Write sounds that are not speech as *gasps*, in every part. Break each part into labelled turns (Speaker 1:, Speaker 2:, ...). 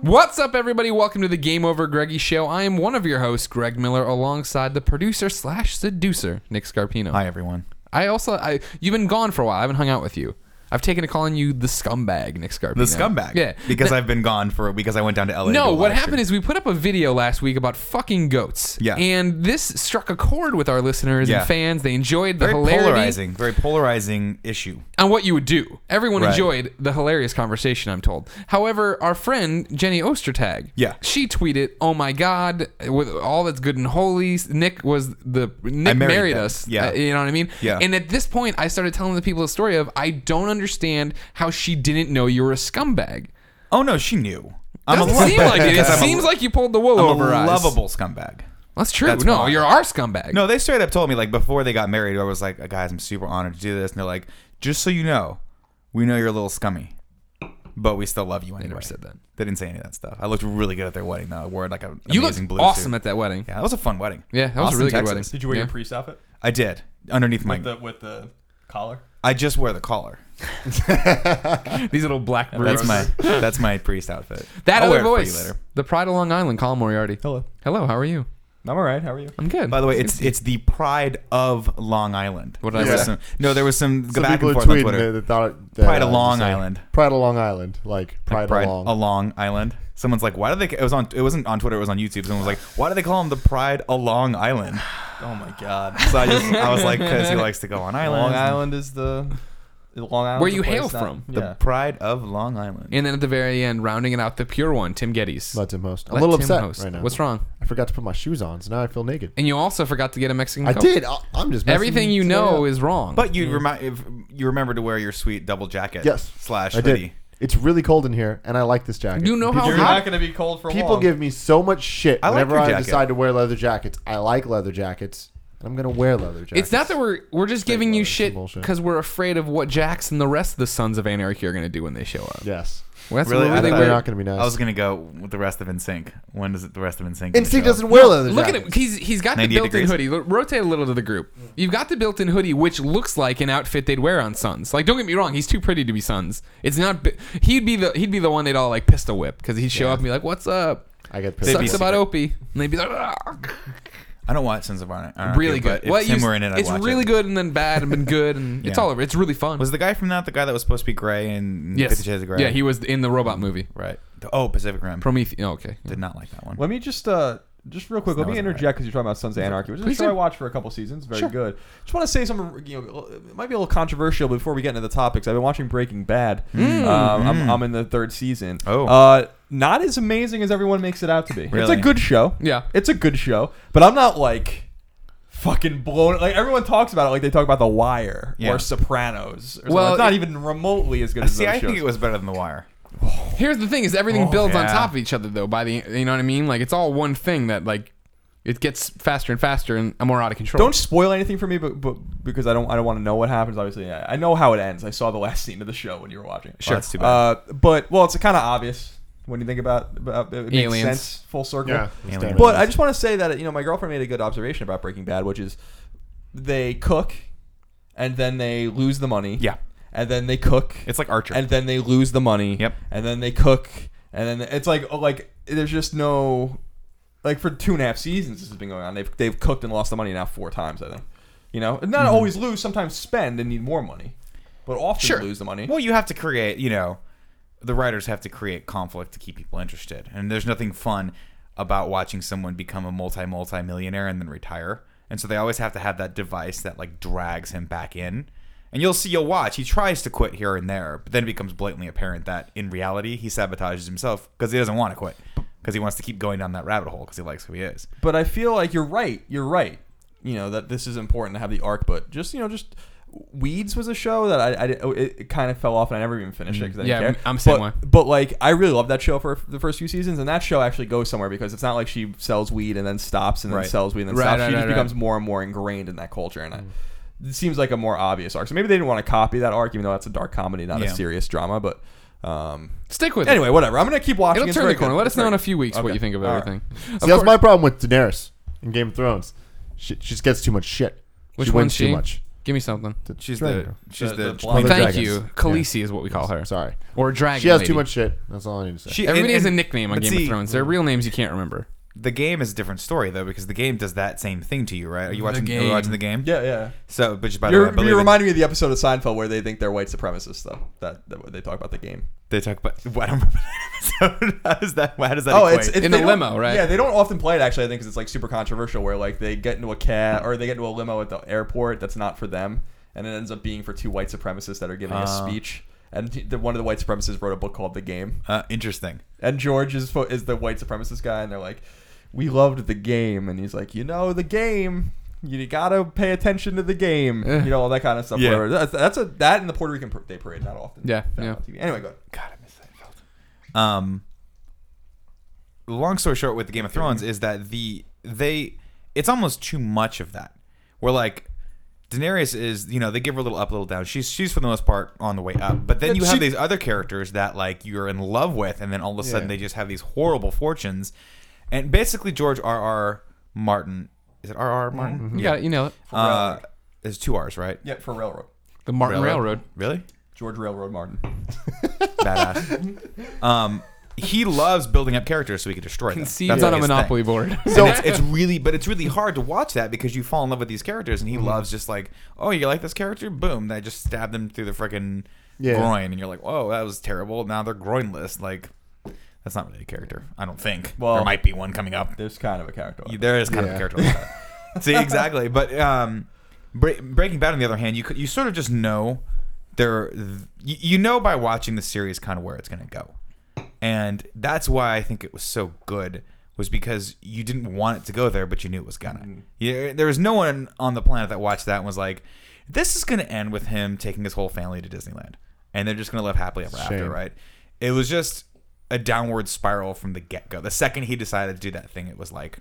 Speaker 1: What's up, everybody? Welcome to the Game Over Greggy Show. I am one of your hosts, Greg Miller, alongside the producer slash seducer, Nick Scarpino.
Speaker 2: Hi, everyone.
Speaker 1: I also, I you've been gone for a while. I haven't hung out with you. I've taken to calling you the scumbag, Nick Scarpino.
Speaker 2: The scumbag.
Speaker 1: Yeah.
Speaker 2: Because I've been gone for because I went down to LA.
Speaker 1: No, what happened is we put up a video last week about fucking goats.
Speaker 2: Yeah.
Speaker 1: And this struck a chord with our listeners
Speaker 2: Yeah.
Speaker 1: and fans. They enjoyed the
Speaker 2: very
Speaker 1: hilarity
Speaker 2: polarizing, very polarizing issue.
Speaker 1: on what you would do. Everyone
Speaker 2: Right.
Speaker 1: enjoyed the hilarious conversation, I'm told. However, our friend Jenny Ostertag,
Speaker 2: Yeah.
Speaker 1: she tweeted, "Oh my God, with all that's good and holy, Nick was the Nick married,
Speaker 2: married them.
Speaker 1: us."
Speaker 2: Yeah.
Speaker 1: Uh, you know what I mean?
Speaker 2: Yeah.
Speaker 1: And at this point, I started telling the people the story of I don't understand how she didn't know you were a scumbag.
Speaker 2: Oh no, she knew.
Speaker 1: Doesn't
Speaker 2: lo-
Speaker 1: seem like it.
Speaker 2: *laughs*
Speaker 1: It
Speaker 2: because I'm a-
Speaker 1: seems like you pulled the wool
Speaker 2: I'm
Speaker 1: over
Speaker 2: a
Speaker 1: us.
Speaker 2: lovable scumbag.
Speaker 1: That's true.
Speaker 2: That's
Speaker 1: no,
Speaker 2: why.
Speaker 1: you're our scumbag.
Speaker 2: No, they straight up told me like before they got married, I was like, guys, I'm super honored to do this, and they're like, just so you know, we know you're a little scummy, but we still love you anyway.
Speaker 1: never said that.
Speaker 2: They didn't say any of that stuff. I looked really good at their wedding though. I wore like a
Speaker 1: you looked
Speaker 2: amazing blue
Speaker 1: awesome
Speaker 2: suit.
Speaker 1: at that wedding.
Speaker 2: yeah, that was a fun wedding.
Speaker 1: Yeah, that was a
Speaker 2: Austin,
Speaker 1: really good
Speaker 2: Texas.
Speaker 1: wedding.
Speaker 3: Did you wear
Speaker 1: Yeah.
Speaker 3: your priest outfit
Speaker 2: I did underneath my.
Speaker 3: with the with the collar?
Speaker 2: I just wear the collar.
Speaker 1: These little black birds.
Speaker 2: That's my that's my priest outfit.
Speaker 1: *laughs* that other
Speaker 2: I'll wear it for you
Speaker 1: voice. The Pride of Long Island, Colin Moriarty.
Speaker 3: Hello.
Speaker 1: Hello, how are you?
Speaker 3: I'm all right. How are you?
Speaker 1: I'm good.
Speaker 2: By the way, it's it's the pride of Long Island.
Speaker 1: What did I
Speaker 2: There was
Speaker 4: say?
Speaker 2: some- no, there was some, go
Speaker 4: Some
Speaker 2: back
Speaker 4: people
Speaker 2: and
Speaker 4: are
Speaker 2: forth on
Speaker 4: tweeting that,
Speaker 2: Twitter.
Speaker 4: that thought it- that,
Speaker 2: Pride of
Speaker 4: uh,
Speaker 2: Long
Speaker 4: just like,
Speaker 2: Island.
Speaker 4: Pride of Long Island, like Pride,
Speaker 2: Pride
Speaker 4: along.
Speaker 2: along Island. Someone's like, why do they? It was on. It wasn't on Twitter. It was on YouTube. Someone was like, why do they call him the Pride along Island?
Speaker 3: Oh my *laughs* god.
Speaker 2: So I just I was like, because he likes to go
Speaker 1: *laughs*
Speaker 2: on islands.
Speaker 3: Long Island is the Long Island.
Speaker 1: Where you hail from.
Speaker 2: The
Speaker 3: yeah.
Speaker 2: Pride of Long Island.
Speaker 1: and then at the very end, rounding it out, the pure one, Tim Geddes.
Speaker 4: Let him host. I'm
Speaker 1: Let
Speaker 4: a little
Speaker 1: Tim
Speaker 4: upset
Speaker 1: host.
Speaker 4: right now.
Speaker 1: What's wrong?
Speaker 4: I forgot to put my shoes on, so now I feel naked.
Speaker 1: And you also forgot to get a Mexican.
Speaker 4: I
Speaker 1: Coke.
Speaker 4: did. I, I'm just messing
Speaker 1: Everything you
Speaker 4: this
Speaker 1: know
Speaker 4: way up.
Speaker 1: is wrong.
Speaker 2: but you remind if you remember to wear your sweet double jacket.
Speaker 4: yes.
Speaker 2: Slash
Speaker 4: I
Speaker 2: hoodie.
Speaker 4: did. It's really cold in here, and I like this jacket.
Speaker 1: you know how
Speaker 3: You're
Speaker 1: hot.
Speaker 3: not gonna be cold for
Speaker 4: people
Speaker 3: long.
Speaker 4: give me so much shit
Speaker 2: I like
Speaker 4: whenever
Speaker 2: your
Speaker 4: I
Speaker 2: jacket.
Speaker 4: decide to wear leather jackets. I like leather jackets. and I'm gonna wear leather jackets.
Speaker 1: It's not that we're we're just giving you
Speaker 4: letters,
Speaker 1: shit
Speaker 4: bullshit.
Speaker 1: because we're afraid of what Jax and the rest of the Sons of Anarchy are gonna do when they show up.
Speaker 4: Yes.
Speaker 1: Well, that's
Speaker 2: Really?
Speaker 1: what
Speaker 2: I
Speaker 1: they
Speaker 2: thought-
Speaker 4: They're
Speaker 1: wear.
Speaker 4: not gonna be nice.
Speaker 2: I was gonna go with the rest of NSYNC. When does it, the rest of NSYNC? gonna
Speaker 4: and Steve
Speaker 2: show up?
Speaker 4: doesn't wear leather
Speaker 1: Look at
Speaker 4: jackets.
Speaker 1: him. He's he's got the
Speaker 2: 98
Speaker 1: built-in
Speaker 2: degrees.
Speaker 1: hoodie. Look, rotate a little to the group. You've got the built-in hoodie, which looks like an outfit they'd wear on Suns. Like, don't get me wrong, he's too pretty to be Suns. It's not. bi- He'd be the he'd be the one they'd all like pistol whip because he'd show up and be like, "What's up?
Speaker 4: I get
Speaker 2: They'd
Speaker 4: pissed.
Speaker 2: be
Speaker 1: Sucks about Opie." And they'd be like, "Ugh."
Speaker 2: I don't watch Sons of Honor.
Speaker 1: "Really good."
Speaker 2: If Tim
Speaker 1: you-
Speaker 2: were in it, I'd
Speaker 1: it's
Speaker 2: watch
Speaker 1: really
Speaker 2: it.
Speaker 1: good and then bad and been good and it's
Speaker 2: Yeah.
Speaker 1: all over. It's really fun.
Speaker 2: Was the guy from that the guy that was supposed to be gray and
Speaker 1: yes,
Speaker 2: Fifty Shades of Grey?
Speaker 1: yeah, he was in the robot movie
Speaker 2: right. The- Oh, Pacific Rim.
Speaker 1: Prometheus. Oh, okay,
Speaker 2: Did not like that one.
Speaker 3: Let me just uh just real quick.
Speaker 2: That
Speaker 3: Let me
Speaker 2: wasn't
Speaker 3: interject because you're talking about Sons of Anarchy, which is a
Speaker 1: Please
Speaker 3: show
Speaker 1: do.
Speaker 3: I watched for a couple seasons. Very
Speaker 1: Sure.
Speaker 3: good. Just want to say something. You know, it might be a little controversial before we get into the topics. I've been watching Breaking Bad.
Speaker 1: Hmm.
Speaker 3: Um, I'm, I'm in the third season.
Speaker 2: Oh.
Speaker 3: uh, not as amazing as everyone makes it out to be. It's a
Speaker 2: Really?
Speaker 3: good show.
Speaker 1: Yeah.
Speaker 3: it's a good show, but I'm not like. Fucking blown! Like everyone talks about it, like they talk about The Wire
Speaker 2: Yeah.
Speaker 3: or Sopranos. Or
Speaker 1: Well,
Speaker 3: well, it's not
Speaker 1: it-
Speaker 3: even remotely as good as
Speaker 2: See,
Speaker 3: those
Speaker 2: I think
Speaker 3: shows.
Speaker 2: it was better than The Wire.
Speaker 1: Here's the thing: is everything builds on
Speaker 2: yeah.
Speaker 1: top of each other, though. By the you know what I mean? Like it's all one thing that like it gets faster and faster and more out of control.
Speaker 3: Don't spoil anything for me, but, but because I don't, I don't want to know what happens. Obviously, I, I know how it ends. I saw the last scene of the show when you were watching. it.
Speaker 2: Sure. Well, that's too bad.
Speaker 3: Uh, but well, it's kind of obvious when you think about, about it. Makes
Speaker 1: Aliens.
Speaker 3: sense, full circle.
Speaker 4: Yeah.
Speaker 2: Alien.
Speaker 4: Standard.
Speaker 3: But I just want to say that you know my girlfriend made a good observation about Breaking Bad, which is they cook, and then they lose the money.
Speaker 2: Yeah.
Speaker 3: And then they cook.
Speaker 2: It's like Archer.
Speaker 3: and then they lose the money.
Speaker 2: Yep.
Speaker 3: And then they cook, and then it's like oh, like there's just no like for two and a half seasons this has been going on. They've they've cooked and lost the money now four times. I think, you know, not always lose. Sometimes spend and need more money, but often
Speaker 1: Sure.
Speaker 3: lose the money.
Speaker 2: well, you have to create. You know, the writers have to create conflict to keep people interested, and there's nothing fun about watching someone become a multi multi millionaire and then retire. And so they always have to have that device that like drags him back in. And you'll see, you'll watch. He tries to quit here and there, but then it becomes blatantly apparent that in reality he sabotages himself because he doesn't want to quit, because he wants to keep going down that rabbit hole because he likes who he is.
Speaker 3: But I feel like you're right. You're right. You know that this is important to have the arc, but just you know just. Weeds was a show that I, I did, it, it kind of fell off and I never even finished it because I didn't
Speaker 1: Mm-hmm. Yeah, I'm-
Speaker 3: care.
Speaker 1: I'm same
Speaker 3: but,
Speaker 1: way.
Speaker 3: But like I really love that show for the first few seasons, and that show actually goes somewhere because it's not like she sells weed and then stops and then
Speaker 2: Right.
Speaker 3: sells weed and then
Speaker 1: Right,
Speaker 3: stops.
Speaker 1: right,
Speaker 3: she just
Speaker 1: right, Mm.
Speaker 3: becomes
Speaker 1: right.
Speaker 3: more and more ingrained in that culture, and I, it seems like a more obvious arc. So maybe they didn't want to copy that arc, even though that's a dark comedy, not
Speaker 2: Yeah.
Speaker 3: a serious drama. But um,
Speaker 1: Stick with it.
Speaker 3: anyway, whatever. I'm gonna keep watching.
Speaker 1: It'll
Speaker 3: It's
Speaker 1: turn the
Speaker 3: very
Speaker 1: corner.
Speaker 3: good.
Speaker 1: Let
Speaker 3: It's
Speaker 1: us know
Speaker 3: very
Speaker 1: in a
Speaker 3: good.
Speaker 1: few weeks what
Speaker 3: Okay.
Speaker 1: you think of
Speaker 3: All right.
Speaker 1: everything. Of
Speaker 4: See, that's
Speaker 1: course-
Speaker 4: my problem with Daenerys in Game of Thrones. She, she just gets too much shit.
Speaker 1: Which
Speaker 4: she
Speaker 1: one's
Speaker 4: wins
Speaker 1: she?
Speaker 4: too much.
Speaker 1: Give me something.
Speaker 2: She's
Speaker 4: Dragon.
Speaker 2: the she's
Speaker 3: The-
Speaker 2: the,
Speaker 3: the blonde-
Speaker 4: Other
Speaker 1: Thank
Speaker 4: dragons.
Speaker 1: you. Khaleesi is what we call her.
Speaker 4: Sorry.
Speaker 1: Or dragon.
Speaker 4: She has
Speaker 1: lady.
Speaker 4: too much shit. That's all I need to say.
Speaker 2: She- and-
Speaker 1: Everybody has a
Speaker 2: and-
Speaker 1: nickname on
Speaker 2: but
Speaker 1: Game
Speaker 2: see,
Speaker 1: of Thrones. Their real names you can't remember.
Speaker 2: The game is a different story though because the game does that same thing to you, right? Are you
Speaker 1: The
Speaker 2: watching? Are
Speaker 1: game.
Speaker 2: you watching the game?
Speaker 3: Yeah, yeah.
Speaker 2: So, but just by the way, I
Speaker 3: You're,
Speaker 2: believe
Speaker 3: you're
Speaker 2: it-
Speaker 3: reminding me of the episode of Seinfeld where they think they're white supremacists, though. That, that they talk about the game.
Speaker 2: they talk about. *laughs* I don't remember that episode. *laughs* How does that? How does that?
Speaker 3: Oh,
Speaker 2: equate?
Speaker 3: it's, it's
Speaker 1: In
Speaker 3: they
Speaker 1: the
Speaker 3: don't-
Speaker 1: limo, right?
Speaker 3: Yeah, they don't often play it actually. I think because it's like super controversial. Where like they get into a cab or they get into a limo at the airport that's not for them, and it ends up being for two white supremacists that are giving
Speaker 2: Ah.
Speaker 3: a speech. And the, one of the white supremacists wrote a book called The Game,
Speaker 2: uh, interesting.
Speaker 3: and George is fo- is the white supremacist guy, and they're like, "We loved the game," and he's like, "You know, the game." You gotta pay attention to the game,
Speaker 1: Eh. Yeah.
Speaker 3: you know all that kind of stuff.
Speaker 2: Yeah.
Speaker 3: where- That's, that's a that and the Puerto Rican par- Day Parade, not often.
Speaker 1: Yeah,
Speaker 3: found
Speaker 1: yeah.
Speaker 3: on TV. Anyway, go. ahead.
Speaker 2: God, I miss Seinfeld. Um, long story short, with the Game of Thrones is that the they it's almost too much of that. We're like Daenerys is you know they give her a little up, a little down. She's she's for the most part on the way up, but then
Speaker 3: But
Speaker 2: you have
Speaker 3: she-
Speaker 2: these other characters that like you're in love with, and then all of a sudden
Speaker 3: Yeah.
Speaker 2: they just have these horrible fortunes, and basically George R R Martin is it R R Martin?
Speaker 1: You got it. You know it.
Speaker 2: Uh, there's two R's, right?
Speaker 3: Yeah, for Railroad,
Speaker 1: The Martin Railroad.
Speaker 2: Really?
Speaker 3: George Railroad Martin.
Speaker 2: badass. Um, he loves building up characters so he can destroy them.
Speaker 1: Conceived
Speaker 2: That's
Speaker 1: on a
Speaker 2: his thing.
Speaker 1: monopoly board.
Speaker 2: So it's, it's really, but it's really hard to watch that because you fall in love with these characters, and he loves just like, oh, you like this character? Boom! They just stabbed them through the freaking
Speaker 4: Yeah.
Speaker 2: groin, and you're like, whoa, that was terrible. Now they're groinless. Like, that's not really a character, I don't think.
Speaker 3: Well-
Speaker 2: there might be one coming up.
Speaker 3: There's kind of a character. on
Speaker 2: You- There is kind of
Speaker 4: Yeah.
Speaker 2: a character like
Speaker 4: *laughs*
Speaker 2: that. See, exactly. But um, Bre- Breaking Bad, on the other hand, you c- you sort of just know there. th- You you know by watching the series kind of where it's going to go, and that's why I think it was so good was because you didn't want it to go there, but you knew it was gonna.
Speaker 4: Mm-hmm.
Speaker 2: Yeah, there was no one on the planet that watched that and was like, "This is going to end with him taking his whole family to Disneyland, and they're just going to live happily ever after."
Speaker 4: Shame.
Speaker 2: Right? It was just a downward spiral from the get go. The second he decided to do that thing, it was like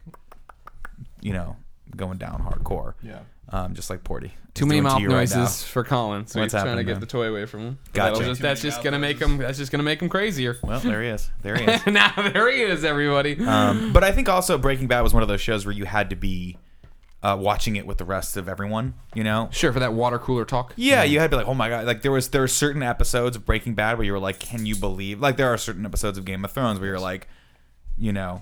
Speaker 2: you know, going down hardcore.
Speaker 3: Yeah.
Speaker 2: Um, just like Porty.
Speaker 1: *laughs* Too
Speaker 2: He's
Speaker 1: many
Speaker 2: doing to
Speaker 1: mouth
Speaker 2: you right
Speaker 1: noises
Speaker 2: now.
Speaker 1: for Colin. So
Speaker 2: What's
Speaker 1: he's trying to
Speaker 2: happening,
Speaker 1: get
Speaker 2: man?
Speaker 1: the toy away from him.
Speaker 2: Gotcha.
Speaker 1: That'll just-
Speaker 3: Too
Speaker 1: that's
Speaker 3: many
Speaker 1: just
Speaker 3: mouth
Speaker 1: gonna make him. That's just gonna make him crazier. *laughs*
Speaker 2: well, there he is. There he is.
Speaker 1: now there he is, everybody.
Speaker 2: um, but I think also Breaking Bad was one of those shows where you had to be uh, watching it with the rest of everyone. You know.
Speaker 1: sure, for that water cooler talk.
Speaker 2: Yeah, you had to be like, oh my god! Like there was there were certain episodes of Breaking Bad where you were like, can you believe? Like there are certain episodes of Game of Thrones where you're like, you know,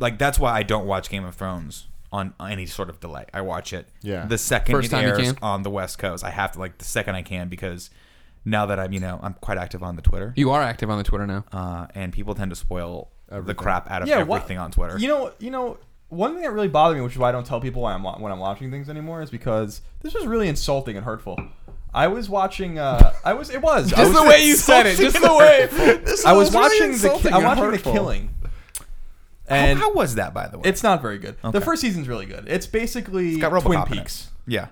Speaker 2: like that's why I don't watch Game of Thrones on any sort of delay. I watch it
Speaker 4: Yeah.
Speaker 2: the second
Speaker 1: First
Speaker 2: it
Speaker 1: time you
Speaker 2: airs
Speaker 1: can?
Speaker 2: on the West Coast. I have to like the second I can because now that I'm you know I'm quite active on the Twitter.
Speaker 1: You are active on the Twitter now.
Speaker 2: uh, and people tend to spoil the
Speaker 4: Everything.
Speaker 2: crap out of
Speaker 3: yeah, wha-
Speaker 2: everything on Twitter.
Speaker 3: You know, you know, one thing that really bothered me, which is why I don't tell people why I'm wa- when I'm watching things anymore, is because this was really insulting and hurtful. I was watching. Uh, I was.
Speaker 1: *laughs*
Speaker 3: It was. I
Speaker 1: Just
Speaker 3: was,
Speaker 1: the way you said it.
Speaker 2: *laughs*
Speaker 1: Just the way.
Speaker 3: I was watching
Speaker 1: really
Speaker 3: the.
Speaker 1: insulting
Speaker 3: ki- I'm
Speaker 1: and
Speaker 3: watching
Speaker 1: hurtful.
Speaker 3: the killing.
Speaker 2: how,
Speaker 3: And
Speaker 2: how was that, by the way?
Speaker 3: it's not very good.
Speaker 2: Okay.
Speaker 3: The first season's really good. It's basically
Speaker 2: got RoboCop
Speaker 3: Twin
Speaker 2: in it.
Speaker 3: Peaks.
Speaker 2: yeah,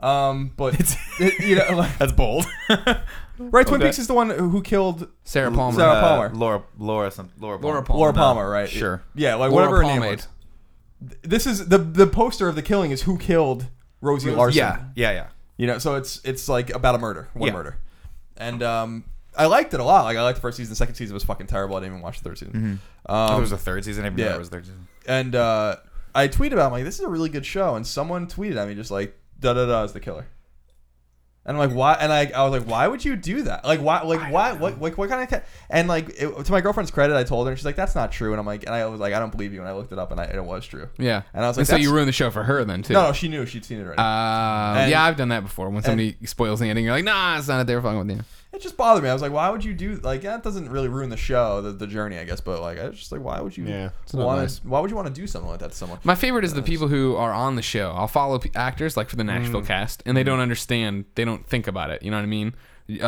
Speaker 3: Um, but
Speaker 2: It's-
Speaker 3: *laughs* it, you know, like,
Speaker 2: *laughs*
Speaker 1: *laughs*
Speaker 2: that's bold.
Speaker 3: right? Twin
Speaker 2: Okay.
Speaker 3: Peaks is the one who killed
Speaker 1: Sarah Palmer.
Speaker 3: Sarah
Speaker 2: Uh,
Speaker 3: Palmer.
Speaker 2: Laura, Laura, some, Laura, Palmer.
Speaker 1: Laura Palmer.
Speaker 3: Laura
Speaker 2: No.
Speaker 3: Palmer, right?
Speaker 2: Sure.
Speaker 3: Yeah, like
Speaker 1: Laura
Speaker 3: whatever her name
Speaker 1: Palmade.
Speaker 3: was. This is the the poster of the killing is who killed Rosie Larson.
Speaker 2: Yeah, yeah, yeah.
Speaker 3: You know, so it's it's like about a murder, one
Speaker 2: Yeah.
Speaker 3: murder, and um, I liked it a lot. Like I liked the first season. The second season was fucking terrible. I didn't even watch the third season.
Speaker 2: Oh, there
Speaker 3: Um,
Speaker 2: was a third season. I didn't
Speaker 3: yeah.
Speaker 2: yeah. there was a third season.
Speaker 3: and uh, I tweeted about it, I'm like this is a really good show, and someone tweeted at me just like da da da is the killer. And I'm like, why? And I, I was like, why would you do that? Like, why? Like, why? What? Like, what kind of? Ca-? And like, it, to my girlfriend's credit, I told her, and she's like, that's not true. And I'm like, and I was like, I don't believe you. And I looked it up, and I, it was true.
Speaker 1: Yeah.
Speaker 3: And I was like,
Speaker 1: so you
Speaker 3: that's-
Speaker 1: ruined the show for her then too.
Speaker 3: No, no, she knew she'd seen it already.
Speaker 1: Uh,
Speaker 3: And-
Speaker 1: yeah, I've done that before. When somebody spoils the ending, you're like, nah, it's not it. They're fucking with you.
Speaker 3: it just bothered me. I was like, why would you do like that? Doesn't really ruin the show, the, the journey, I guess. But like, I was just like, why would you?
Speaker 4: Yeah, it's not
Speaker 3: want
Speaker 4: nice.
Speaker 3: to? Why would you want to do something like that to someone?
Speaker 1: My favorite is the people who are on the show. I'll follow p- actors like for the Nashville cast, and they don't understand. They don't think about it. You know what I mean? Uh,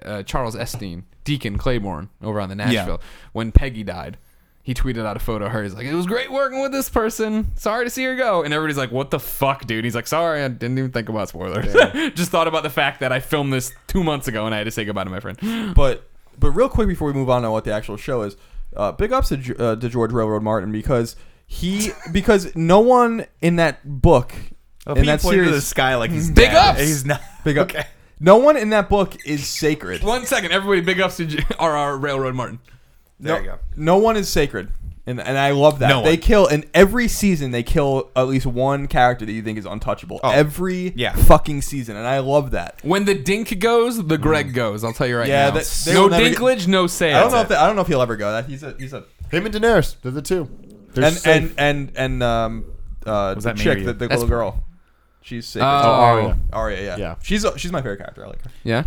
Speaker 1: uh, Charles Estein, Deacon Claiborne, over on the Nashville. When Peggy died, he tweeted out a photo of her. He's like, "It was great working with this person. Sorry to see her go." And everybody's like, "What the fuck, dude?" He's like, "Sorry, I didn't even think about spoilers. *laughs* Just thought about the fact that I filmed this two months ago and I had to say goodbye to my friend." *laughs*
Speaker 3: But but real quick before we move on to what the actual show is, uh, big ups to, Ge- uh, to George Railroad Martin because
Speaker 2: *laughs*
Speaker 3: he because no one in that book in that series
Speaker 2: sky like he's
Speaker 1: Big dead. ups! He's
Speaker 2: He's not
Speaker 3: *laughs*
Speaker 2: *laughs*
Speaker 3: big up. No one in that book is
Speaker 1: *laughs*
Speaker 3: sacred.
Speaker 1: One second, everybody, big ups to J- RR Railroad Martin.
Speaker 2: There
Speaker 3: no,
Speaker 2: you go.
Speaker 3: No one is sacred. And, and I love that
Speaker 2: No
Speaker 3: they
Speaker 2: one.
Speaker 3: kill in every season. They kill at least one character that you think is untouchable. Every
Speaker 2: Oh. yeah.
Speaker 3: fucking season, and I love that.
Speaker 1: When the dink goes, the Greg goes. I'll tell you right
Speaker 3: Mm. Yeah,
Speaker 1: now.
Speaker 3: that- they
Speaker 1: no
Speaker 3: will never get-
Speaker 1: dinklage, no sale.
Speaker 3: I don't know if that, I don't know if he'll ever go that. He's a he's a
Speaker 4: Him and Daenerys, they're the two. They're
Speaker 3: and,
Speaker 4: safe.
Speaker 3: and and and um uh
Speaker 2: Was
Speaker 3: the
Speaker 2: that
Speaker 3: chick
Speaker 2: Mary?
Speaker 3: the, the
Speaker 1: That's-
Speaker 3: little girl, she's sick.
Speaker 1: Oh,
Speaker 2: uh,
Speaker 4: Arya.
Speaker 3: Arya, yeah,
Speaker 4: Yeah.
Speaker 3: She's uh, she's my favorite character. I like her. *laughs*
Speaker 1: yeah.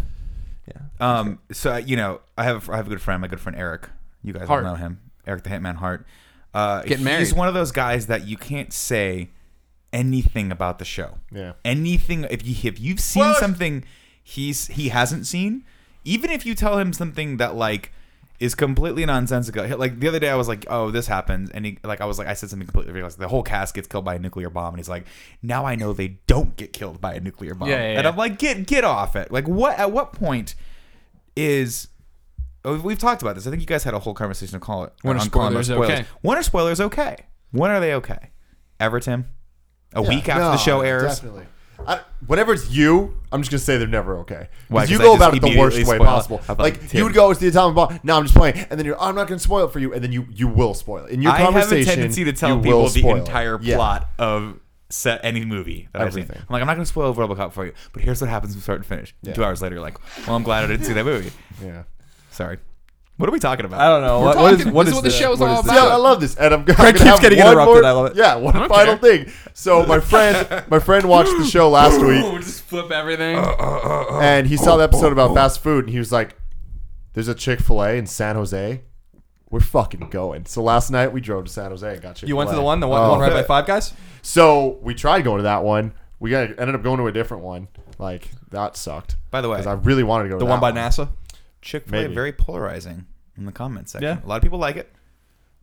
Speaker 3: Yeah.
Speaker 2: Um, so uh, you know, I have a, I have a good friend, my good friend Eric. You guys
Speaker 1: Hart.
Speaker 2: all know him, Eric the Hitman Hart. Uh,
Speaker 1: Get
Speaker 2: He's
Speaker 1: married.
Speaker 2: one of those guys that you can't say anything about the show.
Speaker 4: Yeah.
Speaker 2: Anything if you if you've seen
Speaker 3: Well, if-
Speaker 2: something he's he hasn't seen, even if you tell him something that like is completely nonsensical. He- Like the other day, I was like, "Oh, this happens," and he, like I was like, I said something completely realized the whole cast gets killed by a nuclear bomb, and he's like, "Now I know they don't get killed by a nuclear bomb."
Speaker 1: Yeah, yeah,
Speaker 2: Um, and
Speaker 1: yeah.
Speaker 2: I'm like, "Get get off it!" Like what? At what point is oh, we've talked about this? I think you guys had a whole conversation to call it.
Speaker 1: When are
Speaker 2: on calling about
Speaker 1: spoilers okay?
Speaker 2: When are spoilers okay? When are they okay? Ever Tim? A
Speaker 4: Yeah.
Speaker 2: week after the
Speaker 4: No,
Speaker 2: show airs.
Speaker 4: Definitely. I, whenever it's you, I'm just gonna say they're never okay.
Speaker 2: Why?
Speaker 4: Because you
Speaker 2: 'Cause I
Speaker 4: go
Speaker 2: just
Speaker 4: about it the worst
Speaker 2: immediately
Speaker 4: way
Speaker 2: spoil it.
Speaker 4: possible.
Speaker 2: How about
Speaker 4: Like
Speaker 2: Tim?
Speaker 4: you would go, it's the atomic bomb. No, I'm just playing, and then you're, I'm not gonna spoil it for you, and then you you will spoil it in your
Speaker 2: I have a
Speaker 4: conversation.
Speaker 2: tendency to tell
Speaker 4: you
Speaker 2: people
Speaker 4: will
Speaker 2: the
Speaker 4: spoil it.
Speaker 2: entire
Speaker 4: Yeah.
Speaker 2: plot of set any movie that I've seen.
Speaker 4: Everything.
Speaker 2: I'm like, I'm not gonna spoil RoboCop for you, but here's what happens from start to finish. And
Speaker 4: Yeah.
Speaker 2: Two hours later, you're like, well, I'm glad I didn't see that movie.
Speaker 4: Yeah.
Speaker 2: Sorry. What are we talking about?
Speaker 3: I don't know. What, what is
Speaker 1: talking-
Speaker 3: what
Speaker 1: this
Speaker 3: is
Speaker 1: is what the
Speaker 3: this?
Speaker 1: show's all
Speaker 3: is
Speaker 1: about.
Speaker 3: this?
Speaker 4: Yeah, I love this, and I'm Craig
Speaker 3: keeps getting interrupted,
Speaker 4: More,
Speaker 3: I love it.
Speaker 4: Yeah, one
Speaker 1: don't
Speaker 4: final thing.
Speaker 3: *laughs*
Speaker 4: So my friend, my friend watched the show last week,
Speaker 1: Ooh, just flip everything.
Speaker 4: and he saw the episode about fast food, and he was like, "There's a Chick Fil A in San Jose. We're fucking going." So last night we drove to San Jose and got
Speaker 3: *laughs*
Speaker 4: Chick.
Speaker 3: You went to the one, the one, the one right by Five Guys.
Speaker 4: So we tried going to that one. We got, ended up going to a different one. Like that sucked.
Speaker 2: By the way,
Speaker 4: because I really wanted to go to
Speaker 3: The one
Speaker 4: that
Speaker 3: by NASA.
Speaker 2: Chick Fil A
Speaker 4: Maybe.
Speaker 2: very polarizing in the comments section.
Speaker 3: Yeah.
Speaker 2: a lot of people like it.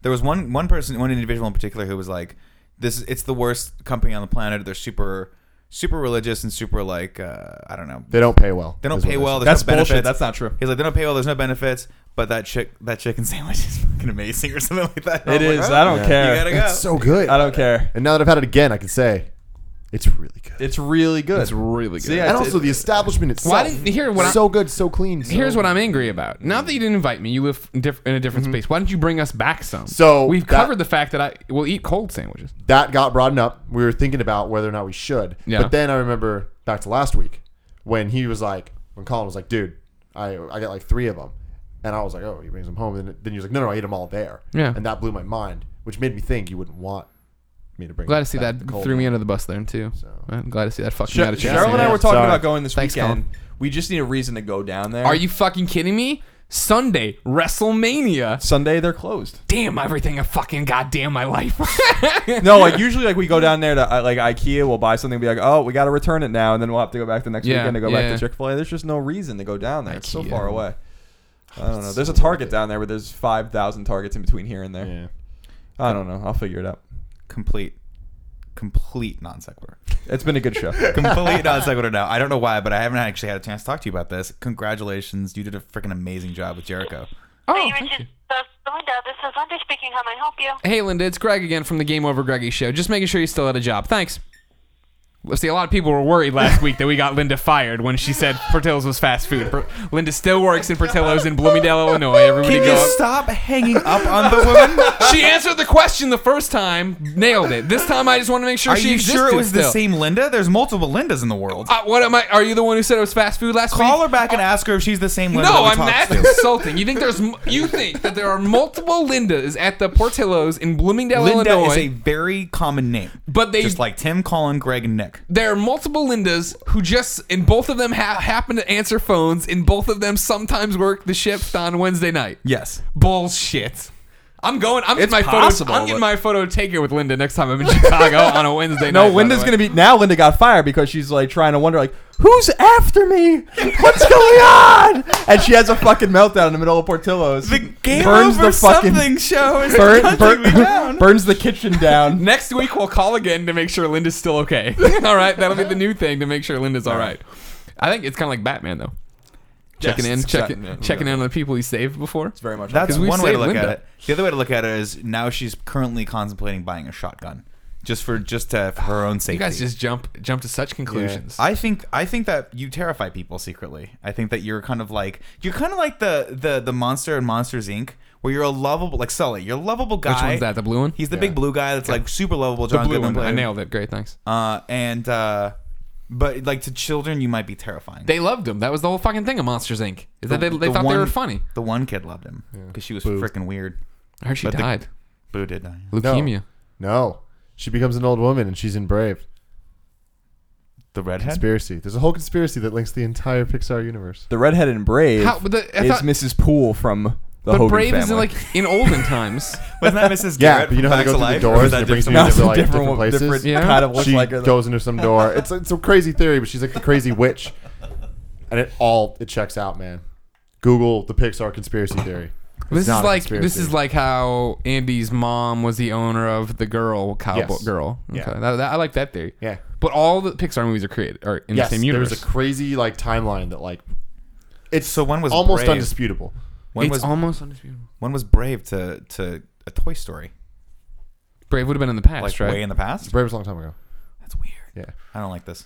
Speaker 2: There was one one person, one individual in particular, who was like, "This is it's the worst company on the planet. They're super, super religious and super like uh, I don't know.
Speaker 4: They don't pay well.
Speaker 2: They don't
Speaker 4: is what
Speaker 2: pay
Speaker 4: it is.
Speaker 2: well. There's
Speaker 3: That's
Speaker 2: no benefits.
Speaker 3: bullshit. That's not true.
Speaker 2: He's like, they don't pay well. There's no benefits, but that chick, that chicken *laughs* sandwich is fucking amazing, or something like that.
Speaker 3: It
Speaker 2: I'm like,
Speaker 3: is.
Speaker 2: "Oh,
Speaker 3: I don't
Speaker 4: Yeah.
Speaker 3: care.
Speaker 2: You gotta go.
Speaker 4: It's so good.
Speaker 3: I don't care.
Speaker 4: and now that I've had it again, I can say it's really good.
Speaker 3: It's really good.
Speaker 1: That's really good.
Speaker 3: See, I-
Speaker 4: and also the establishment itself.
Speaker 1: Why didn't- here, what I-
Speaker 4: so good, so clean. so-
Speaker 1: Here's what I'm angry about. Now that you didn't invite me, you live in diff- in a
Speaker 3: Mm-hmm.
Speaker 1: different space. Why don't you bring us back some?
Speaker 4: So,
Speaker 1: we've
Speaker 4: that-
Speaker 1: covered the fact that I will eat cold sandwiches.
Speaker 4: that got broadened up. We were thinking about whether or not we should.
Speaker 1: Yeah.
Speaker 4: But then I remember back to last week when he was like, when Colin was like, dude, I I got like three of them. And I was like, oh, he brings them home. And then he was like, no, no, I ate them all there.
Speaker 1: Yeah.
Speaker 4: And that blew my mind, which made me think you wouldn't want me to bring
Speaker 1: Glad
Speaker 4: back
Speaker 1: to see
Speaker 4: the
Speaker 1: that
Speaker 4: cold
Speaker 1: threw me
Speaker 4: one.
Speaker 1: under the bus there too. I'm glad to see that fucking
Speaker 3: Sh-
Speaker 1: out of chicken
Speaker 3: Cheryl and I
Speaker 1: sandwich.
Speaker 3: were talking
Speaker 4: Sorry.
Speaker 3: about going this
Speaker 1: Thanks,
Speaker 3: weekend.
Speaker 1: Colin.
Speaker 3: We just need a reason to go down there.
Speaker 1: Are you fucking kidding me? Sunday WrestleMania.
Speaker 3: Sunday they're closed.
Speaker 1: Damn everything I fucking goddamn my life. *laughs*
Speaker 3: No, like usually, like we go down there to uh, like IKEA, we'll buy something, be like, oh, we got to return it now, and then we'll have to go back the next
Speaker 1: Yeah,
Speaker 3: weekend to go back
Speaker 1: yeah.
Speaker 3: to Chick Fil A. There's just no reason to go down there. It's so
Speaker 1: IKEA.
Speaker 3: far away. I don't know. There's a Target down there, but there's five thousand Targets in between here and there.
Speaker 4: Yeah.
Speaker 3: I don't know. I'll figure it out.
Speaker 2: Complete, complete non sequitur.
Speaker 3: It's been a good show.
Speaker 2: complete non sequitur. Now I don't know why, but I haven't actually had a chance to talk to you about this. Congratulations, you did a freaking amazing job with Jericho.
Speaker 1: oh,
Speaker 5: you
Speaker 1: thank you.
Speaker 5: mentioned the window. This is Linda speaking. How may I help you?
Speaker 1: Hey Linda, it's Greg again from the Game Over Greggy Show. Just making sure you still had a job. Thanks. Let's see, a lot of people were worried last week that we got Linda fired when she said Portillo's was fast food. Per- Linda still works in Portillo's in Bloomingdale, Illinois. Everybody
Speaker 2: Can
Speaker 1: go
Speaker 2: you
Speaker 1: up-
Speaker 2: stop hanging up on the woman?
Speaker 1: She answered the question the first time, nailed it. This time I just want to make sure
Speaker 2: Are
Speaker 1: she
Speaker 2: you
Speaker 1: existed
Speaker 2: sure it was the
Speaker 1: still.
Speaker 2: same Linda? There's multiple Lindas in the world.
Speaker 1: Uh, what am I? Are you the one who said it was fast food last
Speaker 2: Call her
Speaker 1: week?
Speaker 2: back and ask her if she's the same Linda. that
Speaker 1: No,
Speaker 2: we
Speaker 1: I'm
Speaker 2: talked
Speaker 1: that's
Speaker 2: to.
Speaker 1: insulting. You think there's m- you think that there are multiple Lindas at the Portillo's in Bloomingdale,
Speaker 2: Linda
Speaker 1: Illinois,
Speaker 2: is a very common name.
Speaker 1: but they
Speaker 2: just like Tim, Colin, Greg, and Nick.
Speaker 1: there are multiple Lindas who just and both of them ha- happen to answer phones, and both of them sometimes work the shift on Wednesday night.
Speaker 2: Yes.
Speaker 1: Bullshit. I'm going. I'm
Speaker 3: It's
Speaker 1: getting my
Speaker 3: possible,
Speaker 1: photo. I'm getting
Speaker 3: but-
Speaker 1: my photo taken with Linda next time I'm in *laughs* Chicago on a Wednesday night. by
Speaker 3: No,
Speaker 1: the
Speaker 3: Linda's
Speaker 1: way.
Speaker 3: gonna be now. Linda got fired because she's like trying to wonder, like, who's after me? What's going on? And she has a fucking meltdown in the middle of Portillo's.
Speaker 2: The game
Speaker 3: Burns
Speaker 2: over
Speaker 3: the fucking-
Speaker 2: something show is
Speaker 3: Burn-
Speaker 2: hunting
Speaker 3: burn-
Speaker 2: me down.
Speaker 3: *laughs* burns the kitchen
Speaker 1: *laughs*
Speaker 3: down.
Speaker 1: Next week we'll call again to make sure Linda's still okay. *laughs* all right, that'll be the new thing to make sure Linda's all right. I think it's kind of like Batman though, checking
Speaker 2: Yes,
Speaker 1: in, checking
Speaker 3: exactly.
Speaker 1: checking in on the people he saved before.
Speaker 3: It's very much. like
Speaker 2: That's
Speaker 1: we've
Speaker 2: one way
Speaker 1: saved
Speaker 2: to look
Speaker 1: Linda.
Speaker 2: at it. The other way to look at it is now she's currently contemplating buying a shotgun, just for just to, for her own safety.
Speaker 1: You guys just jump jump to such conclusions.
Speaker 2: I think I think that you terrify people secretly. I think that you're kind of like you're kind of like the the the monster in Monsters Inc. where you're a lovable, like Sully, you're a lovable guy.
Speaker 1: Which one's that? The blue one?
Speaker 2: He's the big blue guy that's like super lovable. John
Speaker 3: blue
Speaker 2: Goodman
Speaker 3: one.
Speaker 2: player.
Speaker 1: I nailed it. Great, thanks.
Speaker 2: Uh, and uh, but like to children, you might be terrifying.
Speaker 1: They loved him. That was the whole fucking thing of Monsters Inc. Is that they, they
Speaker 2: the
Speaker 1: thought
Speaker 2: one-
Speaker 1: they were funny.
Speaker 2: The one kid loved him because she was freaking weird.
Speaker 1: I heard she
Speaker 2: But the-
Speaker 1: died.
Speaker 2: Boo did die.
Speaker 1: Leukemia.
Speaker 4: No, she becomes an old woman and she's in Brave.
Speaker 2: The redhead.
Speaker 4: Conspiracy. There's a whole conspiracy that links the entire Pixar universe.
Speaker 3: The redhead in Brave
Speaker 1: How- but the- I
Speaker 3: is
Speaker 1: thought-
Speaker 3: Mrs. Poole from the
Speaker 1: But
Speaker 3: Hogan
Speaker 1: Brave
Speaker 3: family.
Speaker 1: is like in olden times.
Speaker 2: *laughs* Wasn't that Mrs.
Speaker 4: *laughs* Yeah,
Speaker 2: Garrett
Speaker 4: but you know
Speaker 2: from
Speaker 4: how
Speaker 2: Facts of
Speaker 4: they go through the
Speaker 2: Life? Or was
Speaker 4: doors
Speaker 2: that
Speaker 4: and it brings
Speaker 2: different-
Speaker 3: *laughs*
Speaker 4: them
Speaker 3: That's a
Speaker 4: into like
Speaker 3: different
Speaker 4: different
Speaker 3: one-
Speaker 4: places.
Speaker 3: different
Speaker 1: Yeah.
Speaker 3: kind of looks
Speaker 4: she
Speaker 3: like her. though.
Speaker 4: goes into some door. It's it's a crazy theory, but she's like the crazy witch, and it all it checks out, man. Google the Pixar conspiracy theory.
Speaker 1: This is
Speaker 4: not a
Speaker 1: like this
Speaker 4: conspiracy.
Speaker 1: is like how Andy's mom was the owner of the girl cowboy
Speaker 4: Yes.
Speaker 1: girl. Okay.
Speaker 4: Yeah.
Speaker 1: That, that- I like that theory.
Speaker 4: Yeah.
Speaker 1: But all the Pixar movies are created are in
Speaker 4: yes,
Speaker 1: the same universe.
Speaker 4: there's a crazy like timeline that like it's
Speaker 2: So when was
Speaker 4: almost
Speaker 2: Brave?
Speaker 4: undisputable.
Speaker 2: When
Speaker 1: it's
Speaker 2: was
Speaker 1: almost undisputable.
Speaker 2: when was Brave to to a Toy Story?
Speaker 1: Brave would have been in the past,
Speaker 2: Like
Speaker 1: right?
Speaker 2: way in the past.
Speaker 4: Brave was a long time ago.
Speaker 2: That's weird.
Speaker 4: Yeah,
Speaker 2: I don't like this.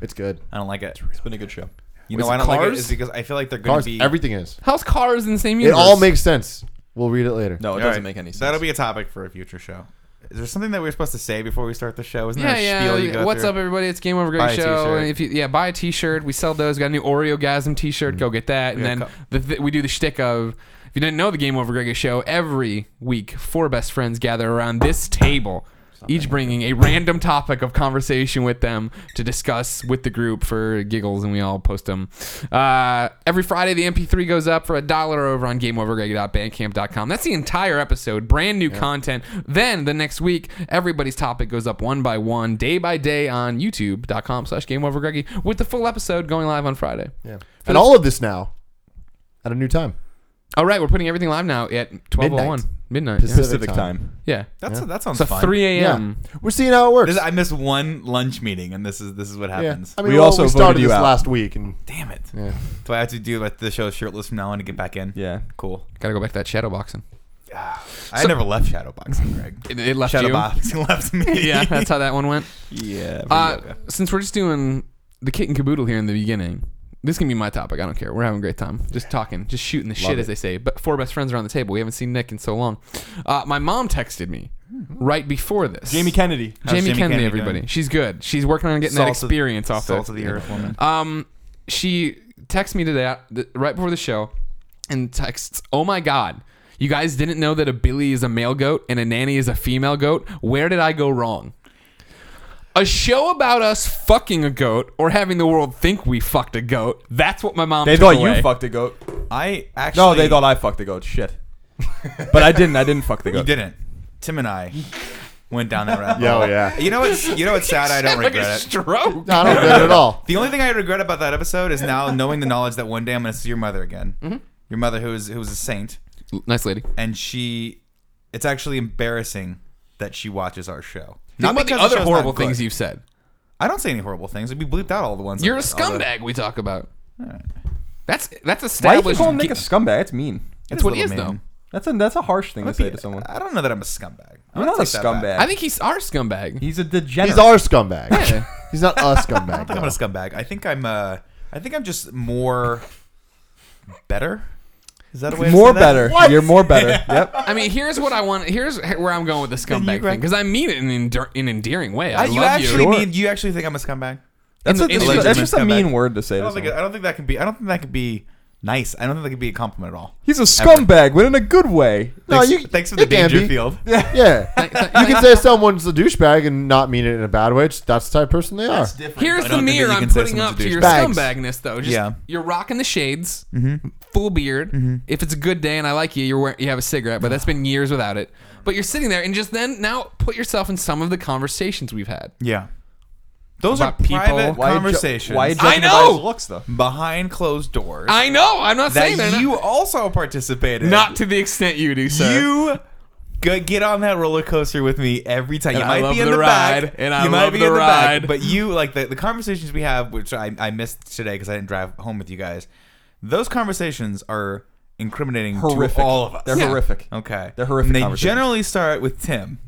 Speaker 4: it's good.
Speaker 2: I don't like it.
Speaker 3: It's been a good show.
Speaker 2: You
Speaker 1: Was
Speaker 2: know, why I
Speaker 1: it
Speaker 2: don't like it
Speaker 1: Cars?
Speaker 2: is because I feel like they're going
Speaker 4: Cars,
Speaker 2: to be
Speaker 4: everything is.
Speaker 1: How's Cars in the same
Speaker 4: It
Speaker 1: universe?
Speaker 4: all makes sense. We'll read it later.
Speaker 3: No, it
Speaker 2: All
Speaker 3: doesn't
Speaker 2: right.
Speaker 3: make any sense.
Speaker 2: That'll be a topic for a future show. Is there something that we were supposed to say before we start the show? Isn't
Speaker 1: yeah,
Speaker 2: there a spiel you
Speaker 1: yeah.
Speaker 2: go
Speaker 1: What's
Speaker 2: through?
Speaker 1: up, everybody? It's Game Over Great
Speaker 2: Buy a
Speaker 1: Show.
Speaker 2: t-shirt.
Speaker 1: And if you, yeah, buy a T-shirt. We sell those. We got a new Oreo Gasm T-shirt. Go get that. And
Speaker 2: Mm-hmm.
Speaker 1: then
Speaker 2: Yeah, co-
Speaker 1: the th- we do the shtick of if you didn't know the Game Over Great Show every week, four best friends gather around this table, each bringing a random topic of conversation with them to discuss with the group for giggles, and we all post them. Uh, every Friday, the MP3 goes up for a dollar over on GameOverGreg.bandcamp.com. That's the entire episode. Brand new content. Then the next week, everybody's topic goes up one by one, day by day on YouTube.com/slash GameOverGreggy with the full episode going live on Friday.
Speaker 4: Yeah. And all of this now at a new time.
Speaker 1: All right, we're putting everything live now at 12:01 midnight. yeah.
Speaker 4: Pacific
Speaker 3: Pacific
Speaker 4: time.
Speaker 3: time.
Speaker 1: Yeah.
Speaker 2: That's that sounds
Speaker 1: So
Speaker 2: fun.
Speaker 1: 3 a.m.
Speaker 4: We're seeing how it works.
Speaker 2: This- I missed one lunch meeting, and this is this is what
Speaker 4: yeah.
Speaker 2: happens.
Speaker 4: I mean,
Speaker 3: We
Speaker 4: we well,
Speaker 3: also
Speaker 4: also we
Speaker 3: voted
Speaker 4: started
Speaker 3: you
Speaker 4: this
Speaker 3: out.
Speaker 4: last week, and
Speaker 2: Damn it!
Speaker 4: yeah.
Speaker 2: Do I have to do like the show shirtless from now on to get back in?
Speaker 3: Yeah.
Speaker 2: cool.
Speaker 1: Gotta go back to that shadow boxing.
Speaker 2: I
Speaker 1: So-
Speaker 2: never left Shadowboxing, Greg.
Speaker 1: It, it left you. *laughs*
Speaker 2: Shadowboxing *laughs* left me.
Speaker 1: Yeah,
Speaker 2: *laughs*
Speaker 1: that's how that one went.
Speaker 3: Yeah.
Speaker 1: Uh, since we're just doing the kit and caboodle here in the beginning, this can be my topic. I don't care. We're having a great time. Just talking, just shooting the shit, as they say. But four best friends around the table. We haven't seen Nick in so long. Uh, my mom texted me right before this.
Speaker 3: Jamie Kennedy.
Speaker 1: Jamie,
Speaker 2: Jamie
Speaker 1: Kennedy,
Speaker 2: Kennedy
Speaker 1: everybody.
Speaker 2: doing?
Speaker 1: She's good. She's working on getting that
Speaker 2: Salt of-
Speaker 1: experience off
Speaker 2: salt of
Speaker 1: it.
Speaker 2: the earth woman.
Speaker 1: Um, she texts me today uh, th- right before the show, and texts, "Oh my god." You guys didn't know that a Billy is a male goat and a nanny is a female goat? Where did I go wrong? A show about us fucking a goat or having the world think we fucked a goat. That's what my mom
Speaker 3: They
Speaker 1: took
Speaker 3: thought
Speaker 1: away. *laughs*
Speaker 3: you fucked a goat.
Speaker 2: I actually
Speaker 3: No, they thought I fucked a goat. Shit. but I didn't. I didn't fuck the goat.
Speaker 2: you didn't. Tim and I went down that rabbit.
Speaker 4: Yeah, oh,
Speaker 2: hole.
Speaker 4: yeah.
Speaker 2: You know what's you know what's sad?
Speaker 1: *laughs*
Speaker 2: I don't
Speaker 1: like a
Speaker 2: regret it.
Speaker 1: stroke.
Speaker 4: No, I don't regret it
Speaker 2: *laughs*
Speaker 4: at all.
Speaker 2: The only thing I regret about that episode is now knowing the knowledge that one day I'm going to see your mother again. Your mother, who is who was a saint,
Speaker 1: Nice lady.
Speaker 2: and she, it's actually embarrassing that she watches our show.
Speaker 1: Not about the
Speaker 2: because
Speaker 1: other
Speaker 2: show's
Speaker 1: horrible
Speaker 2: not good.
Speaker 1: things you've said.
Speaker 2: I don't say any horrible things. We bleeped out all the ones.
Speaker 1: You're a
Speaker 2: all the-
Speaker 1: scumbag. We talk about.
Speaker 2: Alright.
Speaker 1: That's that's
Speaker 3: Why do you
Speaker 1: established.
Speaker 3: call Nick a scumbag? It's mean.
Speaker 1: That's what he
Speaker 2: little
Speaker 1: is, though.
Speaker 2: man.
Speaker 3: That's a that's a harsh thing to
Speaker 2: Might
Speaker 3: say
Speaker 2: be-
Speaker 3: to someone.
Speaker 2: I don't know that I'm a scumbag. I'm
Speaker 3: You're not a scumbag.
Speaker 1: I think he's our scumbag.
Speaker 3: He's a degenerate.
Speaker 4: He's our scumbag.
Speaker 1: Yeah.
Speaker 4: He's not
Speaker 2: *laughs*
Speaker 4: a
Speaker 2: I
Speaker 4: scumbag.
Speaker 2: don't think I'm
Speaker 4: though.
Speaker 2: a scumbag. I think I'm uh, I think I'm just more better. Is that a way?
Speaker 3: more
Speaker 2: to say that?
Speaker 3: better. You're more *laughs* better. Yep.
Speaker 1: I mean, here's what I want. Here's where I'm going with the scumbag thing
Speaker 2: Greg.
Speaker 1: because I mean it in an endear- in endearing way. I
Speaker 2: I- you
Speaker 1: love
Speaker 2: actually
Speaker 1: you.
Speaker 2: mean you actually think I'm a scumbag?
Speaker 3: That's,
Speaker 1: the-
Speaker 3: a,
Speaker 1: in the
Speaker 3: that's
Speaker 1: legitimate
Speaker 3: just a
Speaker 2: scumbag.
Speaker 3: mean word to say
Speaker 2: I
Speaker 3: to
Speaker 2: don't think
Speaker 3: someone.
Speaker 2: I don't think that can be. I don't think that can be nice. I don't think that can be a compliment at all.
Speaker 3: He's a scumbag, but in a good way.
Speaker 4: No,
Speaker 2: Thanks-
Speaker 4: you-
Speaker 2: thanks for
Speaker 4: it
Speaker 2: the
Speaker 4: can be.
Speaker 2: Dangerfield.
Speaker 4: *laughs* Yeah. you can say someone's a douchebag and not mean it in a bad way. It's, that's the type of person they are.
Speaker 3: different.
Speaker 1: Here's the
Speaker 2: I don't think
Speaker 1: mirror
Speaker 2: that you
Speaker 1: I'm
Speaker 2: can say
Speaker 1: putting
Speaker 2: someone's
Speaker 1: up
Speaker 2: a
Speaker 1: to your
Speaker 4: douchebag.
Speaker 1: scumbagness, though. Just,
Speaker 2: Yeah. Mm-hmm.
Speaker 1: You're rocking the shades, full beard. If it's a good day and I like you, you're wearing, you have a cigarette, but that's been years without it. But you're sitting there and just then now put yourself in some of the conversations we've had.
Speaker 2: Yeah, those
Speaker 1: About
Speaker 2: are private
Speaker 1: people.
Speaker 2: why conversations
Speaker 3: Why, ju-
Speaker 1: I
Speaker 3: why judging him
Speaker 1: know!
Speaker 3: by his looks though?
Speaker 2: behind closed doors
Speaker 1: I know. I'm not saying
Speaker 2: that
Speaker 1: that.
Speaker 2: you also participated.
Speaker 1: not to the extent you do, sir.
Speaker 2: you. Go, get on that roller coaster with me every time.
Speaker 1: And
Speaker 2: you
Speaker 1: I
Speaker 2: might
Speaker 1: love
Speaker 2: be in
Speaker 1: the
Speaker 2: the,
Speaker 1: ride,
Speaker 2: back,
Speaker 1: and I
Speaker 2: you might
Speaker 1: love
Speaker 2: be
Speaker 1: the
Speaker 2: in the
Speaker 1: ride.
Speaker 2: back, but you like the, the conversations we have, which I, I missed today because I didn't drive home with you guys. Those conversations are incriminating
Speaker 3: Horrific.
Speaker 2: to all of us.
Speaker 3: They're
Speaker 1: Yeah.
Speaker 3: horrific.
Speaker 2: Okay.
Speaker 3: They're horrific
Speaker 2: And they
Speaker 3: conversations.
Speaker 2: generally start with Tim.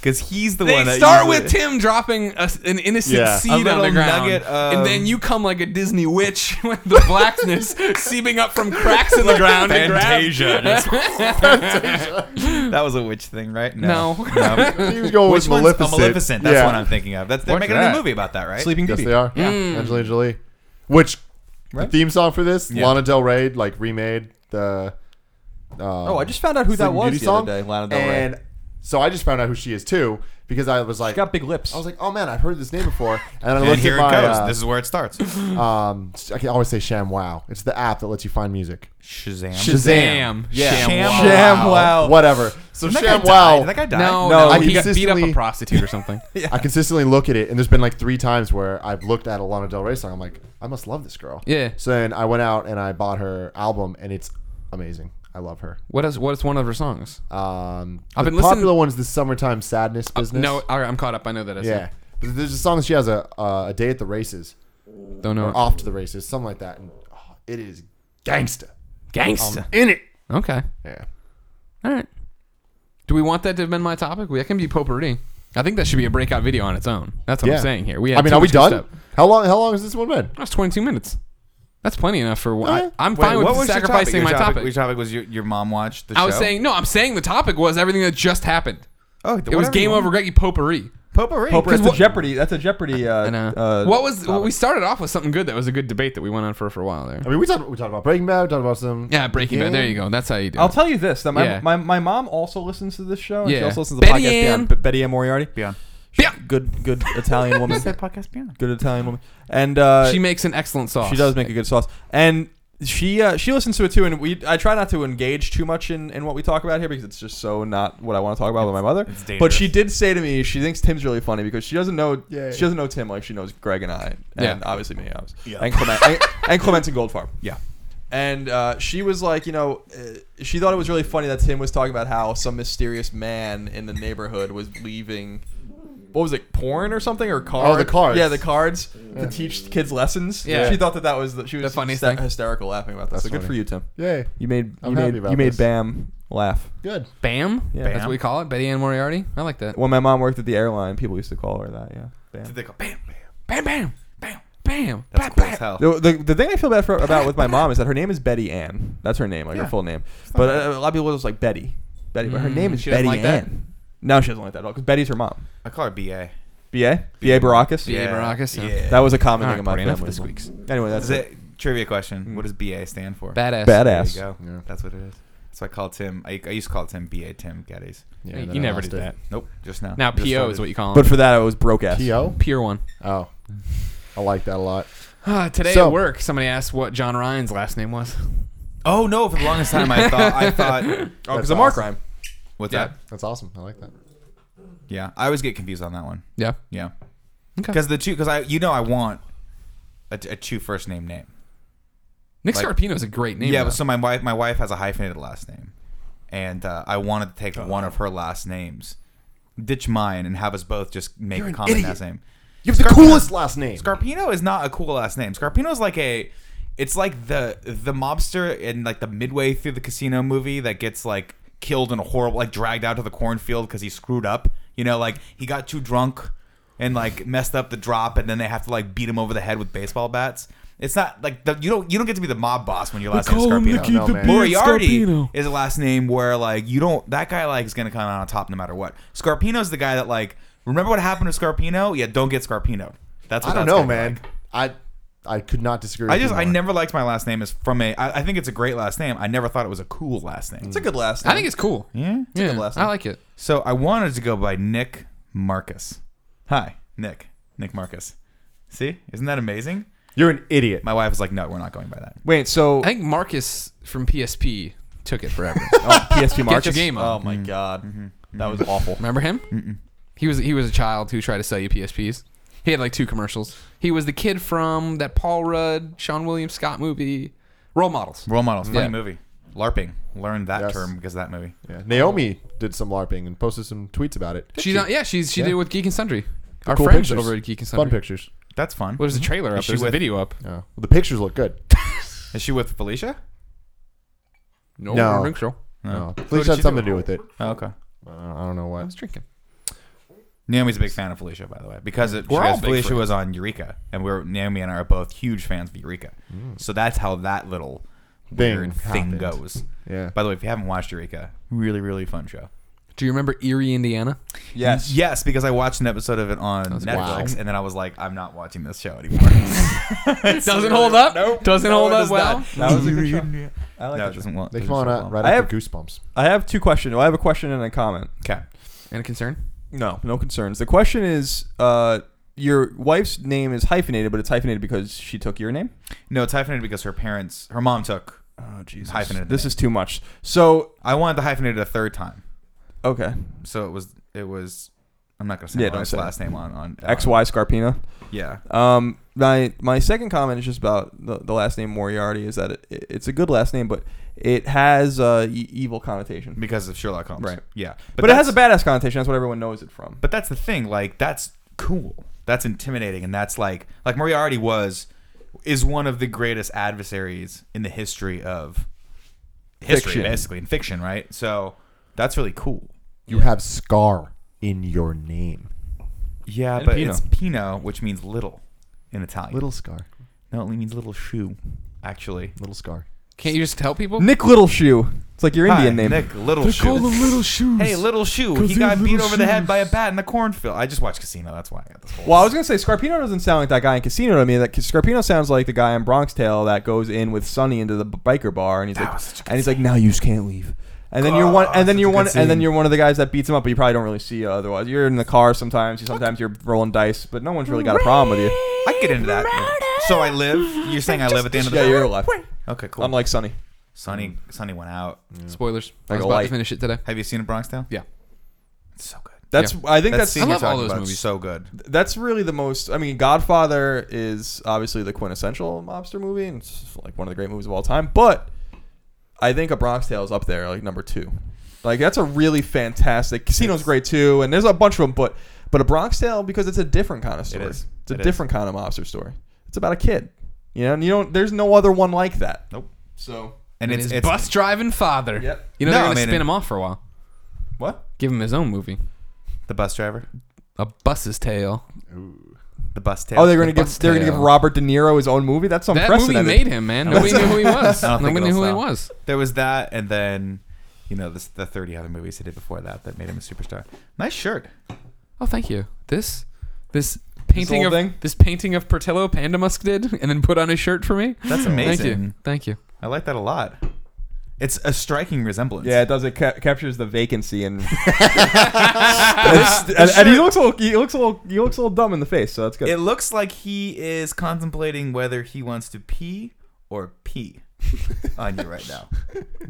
Speaker 2: because he's the
Speaker 1: They
Speaker 2: one that
Speaker 1: start
Speaker 2: usually-
Speaker 1: with Tim dropping a, an innocent
Speaker 4: Yeah. A
Speaker 1: seed on the
Speaker 2: little
Speaker 1: ground,
Speaker 2: nugget of-
Speaker 1: and then you come like a Disney witch *laughs* with the blackness seeping up from cracks in the ground. and grab-
Speaker 2: Fantasia. just- that was a witch thing,
Speaker 1: *laughs*
Speaker 2: right?
Speaker 1: No.
Speaker 4: He was going
Speaker 2: Which one's
Speaker 4: with Maleficent.
Speaker 2: Maleficent? Maleficent. That's
Speaker 4: yeah.
Speaker 2: what I'm thinking of. That's they're
Speaker 1: What's
Speaker 2: making a
Speaker 1: that?
Speaker 2: new movie about that, right?
Speaker 3: Sleeping
Speaker 4: Yes,
Speaker 3: Beauty.
Speaker 4: they are. Yeah, Mm. Angelina Jolie. Which
Speaker 2: Right?
Speaker 4: the theme song for this?
Speaker 2: Yeah.
Speaker 4: Lana Del Rey like remade the. Um,
Speaker 3: Oh, I just found out who that
Speaker 4: Sleeping
Speaker 3: was
Speaker 4: Beauty
Speaker 3: the
Speaker 4: song,
Speaker 3: other day. Lana Del Rey.
Speaker 4: and so I just found out who she is too because I was like,
Speaker 3: She got big lips.
Speaker 4: I was like, oh man, I've heard this name before, and I
Speaker 2: And
Speaker 4: looked
Speaker 2: here
Speaker 4: at my.
Speaker 2: it goes.
Speaker 4: uh,
Speaker 2: this is where it
Speaker 1: *laughs*
Speaker 2: starts. Shazam.
Speaker 4: um, I can always say Sham Wow. It's the app that lets you find music.
Speaker 1: Shazam.
Speaker 4: Yeah.
Speaker 2: Sham-
Speaker 3: ShamWow.
Speaker 4: Whatever. So
Speaker 2: Didn't that
Speaker 4: Sham
Speaker 2: guy die?
Speaker 4: Wow.
Speaker 2: Did that guy die?
Speaker 1: No,
Speaker 3: No,
Speaker 1: no,
Speaker 4: I
Speaker 1: he got beat up
Speaker 4: consistently-
Speaker 1: a prostitute or something.
Speaker 4: I consistently look at it, and there's been like three times where I've looked at a Lana Del Rey song. I'm like, I must love this girl.
Speaker 1: Yeah.
Speaker 4: So then I went out and I bought her album, and it's amazing. I love her.
Speaker 1: What is what is one of her songs?
Speaker 4: Um,
Speaker 1: I've
Speaker 4: the
Speaker 1: been listening- Uh,
Speaker 4: popular one's the summertime sadness business.
Speaker 1: No, all right, I'm caught up. I know that. I
Speaker 4: yeah. There's there's a song that she has a uh, a day at the races,
Speaker 1: don't know.
Speaker 4: off to the races, something like that, and oh, it is gangsta.
Speaker 1: Gangsta in it. Okay.
Speaker 4: Yeah.
Speaker 1: All right. Do we want that to have been my topic? We, that can be potpourri. I think that should be a breakout video on its own. That's what
Speaker 4: yeah.
Speaker 1: I'm saying here. We.
Speaker 4: I
Speaker 1: had
Speaker 4: mean,
Speaker 1: too
Speaker 4: are we
Speaker 1: much
Speaker 4: done?
Speaker 1: good stuff.
Speaker 4: How long? How long has this one been?
Speaker 1: That's 22 minutes. That's plenty enough for.
Speaker 4: Okay.
Speaker 1: I, I'm
Speaker 2: Wait,
Speaker 1: fine
Speaker 2: what
Speaker 1: with
Speaker 2: was your
Speaker 1: sacrificing
Speaker 2: Your
Speaker 1: my topic.
Speaker 2: Your topic was your, your mom watched the show.
Speaker 1: I was saying no. I'm saying the topic was everything that just happened.
Speaker 2: oh,
Speaker 1: It was game over, Greggy potpourri.
Speaker 2: Potpourri.
Speaker 3: Pope, that's
Speaker 2: Because
Speaker 3: a Jeopardy. That's a Jeopardy. Uh,
Speaker 1: And, uh,
Speaker 3: uh,
Speaker 1: what was well, we started off with something good that was a good debate that we went on for for a while there.
Speaker 4: I mean, we talked we talked about Breaking Bad, we talked about some
Speaker 1: Yeah, Breaking Bad. There you go. That's how you do.
Speaker 3: I'll
Speaker 1: it.
Speaker 3: tell you this: that my,
Speaker 1: Yeah.
Speaker 3: my, my mom also listens to this show. And She
Speaker 1: Yeah.
Speaker 3: also listens to the
Speaker 1: Betty
Speaker 3: podcast
Speaker 1: Ann.
Speaker 3: Beyond, B- Betty Ann Moriarty.
Speaker 2: Beyond.
Speaker 1: Yeah.
Speaker 3: Good *laughs* good Italian woman.
Speaker 2: that podcast beyond.
Speaker 3: good Italian woman. And uh,
Speaker 1: she makes an excellent sauce.
Speaker 3: She does make a good sauce, and she uh, she listens to it too. And we I try not to engage too much in, in what we talk about here because it's just so not what I want to talk about with my mother.
Speaker 2: it's dangerous.
Speaker 3: but she did say to me she thinks Tim's really funny because she doesn't know
Speaker 4: Yeah.
Speaker 3: she doesn't know Tim like she knows Greg and I and
Speaker 1: Yeah.
Speaker 3: obviously me obviously.
Speaker 4: Yeah.
Speaker 3: and Clement and, and Clement and Goldfarb.
Speaker 2: Yeah.
Speaker 3: And uh, she was like, you know, uh, she thought it was really funny that Tim was talking about how some mysterious man in the neighborhood was leaving. What was it, porn or something, or cards?
Speaker 4: Oh, the cards.
Speaker 3: Yeah, the cards to teach kids lessons.
Speaker 1: Yeah.
Speaker 3: she thought that that was the, she was
Speaker 1: The funniest
Speaker 3: hyster-
Speaker 1: thing.
Speaker 3: hysterical laughing about that. so good for you, Tim.
Speaker 4: Yay.
Speaker 3: You made
Speaker 4: I'm
Speaker 3: you
Speaker 4: happy
Speaker 3: made
Speaker 4: about
Speaker 3: you made
Speaker 4: this.
Speaker 3: Bam laugh.
Speaker 4: Good.
Speaker 1: Bam.
Speaker 3: Yeah.
Speaker 1: That's what we call it. Betty Ann Moriarty. I like that.
Speaker 3: When my mom worked at the airline, people used to call her that. Yeah, Bam.
Speaker 2: They go bam, bam.
Speaker 1: Bam. Bam. Bam. Bam.
Speaker 2: That's
Speaker 1: bam,
Speaker 2: cool
Speaker 1: bam.
Speaker 2: as hell.
Speaker 3: The, the, the thing I feel bad for about with my mom is that her name is Betty Ann. That's her name, like her
Speaker 2: Yeah.
Speaker 3: full name. But uh, a lot of people was like Betty, Betty, but her
Speaker 1: Mm,
Speaker 3: name is
Speaker 1: she doesn't
Speaker 3: Betty
Speaker 1: like that?
Speaker 3: Ann. No, she doesn't like that at all because Betty's her mom.
Speaker 2: I call her BA.
Speaker 3: B.A. B.A. Baracus.
Speaker 1: B.A. Baracus, yeah.
Speaker 2: Yeah.
Speaker 3: That was a common
Speaker 1: All
Speaker 3: thing
Speaker 1: right,
Speaker 3: in my
Speaker 1: Brady, enough
Speaker 3: family.
Speaker 1: of this week's.
Speaker 3: Anyway, that's
Speaker 2: That's
Speaker 3: it.
Speaker 2: it. Trivia question. What does BA stand for?
Speaker 1: Badass.
Speaker 2: There
Speaker 3: Badass.
Speaker 2: you go.
Speaker 4: Yeah.
Speaker 2: That's what it is. So I call Tim. I, I used to call Tim BA Tim Geddes.
Speaker 4: Yeah,
Speaker 1: You
Speaker 4: then I
Speaker 1: never
Speaker 4: lost
Speaker 1: did
Speaker 4: it.
Speaker 1: that.
Speaker 2: Nope. Just now.
Speaker 1: Now
Speaker 2: Just
Speaker 1: PO is
Speaker 2: started.
Speaker 1: what you call him.
Speaker 3: But for that, I was broke ass.
Speaker 4: P.O.
Speaker 1: Pure one. *sighs*
Speaker 4: Oh, I like that a lot.
Speaker 1: Ah, today
Speaker 4: So-
Speaker 1: at work, somebody asked what John Ryan's last name was.
Speaker 2: Oh no! For the longest time, I thought I thought
Speaker 3: Oh, because
Speaker 4: That's
Speaker 3: a Mark
Speaker 4: awesome.
Speaker 3: rhyme.
Speaker 2: what's
Speaker 1: Yeah.
Speaker 2: that?
Speaker 4: That's awesome. I like that.
Speaker 2: Yeah, I always get confused on that one.
Speaker 1: Yeah.
Speaker 2: Yeah.
Speaker 1: Okay.
Speaker 2: Because the two, because I, you know, I want a, a two first name name.
Speaker 1: Nick
Speaker 2: Like-
Speaker 1: Scarpino's a great name.
Speaker 2: yeah,
Speaker 1: though.
Speaker 2: but so my wife, my wife has a hyphenated last name, and uh, I wanted to take
Speaker 4: Oh.
Speaker 2: one of her last names, ditch mine, and have us both just make a
Speaker 4: an
Speaker 2: common
Speaker 4: idiot.
Speaker 2: last name.
Speaker 4: You have the coolest last name.
Speaker 2: Scarpino is not a cool last name. Scarpino is like a, it's like the the mobster in like the midway through the casino movie that gets like killed in a horrible, like dragged out to the cornfield because he screwed up. You know, like he got too drunk and like messed up the drop, and then they have to like beat him over the head with baseball bats. It's not like the, you don't you don't get to be the mob boss when your last name is Scarpino.
Speaker 4: know, man.
Speaker 2: Moriarty is a last name where like you don't that guy like is gonna come out on top no matter what. Scarpino's the guy that like remember what happened to Scarpino? Yeah, don't get Scarpino. That's what
Speaker 4: I
Speaker 2: that's
Speaker 4: don't know,
Speaker 2: gonna be
Speaker 4: man.
Speaker 2: like.
Speaker 4: I I could not disagree.
Speaker 2: I
Speaker 4: with you
Speaker 2: just I
Speaker 4: more.
Speaker 2: never liked my last name as from a I, I think it's a great last name. I never thought it was a cool last name.
Speaker 3: It's a good last name.
Speaker 1: I think it's cool.
Speaker 2: yeah.
Speaker 1: Yeah,
Speaker 3: last
Speaker 1: I
Speaker 3: name.
Speaker 1: like it.
Speaker 2: So I wanted to go by Nick Marcus. Hi, Nick. Nick Marcus. See? Isn't that amazing?
Speaker 4: You're an idiot.
Speaker 2: My wife was like, no, we're not going by that.
Speaker 3: Wait, so
Speaker 1: I think Marcus from PSP took it
Speaker 2: *laughs*
Speaker 1: forever.
Speaker 3: oh, PSP Marcus.
Speaker 1: game on.
Speaker 3: Oh my god, that was awful.
Speaker 1: Remember him? He was he was a child who tried to sell you PSPs. He had like two commercials. He was the kid from that Paul Rudd, Sean William Scott movie, Role Models.
Speaker 2: Role models, funny
Speaker 1: Yeah.
Speaker 2: movie. LARPing. Learned that
Speaker 4: Yes.
Speaker 2: term because of that movie.
Speaker 4: Yeah. Naomi did some LARPing and posted some tweets about it.
Speaker 1: She's on, yeah, she's she
Speaker 4: Yeah.
Speaker 1: did it with Geek and Sundry. Our
Speaker 4: Cool
Speaker 1: friends
Speaker 4: pictures.
Speaker 1: over at Geek and
Speaker 4: Fun
Speaker 1: Sundry.
Speaker 4: pictures.
Speaker 2: That's fun.
Speaker 1: Well, there's a trailer up.
Speaker 2: she
Speaker 1: There's a
Speaker 2: with-
Speaker 1: video up.
Speaker 4: Yeah. Well, the pictures look good.
Speaker 2: Is she with Felicia?
Speaker 1: No,
Speaker 4: No.
Speaker 1: I don't think so.
Speaker 4: No.
Speaker 2: did
Speaker 4: Felicia
Speaker 2: she
Speaker 4: Oh, had
Speaker 2: do?
Speaker 4: something to do with it.
Speaker 2: Oh, okay.
Speaker 4: I don't I don't know
Speaker 1: I
Speaker 4: what.
Speaker 1: was drinking.
Speaker 2: Naomi's a big fan of Felicia, by the way, because it,
Speaker 1: We're all
Speaker 2: because
Speaker 1: big
Speaker 2: Felicia
Speaker 1: fans.
Speaker 2: was on Eureka, and we're Naomi and I are both huge fans of Eureka. So that's how that little
Speaker 4: Thing
Speaker 2: weird thing
Speaker 4: happened.
Speaker 2: goes.
Speaker 4: Yeah.
Speaker 2: By the way, if you haven't watched Eureka, really, really fun show.
Speaker 1: Do you remember Erie,
Speaker 2: *laughs*
Speaker 1: Indiana?
Speaker 3: Yes.
Speaker 2: Yes, because I watched an episode of it on
Speaker 1: was
Speaker 2: Netflix,
Speaker 4: wild.
Speaker 2: and then I was like, I'm not watching this show anymore.
Speaker 1: Doesn't hold up.
Speaker 2: Nope.
Speaker 1: Doesn't
Speaker 2: No,
Speaker 1: hold
Speaker 2: it
Speaker 1: up
Speaker 2: does
Speaker 1: well.
Speaker 2: not.
Speaker 3: *laughs* That was a *laughs* good show. I like
Speaker 2: no,
Speaker 3: that
Speaker 2: it doesn't want.
Speaker 4: They
Speaker 2: it
Speaker 4: come on
Speaker 2: doesn't
Speaker 4: out
Speaker 2: want-
Speaker 4: right
Speaker 3: I
Speaker 4: after
Speaker 3: have-
Speaker 4: Goosebumps.
Speaker 3: I have two questions. Well, I have a question and a comment.
Speaker 2: Okay.
Speaker 1: And a concern?
Speaker 3: No, no concerns. The question is, uh, your wife's name is hyphenated, but it's hyphenated because she took your name.
Speaker 2: No, it's hyphenated because her parents, her mom took.
Speaker 3: Oh Jesus!
Speaker 2: Hyphenated
Speaker 3: This
Speaker 2: name.
Speaker 3: is too much. So
Speaker 2: I wanted the hyphenated a third time,
Speaker 3: okay,
Speaker 2: so it was it was. I'm not gonna say
Speaker 3: Yeah,
Speaker 2: my
Speaker 3: don't
Speaker 2: wife's
Speaker 3: say it.
Speaker 2: last name on on
Speaker 3: X
Speaker 2: on-
Speaker 3: Y Scarpina.
Speaker 2: Yeah,
Speaker 3: Um, my my second comment is just about the, the last name Moriarty. Is that it, it's a good last name, but it has uh, e- evil connotation. But,
Speaker 2: because of Sherlock Holmes.
Speaker 3: Right.
Speaker 2: Yeah, but,
Speaker 3: it has a
Speaker 2: that's-
Speaker 3: badass connotation. That's what everyone knows it from.
Speaker 2: But that's the thing. Like that's cool. That's intimidating, and that's like like Moriarty was is one of the greatest adversaries in the history of history,
Speaker 3: Fiction.
Speaker 2: basically in fiction, right? So that's really cool.
Speaker 4: You have Scar in your name.
Speaker 2: Yeah,
Speaker 3: And
Speaker 2: but
Speaker 3: Pino.
Speaker 2: it's Pino, which means little in Italian.
Speaker 4: Little Scar.
Speaker 2: no, it only means little shoe, actually.
Speaker 4: Little Scar.
Speaker 1: Can't you just tell people?
Speaker 3: Nick Littleshoe. It's like your Indian
Speaker 2: Hi,
Speaker 3: name.
Speaker 2: Nick Little Shoe.
Speaker 1: little shoes.
Speaker 2: Hey, Little Shoe, he got beat over the head by a bat in the cornfield. I just watched Casino. That's why I got this whole.
Speaker 3: Well, I was gonna say Scarpino doesn't sound like that guy in Casino to me. That Scarpino sounds like the guy in Bronx Tale that goes in with Sonny into the b- biker bar, and he's
Speaker 2: was
Speaker 3: like,
Speaker 2: such a good
Speaker 3: and he's like, now you just can't leave. And then you're one,
Speaker 2: God,
Speaker 3: and then
Speaker 2: such
Speaker 3: you're
Speaker 2: a good
Speaker 3: one, and
Speaker 2: scene.
Speaker 3: then you're one of the guys that beats him up, but you probably don't really see you otherwise. You're in the car sometimes. You sometimes you're rolling dice, but no one's really got a problem with you.
Speaker 2: I can get into that. So I live. You're saying I live at the end of the
Speaker 3: Yeah, you're alive.
Speaker 2: Okay, cool.
Speaker 3: I'm like Sonny.
Speaker 2: Sonny.
Speaker 1: Mm.
Speaker 2: Sonny went out.
Speaker 1: Spoilers. I
Speaker 3: Like
Speaker 1: was about
Speaker 3: a
Speaker 1: to
Speaker 3: light.
Speaker 1: finish it today.
Speaker 2: Have you seen a Bronx Tale?
Speaker 1: Yeah.
Speaker 2: It's so good.
Speaker 3: That's
Speaker 1: Yeah.
Speaker 3: I think
Speaker 2: that
Speaker 3: that's
Speaker 2: scene you're
Speaker 1: love all
Speaker 2: talking
Speaker 1: those
Speaker 2: about. is
Speaker 1: movies.
Speaker 2: So good.
Speaker 3: that's really the most. I mean, Godfather is obviously the quintessential mobster movie, and it's like one of the great movies of all time. But I think A Bronx Tale is up there, like number two. Like that's a really fantastic. Casino's great too, and there's a bunch of them. But but A Bronx Tale because it's a different kind of story.
Speaker 2: is.
Speaker 3: It's a
Speaker 2: It is.
Speaker 3: different kind of mobster story. It's about a kid, you know. And you don't. There's no other one like that.
Speaker 2: Nope.
Speaker 3: So
Speaker 1: And
Speaker 2: And, it's
Speaker 1: his
Speaker 2: it's
Speaker 1: bus driving father.
Speaker 3: Yep.
Speaker 1: You know
Speaker 2: No,
Speaker 1: they're
Speaker 2: I
Speaker 1: gonna
Speaker 2: mean,
Speaker 1: spin
Speaker 2: it-
Speaker 1: him off for a while.
Speaker 3: what?
Speaker 1: Give him his own movie.
Speaker 2: the bus driver,
Speaker 1: A bus's tale.
Speaker 2: the bus tail.
Speaker 3: Oh, they're gonna
Speaker 1: The
Speaker 3: give
Speaker 1: Bus
Speaker 3: they're gonna
Speaker 1: Tale.
Speaker 3: give Robert De Niro his own movie. That's
Speaker 1: That
Speaker 3: unprecedented.
Speaker 1: movie made him, man. Nobody knew who he was.
Speaker 2: *laughs* I don't think
Speaker 1: Nobody knew
Speaker 2: it'll
Speaker 1: who he
Speaker 2: sell.
Speaker 1: was.
Speaker 2: There was that, and then you know this, the thirty other movies he did before that that made him a superstar. Nice shirt.
Speaker 1: Oh, thank you. This, this painting
Speaker 3: whole
Speaker 1: of
Speaker 3: thing?
Speaker 1: this painting of Portillo Pandamusk did, and then put on his shirt for me.
Speaker 2: That's
Speaker 1: Thank
Speaker 2: amazing.
Speaker 1: you. Thank you.
Speaker 2: I like that a lot. It's a striking resemblance.
Speaker 3: Yeah, it does. It ca- captures the vacancy and *laughs*
Speaker 2: It's-
Speaker 3: and, and he looks a little, he looks a little, he looks a little dumb in the face, so that's good.
Speaker 2: It looks like he is contemplating whether he wants to pee or pee on you right now.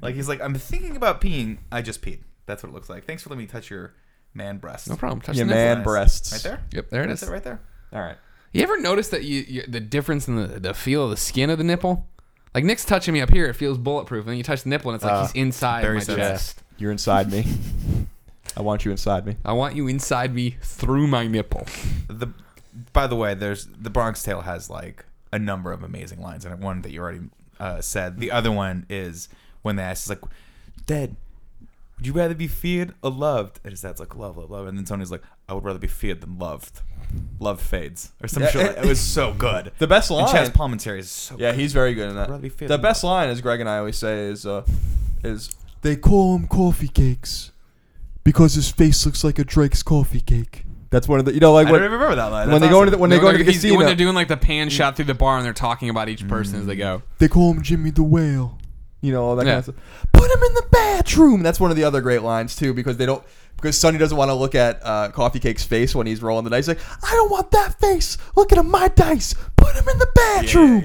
Speaker 2: Like he's like, I'm thinking about peeing. I just peed. That's what it looks like. Thanks for letting me touch your man breast.
Speaker 1: No problem. Touch
Speaker 3: Your
Speaker 1: the next
Speaker 3: man
Speaker 1: one.
Speaker 3: breasts.
Speaker 2: Right there.
Speaker 1: Yep, there it
Speaker 2: That's
Speaker 1: is.
Speaker 2: it right there.
Speaker 3: All right.
Speaker 1: You ever notice that you, you the difference in the, the feel of the skin of the nipple? Like Nick's touching me up here, it feels bulletproof, and then you touch the nipple, and it's like
Speaker 4: Ah,
Speaker 1: he's inside
Speaker 2: Uh, very
Speaker 1: my
Speaker 2: sensitive.
Speaker 1: chest.
Speaker 3: You're inside me. I want you inside me.
Speaker 1: I want you inside me through my nipple.
Speaker 2: The by the way, there's the Bronx Tale has like a number of amazing lines, and one that you already uh, said. The other one is when they ask, it's like, "Dead, would you rather be feared or loved?" And his dad's like, "Love, love, love," and then Tony's like, "I would rather be feared than loved." Love fades or some
Speaker 3: Yeah,
Speaker 2: shit. like-
Speaker 3: it-
Speaker 2: It was
Speaker 3: *laughs*
Speaker 2: so good.
Speaker 3: The best
Speaker 2: and Chaz
Speaker 3: line.
Speaker 2: Palminteri is so.
Speaker 3: Yeah, he's very good in that.
Speaker 2: Rather be fit
Speaker 3: The
Speaker 2: than
Speaker 3: best line, as Greg and I always say, is uh, is they call him coffee cakes because his face looks like a Drake's coffee cake. That's one of the you know like
Speaker 2: I
Speaker 3: what,
Speaker 2: don't even remember that line.
Speaker 3: when
Speaker 2: That's
Speaker 3: they go into
Speaker 2: awesome.
Speaker 3: the, when they
Speaker 1: No,
Speaker 3: go into
Speaker 1: they're-
Speaker 3: the
Speaker 1: he's- when
Speaker 3: casino.
Speaker 1: they're doing like the pan shot through the bar, and they're talking about each person as they go.
Speaker 3: They call him Jimmy the Whale. You know, all that
Speaker 1: Yeah.
Speaker 3: kind of stuff. Put him in the bathroom. That's one of the other great lines too, because they don't because Sonny doesn't want to look at uh, Coffee Cake's face when he's rolling the dice. He's like, I don't want that face. Look at him, my dice. Put him in the bathroom.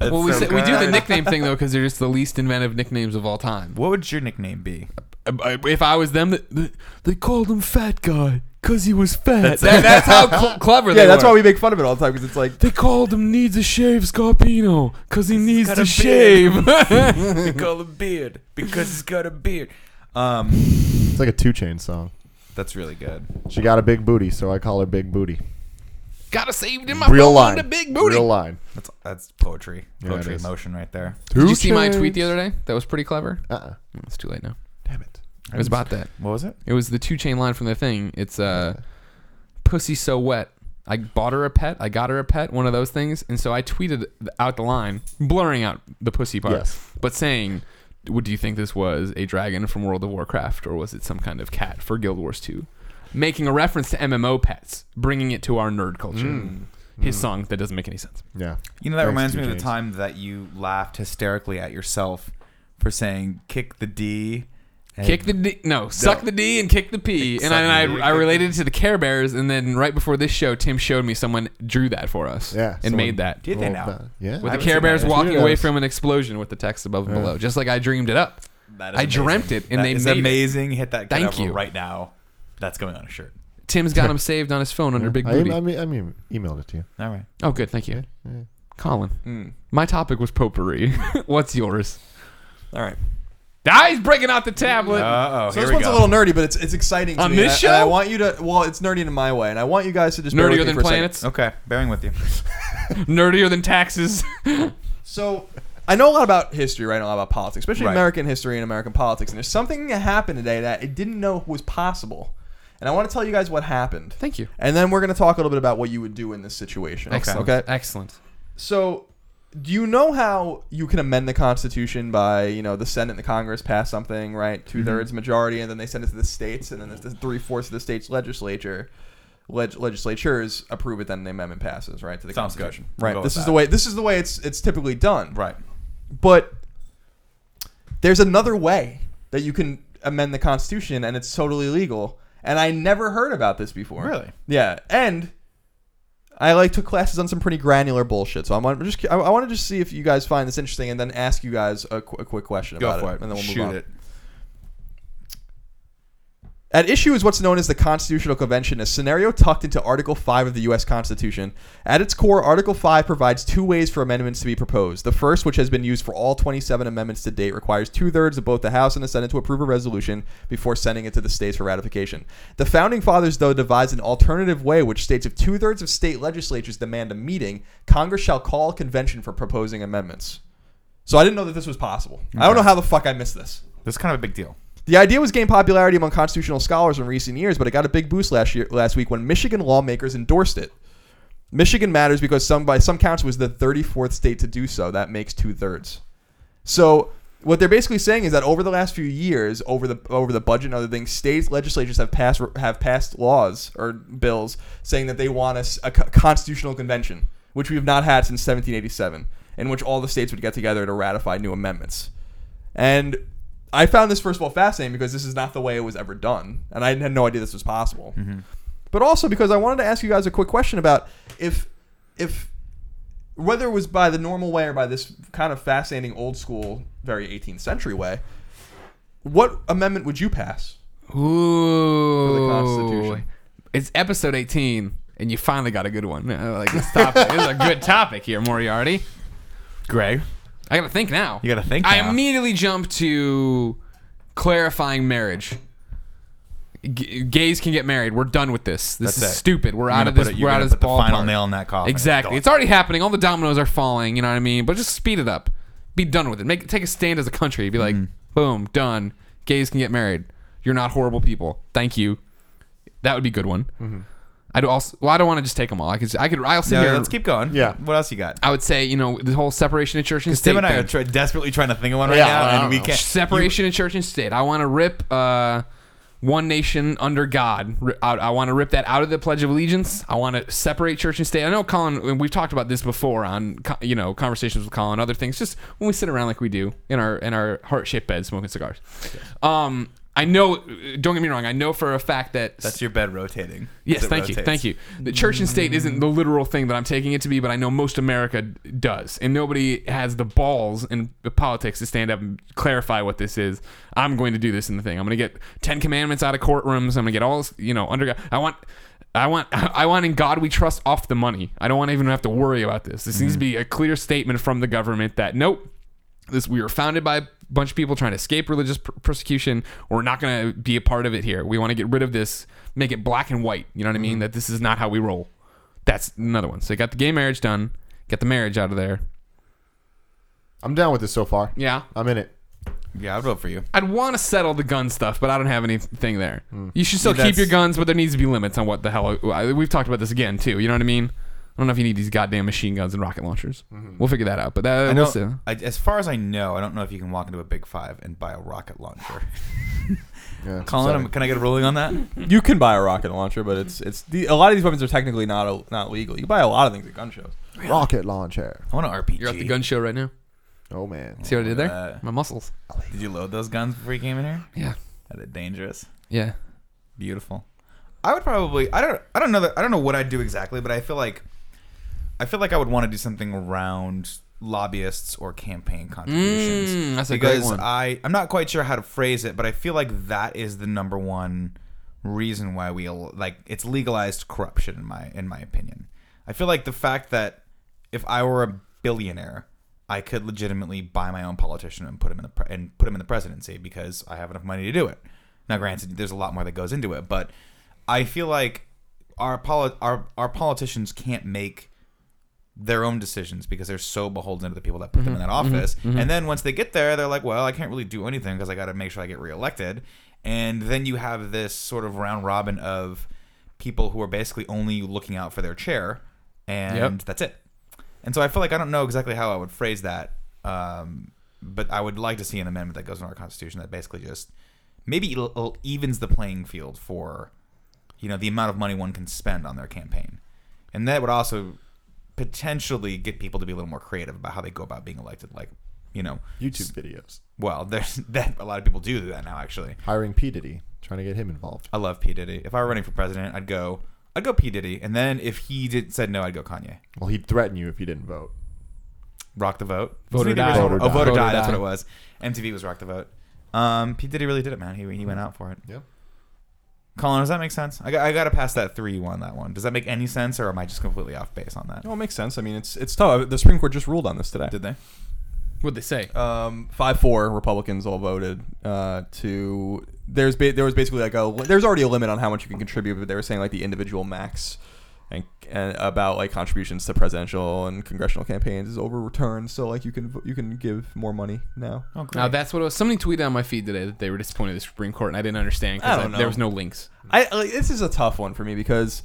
Speaker 2: It's
Speaker 1: Well, we,
Speaker 2: so
Speaker 1: say, we do the
Speaker 2: good.
Speaker 1: nickname thing though because they're just the least inventive nicknames of all time.
Speaker 2: *laughs* What would your
Speaker 1: *laughs*
Speaker 2: nickname be?
Speaker 1: Uh, If I was them, th- th- they called him Fat Guy because he was fat. That- that's
Speaker 3: *laughs*
Speaker 1: how cl- clever.
Speaker 3: Yeah,
Speaker 1: they
Speaker 3: that's
Speaker 1: were.
Speaker 3: why we make fun of it all the time because it's like
Speaker 1: They called him Needs a Shave Scarpino because he needs
Speaker 2: got
Speaker 1: to
Speaker 2: a
Speaker 1: shave.
Speaker 2: they call him Beard because he's got a beard. Um,
Speaker 4: It's like a two chain song.
Speaker 2: that's really good.
Speaker 4: She got a big booty, so I call her Big Booty.
Speaker 1: *laughs* Gotta save him.
Speaker 4: Real line.
Speaker 1: The big booty.
Speaker 4: Real line.
Speaker 2: That's that's poetry.
Speaker 4: Yeah,
Speaker 2: Poetry in
Speaker 4: it is.
Speaker 2: motion right there.
Speaker 1: Did you see my tweet the other day? That was pretty clever.
Speaker 4: Uh-uh.
Speaker 1: It's too late now.
Speaker 4: Damn it.
Speaker 1: It was about that.
Speaker 2: What was it?
Speaker 1: It was the two chain line from the thing. It's uh, pussy so wet. I bought her a pet. I got her a pet. One of those things. And so I tweeted out the line, blurring out the pussy part,
Speaker 4: Yes.
Speaker 1: but saying, "Would you think this was a dragon from World of Warcraft, or was it some kind of cat for Guild Wars 2?" Making a reference to MMO pets, bringing it to our nerd culture. His song that doesn't make any sense.
Speaker 4: Yeah.
Speaker 2: You know, that
Speaker 4: Thanks,
Speaker 2: reminds
Speaker 4: two
Speaker 2: me of the
Speaker 4: chains.
Speaker 2: time that you laughed hysterically at yourself for saying "kick the D." and-
Speaker 1: Kick the D, no, suck the D and kick the P. And, I,
Speaker 2: Suck the
Speaker 1: and
Speaker 2: D.
Speaker 1: I, I related it to the Care Bears. And then right before this show, Tim showed me someone drew that for us.
Speaker 4: Yeah,
Speaker 1: And
Speaker 4: someone
Speaker 1: made that.
Speaker 2: Did they
Speaker 4: Well,
Speaker 2: now?
Speaker 4: that- Yeah.
Speaker 1: With
Speaker 2: I
Speaker 1: the
Speaker 2: haven't seen
Speaker 1: Care Bears
Speaker 2: that.
Speaker 1: walking
Speaker 4: Yes.
Speaker 1: away from an explosion with the text above and
Speaker 4: Yeah.
Speaker 1: below, just like I dreamed it up.
Speaker 2: That
Speaker 1: I dreamt it, and
Speaker 2: That
Speaker 1: they
Speaker 2: is
Speaker 1: made it.
Speaker 2: amazing. Hit that.
Speaker 1: Thank
Speaker 2: Thank you.
Speaker 1: you.
Speaker 2: Right now, that's going on a shirt.
Speaker 1: Tim's got him saved on his phone under Big
Speaker 4: I,
Speaker 1: Booty.
Speaker 4: I mean, I mean, emailed it to you.
Speaker 2: All right.
Speaker 1: oh, good. Thank you.
Speaker 4: Yeah.
Speaker 1: Colin,
Speaker 3: Mm.
Speaker 1: my topic was potpourri. *laughs* What's yours?
Speaker 3: All right.
Speaker 1: Ah, he's breaking out the tablet.
Speaker 2: Uh oh.
Speaker 3: So this one's a little nerdy, but it's it's exciting. To
Speaker 1: On
Speaker 3: me,
Speaker 1: this
Speaker 3: and I, and I
Speaker 1: show?
Speaker 3: want you to. Well, it's nerdy in my way, and I want you guys to just bear with
Speaker 1: Nerdier
Speaker 3: me
Speaker 1: than
Speaker 3: for a second.
Speaker 1: planets,
Speaker 2: Okay,
Speaker 1: *laughs*
Speaker 2: bearing with you.
Speaker 1: nerdier than taxes.
Speaker 3: So I know a lot about history, right? I know a lot about politics, especially
Speaker 2: Right.
Speaker 3: American history and American politics. And there's something that happened today that I didn't know was possible, and I want to tell you guys what happened.
Speaker 1: Thank you.
Speaker 3: And then we're gonna talk a little bit about what you would do in this situation.
Speaker 1: Excellent.
Speaker 3: Okay.
Speaker 1: Excellent.
Speaker 3: So, do you know how you can amend the Constitution by you know the Senate and the Congress pass something
Speaker 1: Mm-hmm.
Speaker 3: right, two thirds majority, and then they send it to the states, and then the three fourths of the states legislature, leg- legislatures approve it, then the amendment passes right to the
Speaker 2: Sounds good.
Speaker 3: Constitution.
Speaker 2: We'll go
Speaker 3: Right.
Speaker 2: with
Speaker 3: This is
Speaker 2: that.
Speaker 3: the way. This is the way it's it's typically done.
Speaker 2: Right.
Speaker 3: But there's another way that you can amend the Constitution, and it's totally legal. And I never heard about this before.
Speaker 2: Really?
Speaker 3: Yeah. And I like took classes on some pretty granular bullshit. So I'm, I'm just I, I want to just see if you guys find this interesting, and then ask you guys a, qu- a quick question
Speaker 2: Go
Speaker 3: about
Speaker 2: for
Speaker 3: it,
Speaker 2: it.
Speaker 3: and then we'll move
Speaker 2: Shoot
Speaker 3: on.
Speaker 2: it.
Speaker 3: At issue is what's known as the Constitutional Convention, a scenario tucked into Article 5 of the U.S. Constitution. At its core, Article 5 provides two ways for amendments to be proposed. The first, which has been used for all 27 amendments to date, requires two thirds of both the House and the Senate to approve a resolution before sending it to the states for ratification. The Founding Fathers, though, devised an alternative way which states if two thirds of state legislatures demand a meeting, Congress shall call a convention for proposing amendments. So I didn't know that this was possible. I don't know how the fuck I missed this.
Speaker 2: This is kind of a big deal.
Speaker 3: The idea was gained popularity among constitutional scholars in recent years, but it got a big boost last year, last week when Michigan lawmakers endorsed it. Michigan matters because some by some counts it was the 34th state to do so. That makes two thirds. So what they're basically saying is that over the last few years, over the over the budget and other things, states legislatures have passed have passed laws or bills saying that they want a, s- a co- constitutional convention, which we have not had since 1787, in which all the states would get together to ratify new amendments. And I found this first of all fascinating because this is not the way it was ever done, and I had no idea this was possible. But also because I wanted to ask you guys a quick question about if if whether it was by the normal way or by this kind of fascinating old school, very 18th century way, what amendment would you pass?
Speaker 1: Ooh.
Speaker 3: Constitution.
Speaker 1: It's episode 18, and you finally got a good one. Yeah, I Like this topic this is a
Speaker 2: *laughs*
Speaker 1: good topic here, Moriarty.
Speaker 2: Greg,
Speaker 1: I gotta think now.
Speaker 2: You gotta think
Speaker 1: I
Speaker 2: now.
Speaker 1: immediately jump to clarifying marriage. G- gays can get married. We're done with this. This
Speaker 2: That's
Speaker 1: is
Speaker 2: it.
Speaker 1: stupid. We're
Speaker 2: You're
Speaker 1: out
Speaker 2: gonna
Speaker 1: of this.
Speaker 2: put it- you're
Speaker 1: we're out
Speaker 2: gonna
Speaker 1: of this
Speaker 2: put the final
Speaker 1: ballpark.
Speaker 2: nail in that coffin.
Speaker 1: Exactly.
Speaker 2: Done.
Speaker 1: It's already happening. All the dominoes are falling. You know what I mean? But just speed it up. Be done with it. Make take a stand as a country. Be like,
Speaker 2: Mm-hmm.
Speaker 1: boom, done. Gays can get married. You're not horrible people. Thank you. That would be a good one.
Speaker 2: Mm-hmm.
Speaker 1: I do also. Well, I don't want to just take them all. I could. I could. I'll sit
Speaker 2: yeah,
Speaker 1: here.
Speaker 2: let's keep going.
Speaker 4: Yeah.
Speaker 2: What else you got?
Speaker 1: I would say you know the whole separation of church and state.
Speaker 2: Tim and I
Speaker 1: thing.
Speaker 2: are try desperately trying to think of one right
Speaker 4: Yeah, I
Speaker 2: now, and
Speaker 4: don't
Speaker 2: we
Speaker 4: know.
Speaker 2: can't.
Speaker 1: separation of church and state. I want to rip uh, one nation under God. Ri- out- I, want to rip that out of the Pledge of Allegiance. I want to separate church and state. I know Colin. and We've talked about this before on co- you know conversations with Colin, other things. Just when we sit around like we do in our in our heart shaped bed smoking cigars. Um, I know. Don't get me wrong. I know for a fact that
Speaker 2: That's your bed rotating.
Speaker 1: Yes,
Speaker 2: It
Speaker 1: thank you,
Speaker 2: rotates.
Speaker 1: thank you. The church and state isn't the literal thing that I'm taking it to be, but I know most America d- does, and nobody has the balls in the politics to stand up and clarify what this is. I'm going to do this in the thing. I'm going to get Ten Commandments out of courtrooms. I'm going to get all this, you know under God. I want. I want, *laughs* I want, in God we trust off the money. I don't want to even have to worry about this. This needs to be a clear statement from the government that nope, this we were founded by a bunch of people trying to escape religious per- persecution we're not going to be a part of it here we want to get rid of this make it black and white you know what i mean that this is not how we roll that's another one so you got the gay marriage done got the marriage out of there
Speaker 4: I'm down with this so far.
Speaker 1: yeah
Speaker 4: I'm in it.
Speaker 2: Yeah, I'd vote for you.
Speaker 1: I'd want to settle the gun stuff, but I don't have anything there. You should still
Speaker 2: Yeah,
Speaker 1: keep your
Speaker 2: that's-
Speaker 1: guns, but there needs to be limits on what the hell. I- We've talked about this again too. You know what I mean? I don't know if you need these goddamn machine guns and rocket launchers. We'll figure that out. But that,
Speaker 2: I
Speaker 1: we'll
Speaker 2: don't,
Speaker 1: see.
Speaker 2: I, as far as I know, I don't know if you can walk into a Big Five and buy a
Speaker 1: *laughs*
Speaker 2: rocket launcher.
Speaker 4: Yeah,
Speaker 2: Colin,
Speaker 4: sorry.
Speaker 2: I'm- can I get a ruling on that?
Speaker 3: You can buy a rocket launcher, but it's it's the, a lot of these weapons are technically not not legal. You can buy a lot of things at gun shows.
Speaker 4: rocket launcher.
Speaker 2: I want an RPG.
Speaker 1: You're at the gun show right now.
Speaker 4: Oh man,
Speaker 1: See what I did there?
Speaker 2: Uh,
Speaker 1: My muscles.
Speaker 2: Did you load those guns before you came in here?
Speaker 1: Yeah.
Speaker 2: Are they dangerous?
Speaker 1: Yeah.
Speaker 2: Beautiful. I would probably. I don't. I don't know. That, I don't know what I'd do exactly, but I feel like. I feel like I would want to do something around lobbyists or campaign contributions.
Speaker 1: Mm, that's a great
Speaker 2: because
Speaker 1: one.
Speaker 2: I I'm not quite sure how to phrase it, but I feel like that is the number one reason why we al- like it's legalized corruption in my in my opinion. I feel like the fact that if I were a billionaire, I could legitimately buy my own politician and put him in the pre- and put him in the presidency because I have enough money to do it. Now, granted, there's a lot more that goes into it, but I feel like our poli- our our politicians can't make their own decisions because they're so beholden to the people that put them in that office. And then once they get there, they're like, well, I can't really do anything because I got to make sure I get reelected. And then you have this sort of round robin of people who are basically only looking out for their chair, and
Speaker 1: Yep.
Speaker 2: that's it. And so I feel like I don't know exactly how I would phrase that, um, but I would like to see an amendment that goes in our constitution that basically just maybe el- el- evens the playing field for you know the amount of money one can spend on their campaign, and that would also potentially get people to be a little more creative about how they go about being elected. Like, you know,
Speaker 4: YouTube videos.
Speaker 2: well, *laughs* there's that a lot of people do do that now. Actually,
Speaker 4: Hiring P Diddy, trying to get him involved.
Speaker 2: I love P Diddy. If I were running for president, I'd go, I'd go P Diddy, and then if he did said no, I'd go Kanye.
Speaker 4: Well, he'd threaten you if you didn't vote.
Speaker 2: Rock the vote.
Speaker 1: Vote or
Speaker 2: Wasn't he the
Speaker 1: die.
Speaker 2: original-
Speaker 4: Vote or
Speaker 2: oh,
Speaker 4: die.
Speaker 2: vote or
Speaker 1: Vote or
Speaker 2: die. That's
Speaker 1: die.
Speaker 2: what it was. MTV was rock the vote. Um, P Diddy really did it, man. He he went out for it.
Speaker 4: Yeah.
Speaker 2: Colin, does that make sense? I got, I got to pass that three you on that one. Does that make any sense, or am I just completely off base on that?
Speaker 3: No, it makes sense. I mean, it's it's tough. The Supreme Court just ruled on this today.
Speaker 2: Did they?
Speaker 1: What'd they say?
Speaker 3: um, five four Republicans all voted uh, to. There's ba- there was basically like a there's already a limit on how much you can contribute, but they were saying like the individual max, and, and about like contributions to presidential and congressional campaigns is overturned. So like you can vo- you can give more money now.
Speaker 2: Oh, great.
Speaker 1: Now that's what it was. Somebody tweeted on my feed today that they were disappointed in the Supreme Court, and I didn't understand
Speaker 3: I
Speaker 1: because
Speaker 3: don't
Speaker 1: there
Speaker 3: know.
Speaker 1: was no links.
Speaker 3: I like, this is a tough one for me because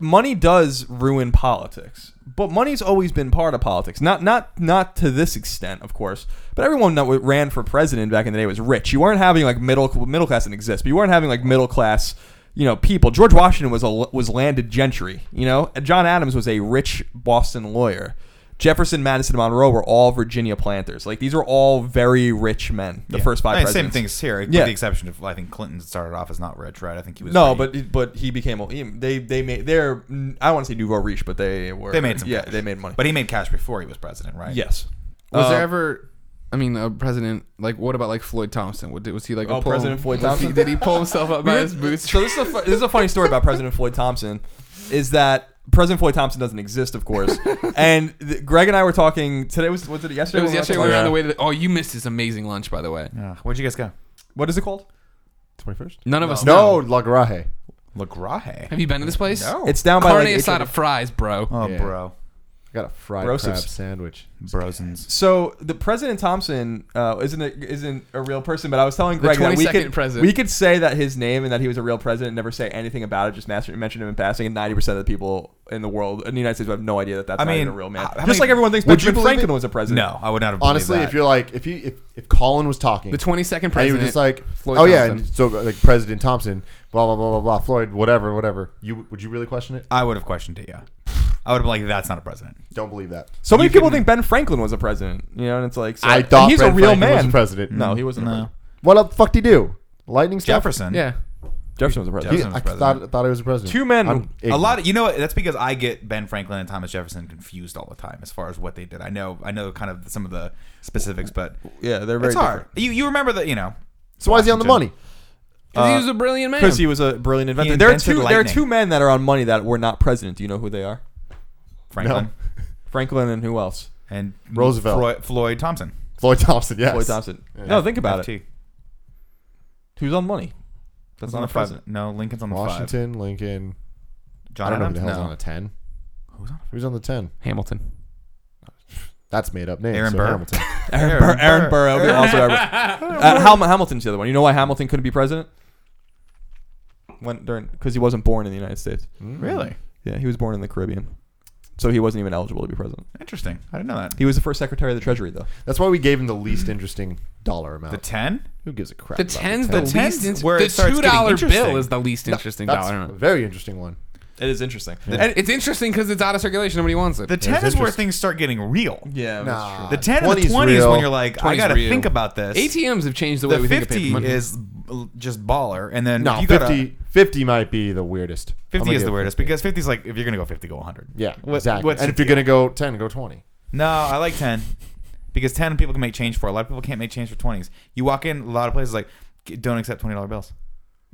Speaker 3: money does ruin politics, but money's always been part of politics. Not not not to this extent, of course. But everyone that ran for president back in the day was rich. You weren't having like middle middle class didn't exist, but you weren't having like middle class. You know, people. George Washington was a was landed gentry. You know, John Adams was a rich Boston lawyer. Jefferson, Madison, and Monroe were all Virginia planters. Like these are all very rich men. The
Speaker 2: Yeah.
Speaker 3: first five.
Speaker 2: I mean, Same
Speaker 3: presidents.
Speaker 2: things here, with
Speaker 3: Yeah.
Speaker 2: the exception of I think Clinton started off as not rich, right? I think he was.
Speaker 3: No,
Speaker 2: pretty-
Speaker 3: but but he became a- he- they they made they're I don't want to say nouveau riche, but they were
Speaker 2: they made some.
Speaker 3: yeah
Speaker 2: cash.
Speaker 3: they made money.
Speaker 2: But he made cash before he was president, right?
Speaker 3: yes,
Speaker 1: Was
Speaker 3: Uh,
Speaker 1: there ever? I mean, a president like what about like Floyd Thompson? What, was he like? a
Speaker 3: Oh,
Speaker 1: pull-
Speaker 3: President Floyd
Speaker 1: was he-
Speaker 3: Thompson?
Speaker 1: did he pull himself *laughs* up by his boots?
Speaker 3: So this is a fu- this is a funny story about President Floyd Thompson, is that President Floyd Thompson doesn't exist, of *laughs* course. and th- Greg and I were talking today was was it yesterday?
Speaker 1: It was
Speaker 3: when we were
Speaker 1: yesterday
Speaker 3: talking
Speaker 1: we were on
Speaker 3: about-
Speaker 1: the way to. The, oh, you missed his amazing lunch, by the way.
Speaker 2: Uh, where'd you guys go?
Speaker 3: What is it called?
Speaker 4: Twenty first.
Speaker 1: None of us
Speaker 4: No,
Speaker 1: know.
Speaker 4: Lagraje.
Speaker 2: LaGraje.
Speaker 1: Have you been to this place?
Speaker 2: No.
Speaker 3: It's down by
Speaker 1: Carne
Speaker 3: like H-
Speaker 1: asada fries, bro.
Speaker 2: oh,
Speaker 4: Yeah.
Speaker 2: bro,
Speaker 4: I got a fried
Speaker 3: Roast
Speaker 4: crab
Speaker 3: of-
Speaker 4: sandwich.
Speaker 2: brosins.
Speaker 3: So the President Thompson uh, isn't a, isn't a real person, but I was telling
Speaker 1: The
Speaker 3: Greg that we
Speaker 1: 22nd
Speaker 3: could
Speaker 1: president.
Speaker 3: we could say that his name and that he was a real president, and never say anything about it, just mas- mention him in passing, and ninety percent of the people in the world in the United States have no idea that that's
Speaker 2: I
Speaker 3: not
Speaker 2: mean,
Speaker 3: even a real man.
Speaker 2: how- how
Speaker 3: Just
Speaker 2: many-
Speaker 3: like everyone thinks
Speaker 4: Would you
Speaker 3: Benjamin
Speaker 4: believe
Speaker 3: Franklin
Speaker 4: it?
Speaker 3: was a president.
Speaker 2: No, I would not have. believed
Speaker 4: Honestly,
Speaker 2: that.
Speaker 4: if you're like, if you if, if Colin was talking,
Speaker 1: The 22nd president.
Speaker 4: and you were just like,
Speaker 1: Floyd
Speaker 4: oh yeah,
Speaker 1: Thompson.
Speaker 4: and so like President Thompson, blah blah blah blah blah, Floyd, whatever, whatever. You would you really question it?
Speaker 2: I would have questioned it. Yeah, I would have been like, that's not a president.
Speaker 4: Don't believe that.
Speaker 3: So many
Speaker 2: You
Speaker 3: people
Speaker 2: can-
Speaker 3: think Ben Franklin was a president, you know, and it's like so
Speaker 4: I thought
Speaker 3: he's a
Speaker 4: Ben
Speaker 3: real
Speaker 4: Franklin was
Speaker 3: man.
Speaker 4: president. Mm-hmm.
Speaker 3: No, he wasn't.
Speaker 2: No.
Speaker 3: A president.
Speaker 4: What up? Fuck did he do? Lightning stuff?
Speaker 2: Jefferson.
Speaker 1: yeah.
Speaker 3: Jefferson was a president.
Speaker 4: He-
Speaker 2: Jefferson was
Speaker 4: I thought
Speaker 2: president.
Speaker 4: thought he was a president.
Speaker 3: Two men-
Speaker 4: I'm
Speaker 2: A
Speaker 4: ignorant.
Speaker 2: lot of you know what? That's because I get Ben Franklin and Thomas Jefferson confused all the time as far as what they did. I know, I know, kind of some of the specifics, but
Speaker 3: Yeah, they're very
Speaker 2: it's hard.
Speaker 3: different.
Speaker 2: You you remember that you know
Speaker 4: So why is he on the
Speaker 2: Washington.
Speaker 4: money?
Speaker 1: 'Cause
Speaker 3: Uh,
Speaker 1: he was a brilliant man.
Speaker 3: Because he was a brilliant inventor.
Speaker 2: He
Speaker 3: There are
Speaker 2: invented
Speaker 3: two. There are
Speaker 2: lightning.
Speaker 3: two men that are on money that were not president. Do you know who they are?
Speaker 2: Franklin
Speaker 3: Franklin and who else?
Speaker 2: and
Speaker 4: Roosevelt.
Speaker 2: Floyd, Floyd Thompson.
Speaker 4: Floyd Thompson. Yes.
Speaker 3: Floyd Thompson.
Speaker 4: Yeah.
Speaker 3: No, think about it.
Speaker 2: FT.
Speaker 3: Who's on money? That's
Speaker 2: He's on
Speaker 3: not a
Speaker 2: the five.
Speaker 3: president.
Speaker 2: No, Lincoln's on the five.
Speaker 4: Washington, Lincoln.
Speaker 2: John
Speaker 4: I don't know who
Speaker 2: Adams.
Speaker 4: the hell's
Speaker 2: No.
Speaker 4: on the ten.
Speaker 2: Who's on
Speaker 4: Who's on the ten?
Speaker 1: Hamilton.
Speaker 4: That's made up name.
Speaker 2: Aaron
Speaker 4: so
Speaker 2: Burr.
Speaker 4: Hamilton.
Speaker 2: *laughs*
Speaker 3: Aaron,
Speaker 2: Aaron
Speaker 3: Bur- Aaron
Speaker 2: Burr.
Speaker 3: Burrow. but also Aaron- uh, Ham- Hamilton's the other one. You know why Hamilton couldn't be president? When during because he wasn't born in the United States.
Speaker 2: Really?
Speaker 3: Yeah, he was born in the Caribbean, so he wasn't even eligible to be president.
Speaker 2: Interesting. I didn't know that.
Speaker 3: He was the first Secretary of the Treasury, though.
Speaker 4: That's why we gave him the least interesting dollar amount.
Speaker 2: The 10?
Speaker 4: Who gives a crap?
Speaker 1: The
Speaker 4: about
Speaker 1: ten's
Speaker 4: ten?
Speaker 1: the,
Speaker 2: The
Speaker 1: least.
Speaker 2: ten's
Speaker 1: int-
Speaker 2: where
Speaker 1: the
Speaker 2: it starts
Speaker 1: two
Speaker 2: getting
Speaker 1: dollar bill
Speaker 2: interesting.
Speaker 1: is the least interesting
Speaker 4: That's
Speaker 1: dollar.
Speaker 4: a
Speaker 1: amount.
Speaker 4: very interesting one.
Speaker 3: It is interesting.
Speaker 1: And it's interesting because it's out of circulation. Nobody wants it.
Speaker 2: The 10 is where
Speaker 4: interest.
Speaker 2: things start getting real.
Speaker 3: yeah,
Speaker 4: Nah,
Speaker 2: The 10 and the
Speaker 4: 20's
Speaker 2: 20 is
Speaker 4: real.
Speaker 2: when you're like, I
Speaker 1: 20's
Speaker 2: got to
Speaker 1: real.
Speaker 2: think about this.
Speaker 1: ATMs have changed the way
Speaker 2: the
Speaker 1: we think of
Speaker 2: 50
Speaker 1: paper money.
Speaker 2: is b- just baller. And then
Speaker 4: no
Speaker 2: if you
Speaker 4: 50,
Speaker 2: got a-
Speaker 4: 50 might be the weirdest. I'm
Speaker 2: 50
Speaker 4: gonna
Speaker 2: is
Speaker 4: give
Speaker 2: the
Speaker 4: it
Speaker 2: weirdest
Speaker 4: 50.
Speaker 2: because 50 is like, if you're going to go 50, go 100.
Speaker 4: yeah,
Speaker 2: What-
Speaker 4: exactly.
Speaker 2: what's
Speaker 4: and
Speaker 2: the
Speaker 4: if you're gonna go ten, go twenty.
Speaker 2: No, I like 10 because 10 people can make change for. A lot of people can't make change for 20s. You walk in a lot of places like, don't accept $20 bills.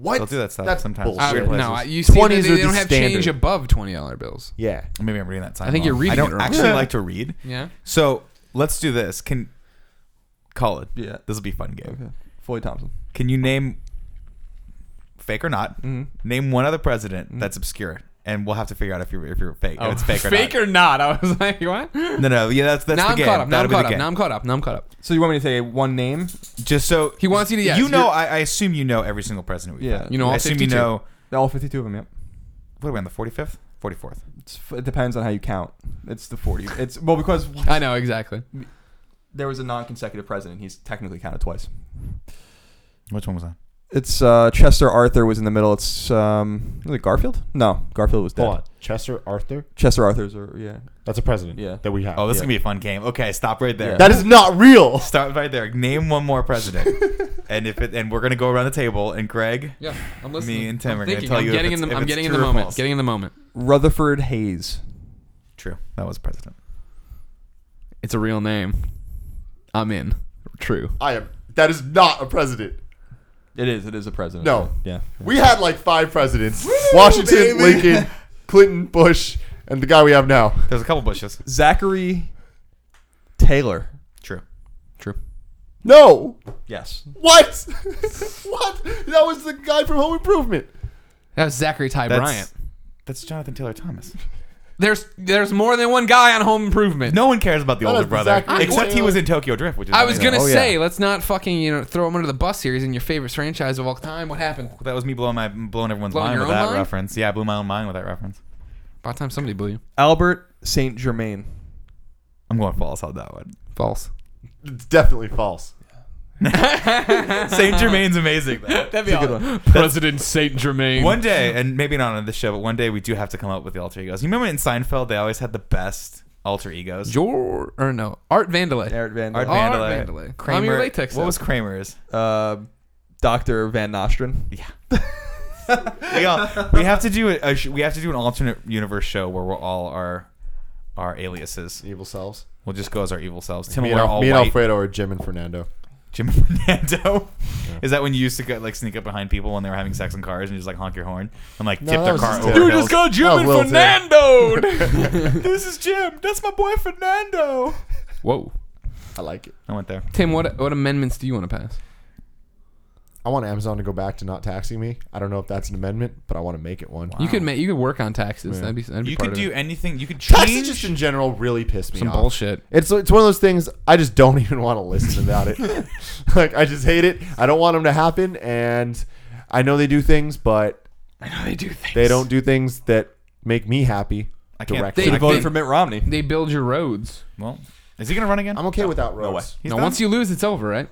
Speaker 4: What?
Speaker 2: They'll do that stuff
Speaker 4: That's
Speaker 2: sometimes.
Speaker 1: Uh,
Speaker 4: bullshit.
Speaker 2: Weird places.
Speaker 1: no, I- you see, they,
Speaker 4: 20s
Speaker 1: they
Speaker 4: are the
Speaker 1: don't have change
Speaker 4: standard.
Speaker 1: above twenty dollar bills.
Speaker 4: Yeah.
Speaker 2: Maybe I'm reading that time.
Speaker 1: I think you're
Speaker 2: wrong.
Speaker 1: reading
Speaker 2: I don't
Speaker 1: it wrong. *laughs*
Speaker 2: actually like to read.
Speaker 1: Yeah.
Speaker 2: So let's do this. Can call it.
Speaker 3: Yeah.
Speaker 2: This will be a fun game.
Speaker 3: Okay. Floyd Thompson.
Speaker 2: Can you name fake or not? Name one other president that's obscure, and we'll have to figure out if you're if you're fake.
Speaker 1: Oh.
Speaker 2: If it's fake
Speaker 1: *laughs*
Speaker 2: or
Speaker 1: fake
Speaker 2: not.
Speaker 1: or not. I was like, what?
Speaker 2: no, no. Yeah, Oh. that's that's
Speaker 1: now
Speaker 2: the
Speaker 1: I'm
Speaker 2: game.
Speaker 1: caught up. Now I'm
Speaker 2: That'll be the
Speaker 1: caught up.
Speaker 2: game.
Speaker 1: Now I'm caught up. Now I'm caught up.
Speaker 3: So you want me to say one name?
Speaker 2: Just so
Speaker 1: He wants you to guess.
Speaker 2: You know,
Speaker 1: You're-
Speaker 2: I, I assume you know every single president. We've
Speaker 3: Yeah.
Speaker 2: had.
Speaker 1: You know all
Speaker 2: I assume
Speaker 1: 52.
Speaker 2: you know.
Speaker 3: All 52 of them, yep.
Speaker 2: What are we on the forty fifth, forty fourth?
Speaker 3: It's, it depends on how you count. It's the 40. It's well because
Speaker 1: *laughs* I know exactly.
Speaker 3: there was a non-consecutive president. He's technically counted twice.
Speaker 2: Which one was that?
Speaker 3: It's uh, Chester Arthur was in the middle. It's um, was it Garfield? No, Garfield was dead.
Speaker 4: Hold on. Chester Arthur.
Speaker 3: Chester Arthur's, or yeah,
Speaker 4: That's a president.
Speaker 3: Yeah.
Speaker 4: That we have.
Speaker 2: Oh, this is
Speaker 3: Yeah.
Speaker 2: gonna be a fun game. Okay, stop right there. *laughs*
Speaker 3: Yeah.
Speaker 4: that is not real.
Speaker 2: Start right there. Name one
Speaker 1: *laughs*
Speaker 2: more president, and if it, and we're gonna go around the table. And Greg,
Speaker 1: Yeah, I'm listening.
Speaker 2: Me and Tim
Speaker 1: I'm
Speaker 2: are gonna
Speaker 1: thinking.
Speaker 2: tell
Speaker 1: I'm
Speaker 2: you if
Speaker 1: Getting in
Speaker 2: it's-
Speaker 1: the,
Speaker 2: if
Speaker 1: I'm
Speaker 2: it's
Speaker 1: getting in
Speaker 2: true
Speaker 1: the
Speaker 2: or
Speaker 1: moment.
Speaker 2: false.
Speaker 1: Getting in the moment.
Speaker 3: Rutherford Hayes.
Speaker 2: true, that was president.
Speaker 1: It's a real name. I'm in. True.
Speaker 4: I am. That is not a president.
Speaker 3: It is. It is a president.
Speaker 4: No.
Speaker 3: Yeah.
Speaker 4: We had like five presidents:
Speaker 2: baby.
Speaker 4: Washington, Lincoln, Clinton, Bush, and the guy we have now.
Speaker 2: There's a couple bushes.
Speaker 3: Zachary Taylor.
Speaker 2: True.
Speaker 1: True.
Speaker 4: No.
Speaker 3: Yes.
Speaker 4: What? *laughs* what? That was the guy from Home Improvement.
Speaker 1: That was Zachary Ty
Speaker 2: That's-
Speaker 1: Bryant.
Speaker 2: That's Jonathan Taylor Thomas.
Speaker 1: There's there's more than one guy on Home Improvement.
Speaker 2: No one cares about the
Speaker 4: Not
Speaker 2: older
Speaker 4: as
Speaker 2: brother,
Speaker 4: Zachary
Speaker 2: except he
Speaker 4: Taylor.
Speaker 2: was in Tokyo Drift, which is
Speaker 1: I was gonna
Speaker 4: Oh, yeah.
Speaker 1: say, let's not fucking you know throw him under the bus here. He's in your favorite franchise of all time. What happened?
Speaker 2: that was me blowing my blowing everyone's
Speaker 1: Blowing
Speaker 2: mind
Speaker 1: your
Speaker 2: with
Speaker 1: own
Speaker 2: that
Speaker 1: mind?
Speaker 2: reference. Yeah, I blew my own mind with that reference.
Speaker 1: By the time somebody blew you.
Speaker 3: Albert Saint Germain.
Speaker 2: I'm going false on that one.
Speaker 1: False.
Speaker 4: It's definitely false.
Speaker 2: Saint Germain's amazing. though.
Speaker 1: That'd be a good one. President Saint Germain.
Speaker 2: one day, and maybe not on this show, but one day we do have to come up with the alter egos. You remember in Seinfeld, they always had the best alter egos.
Speaker 1: Your or no Art Vandelay.
Speaker 3: Eric Van.
Speaker 2: Art
Speaker 1: Art
Speaker 3: Dyke.
Speaker 2: Vandelay.
Speaker 1: Vandelay. I'm
Speaker 2: Kramer.
Speaker 1: your latex
Speaker 2: What
Speaker 1: though.
Speaker 2: was Kramer's?
Speaker 3: Uh, Doctor Van Nostrand.
Speaker 2: *laughs* We, all, we have to do a, a sh- we have to do an alternate universe show where we're all our our aliases.
Speaker 4: Evil selves.
Speaker 2: We'll just go as our evil selves. Tim
Speaker 4: Me
Speaker 2: will
Speaker 4: and,
Speaker 2: wear
Speaker 4: Al-
Speaker 2: all
Speaker 4: me and
Speaker 2: white.
Speaker 4: Alfredo are Jim and Fernando.
Speaker 2: Jim Fernando. Is that when you used to go, like sneak up behind people when they were having sex in cars and just like honk your horn and like
Speaker 4: No,
Speaker 2: tip
Speaker 4: that
Speaker 2: their
Speaker 4: was
Speaker 2: car
Speaker 4: just
Speaker 2: over?
Speaker 4: Tim.
Speaker 1: You
Speaker 4: Dude,
Speaker 1: just
Speaker 2: hills?
Speaker 1: called Jim
Speaker 4: Oh,
Speaker 1: and
Speaker 4: Will
Speaker 2: *laughs*
Speaker 4: Tim.
Speaker 1: Fernando.
Speaker 2: This is Jim. That's my boy Fernando.
Speaker 1: Whoa.
Speaker 4: I like it.
Speaker 2: I went there.
Speaker 1: Tim, what what amendments do you want to pass?
Speaker 4: I want Amazon to go back to not taxing me. I don't know if that's an amendment, but I want to make it one.
Speaker 1: You could make you could work on taxes. That'd be that'd be
Speaker 2: You
Speaker 1: part
Speaker 2: could
Speaker 1: of
Speaker 2: do
Speaker 1: it.
Speaker 2: anything. You could
Speaker 4: Taxes
Speaker 2: change.
Speaker 4: just in general really piss me
Speaker 1: some
Speaker 4: off.
Speaker 1: bullshit.
Speaker 4: It's it's one of those things I just don't *laughs* even want to listen about
Speaker 1: *laughs*
Speaker 4: it. like I just hate it. I don't want them to happen, and I know they do things, but
Speaker 1: I know they do things.
Speaker 4: they don't do things that make me happy.
Speaker 2: I can't-
Speaker 4: directly.
Speaker 1: They
Speaker 3: He voted
Speaker 1: think-
Speaker 3: for Mitt Romney.
Speaker 1: They build your roads.
Speaker 2: well, is he gonna run again?
Speaker 4: I'm okay without roads.
Speaker 2: He's
Speaker 1: now
Speaker 2: done?
Speaker 1: once you lose, it's over, right?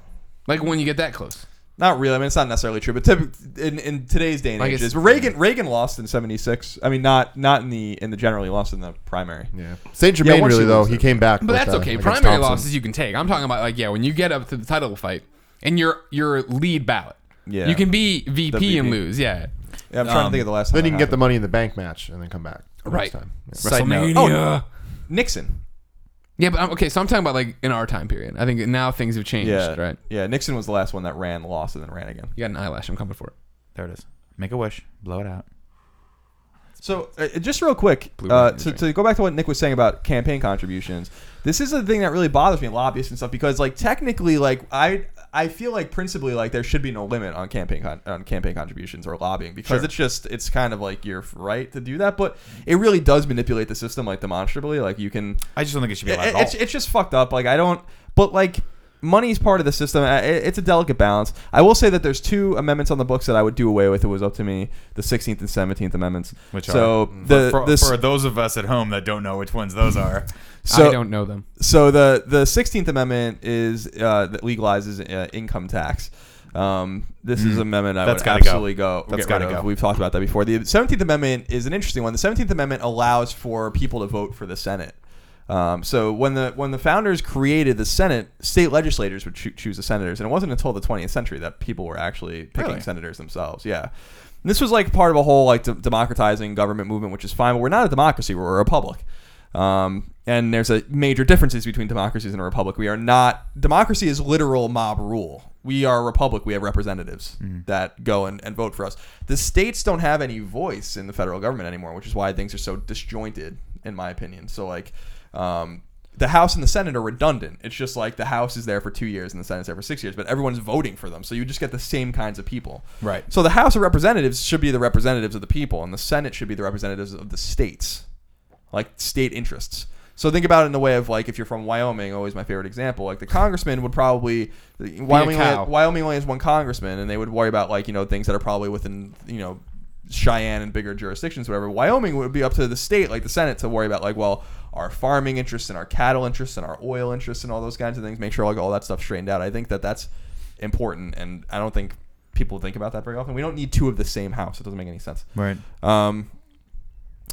Speaker 1: Like when you get that close.
Speaker 3: Not really. I mean, it's not necessarily true, but typ- in, in today's day and
Speaker 1: Like
Speaker 3: age,
Speaker 1: it's-
Speaker 3: is- Reagan Reagan lost in '76. I mean, not not in the in the general. He lost in the primary.
Speaker 4: Yeah. Saint Germain
Speaker 3: Yeah, once
Speaker 4: really
Speaker 3: you
Speaker 4: though
Speaker 3: lose
Speaker 4: he
Speaker 3: it.
Speaker 4: came back.
Speaker 1: But
Speaker 4: with,
Speaker 1: that's
Speaker 4: uh,
Speaker 1: okay.
Speaker 4: against
Speaker 1: Primary
Speaker 4: Thompson.
Speaker 1: losses you can take. I'm talking about like yeah, when you get up to the title fight and you're you're lead ballot.
Speaker 3: Yeah.
Speaker 1: You can be VP,
Speaker 3: VP.
Speaker 1: and lose. Yeah.
Speaker 3: Yeah, I'm trying
Speaker 2: Um,
Speaker 3: to think of the last. time
Speaker 4: Then you
Speaker 3: that
Speaker 4: can get the
Speaker 3: happened.
Speaker 4: money in the bank match and then come back. the next
Speaker 1: Right.
Speaker 4: time. Yeah.
Speaker 2: Side note. Oh,
Speaker 1: WrestleMania.
Speaker 3: Nixon.
Speaker 1: Yeah, but I'm, okay. So I'm talking about like in our time period. I think now things have changed.
Speaker 3: Yeah,
Speaker 1: Right.
Speaker 3: Yeah, Nixon was the last one that ran, lost, and then ran again.
Speaker 1: You got an eyelash. I'm coming for it.
Speaker 2: There it is. Make a wish. Blow it out.
Speaker 3: So, uh, just real quick,
Speaker 1: Blue
Speaker 3: uh,
Speaker 1: Ribbon
Speaker 3: to,
Speaker 1: Drink.
Speaker 3: to go back to what Nick was saying about campaign contributions, this is the thing that really bothers me, lobbyists and stuff, because like technically, like I I feel like principally like there should be no limit on campaign con- on campaign contributions or lobbying because
Speaker 2: Sure.
Speaker 3: it's just it's kind of like your right to do that, but it really does manipulate the system like demonstrably. Like you can
Speaker 2: I just don't think it should be
Speaker 3: it-
Speaker 2: allowed at
Speaker 3: it's,
Speaker 2: all.
Speaker 3: it's just fucked up. Like I don't, but like money's part of the system. I- it- It's a delicate balance. I will say that there's two amendments on the books that I would do away with. It was up to me, the 16th and 17th amendments.
Speaker 2: Which
Speaker 3: so
Speaker 2: are-
Speaker 3: the
Speaker 2: for,
Speaker 3: this,
Speaker 2: for those of us at home that don't know which ones those are,
Speaker 3: so
Speaker 1: I don't know them.
Speaker 3: so the the 16th amendment is uh, that legalizes uh, income tax. Um, this is an amendment I
Speaker 2: Mm-hmm. That's
Speaker 3: would
Speaker 2: gotta go.
Speaker 3: absolutely go.
Speaker 2: That's
Speaker 3: get
Speaker 2: gotta
Speaker 3: rid of.
Speaker 2: go.
Speaker 3: We've talked about that before. The 17th amendment is an interesting one. The 17th amendment allows for people to vote for the Senate. Um, so when the when the founders created the Senate, state legislators would choo- choose the senators, and it wasn't until the 20th century that people were actually picking
Speaker 2: Really?
Speaker 3: senators themselves. Yeah, And this was like part of a whole like de- democratizing government movement, which is fine. But we're not a democracy; we're a republic. Um, and there's a major differences between democracies and a republic. We are not democracy is literal mob rule. We are a republic. We have representatives that go and, and vote for us. The states don't have any voice in the federal government anymore, which is why things are so disjointed, in my opinion. So like, um, the House and the Senate are redundant. It's just like the House is there for two years and the Senate's there for six years, but everyone's voting for them, so you just get the same kinds of people.
Speaker 2: Right.
Speaker 3: So the House of Representatives should be the representatives of the people, and the Senate should be the representatives of the states like state interests. So think about it in the way of like if you're from Wyoming, always my favorite example. Like the congressman would probably Wyoming. Only,
Speaker 1: cow.
Speaker 3: Wyoming only has one congressman, and they would worry about like you know things that are probably within you know Cheyenne and bigger jurisdictions, whatever. Wyoming would be up to the state, like the Senate, to worry about like well our farming interests and our cattle interests and our oil interests and all those kinds of things. Make sure like all that stuff straightened out. I think that that's important, and I don't think people think about that very often. We don't need two of the same house. It doesn't make any sense.
Speaker 2: right?
Speaker 3: Um,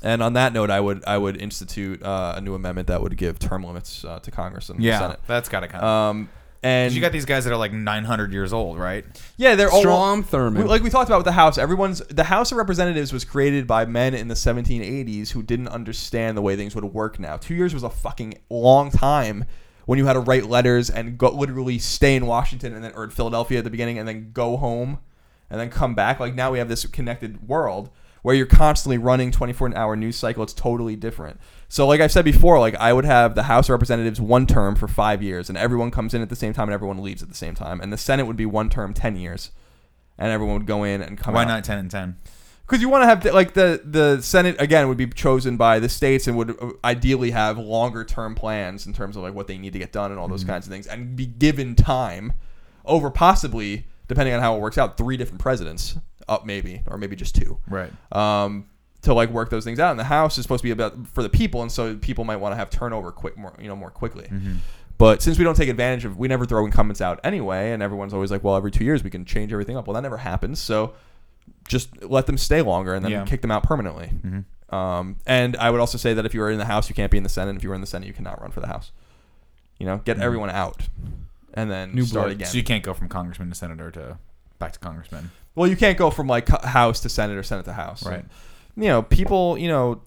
Speaker 3: and on that note, I would I would institute uh, a new amendment that would give term limits uh, to Congress and
Speaker 2: Yeah,
Speaker 3: the Senate.
Speaker 2: that's got to come.
Speaker 3: Um, and
Speaker 2: you got these guys that are like 900 years old, right?
Speaker 3: yeah, they're all
Speaker 1: Strom Thurmond.
Speaker 3: we- like we talked about with the House. Everyone's the House of Representatives was created by men in the 1780s who didn't understand the way things would work. Now, two years was a fucking long time when you had to write letters and go, literally stay in Washington and then or in Philadelphia at the beginning and then go home and then come back. Like now we have this connected world where you're constantly running 24 hour news cycle. It's totally different. So like I've said before, like I would have the House of Representatives one term for five years, and everyone comes in at the same time and everyone leaves at the same time, and the Senate would be one term, ten years. And everyone would go in and come
Speaker 2: Why
Speaker 3: out.
Speaker 2: not 10 and 10?
Speaker 3: Because you want to have like the the Senate again would be chosen by the states and would uh, ideally have longer term plans in terms of like what they need to get done and all
Speaker 2: Mm-hmm.
Speaker 3: those kinds of things and be given time over possibly depending on how it works out three different presidents up maybe or maybe just two
Speaker 2: Right.
Speaker 3: um, to like work those things out. And the house is supposed to be about for the people, and so people might want to have turnover quick, more you know, more quickly.
Speaker 2: Mm-hmm.
Speaker 3: But since we don't take advantage of, we never throw incumbents out anyway, and everyone's always like, well, every two years we can change everything up. Well, that never happens. So just let them stay longer and then
Speaker 2: Yeah.
Speaker 3: kick them out permanently. Um, and I would also say that if you are in the house, you can't be in the senate. If you were in the senate, you cannot run for the house. You know, get everyone out, and then
Speaker 1: New
Speaker 3: start
Speaker 1: blood.
Speaker 3: again.
Speaker 2: So you can't go from congressman to senator to back to congressman.
Speaker 3: Well, you can't go from like co- house to senate or senate to house,
Speaker 2: Right.
Speaker 3: you know, people, you know,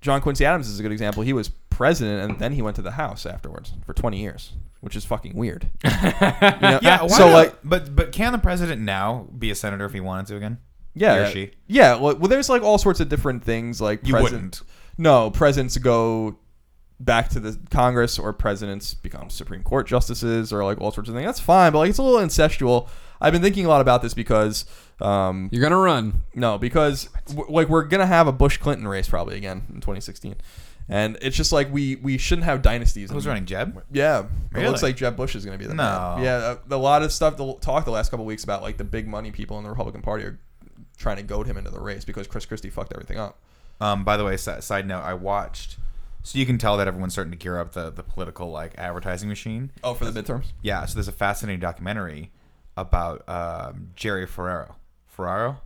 Speaker 3: John Quincy Adams is a good example. He was president and then he went to the House afterwards for 20 years, which is fucking weird. You know,
Speaker 2: *laughs* Yeah. Why
Speaker 3: so
Speaker 2: not?
Speaker 3: like,
Speaker 2: but but can the president now be a senator if he wanted to again?
Speaker 3: yeah,
Speaker 2: He or she?
Speaker 3: yeah. Well, well, there's like all sorts of different things. Like,
Speaker 2: You
Speaker 3: president-
Speaker 2: wouldn't.
Speaker 3: No, presidents go back to the Congress or presidents become Supreme Court justices or like all sorts of things. That's fine, but like it's a little incestual. I've been thinking a lot about this because, um,
Speaker 1: You're gonna run.
Speaker 3: No, because w- like we're gonna have a Bush Clinton race probably again in 2016, and it's just like we we shouldn't have dynasties.
Speaker 2: Who's running Jeb?
Speaker 3: Yeah, it
Speaker 2: Really?
Speaker 3: looks like Jeb Bush is gonna be the
Speaker 2: No.
Speaker 3: man. Yeah, a, a lot of stuff the talk the last couple weeks about like the big money people in the Republican Party are trying to goad him into the race because Chris Christie fucked everything up.
Speaker 2: Um, by the way, si- side note, I watched. So you can tell that everyone's starting to gear up the, the political like advertising machine.
Speaker 3: Oh, for the midterms.
Speaker 2: Yeah. So there's a fascinating documentary about um, Jerry Ferraro. Ferraro?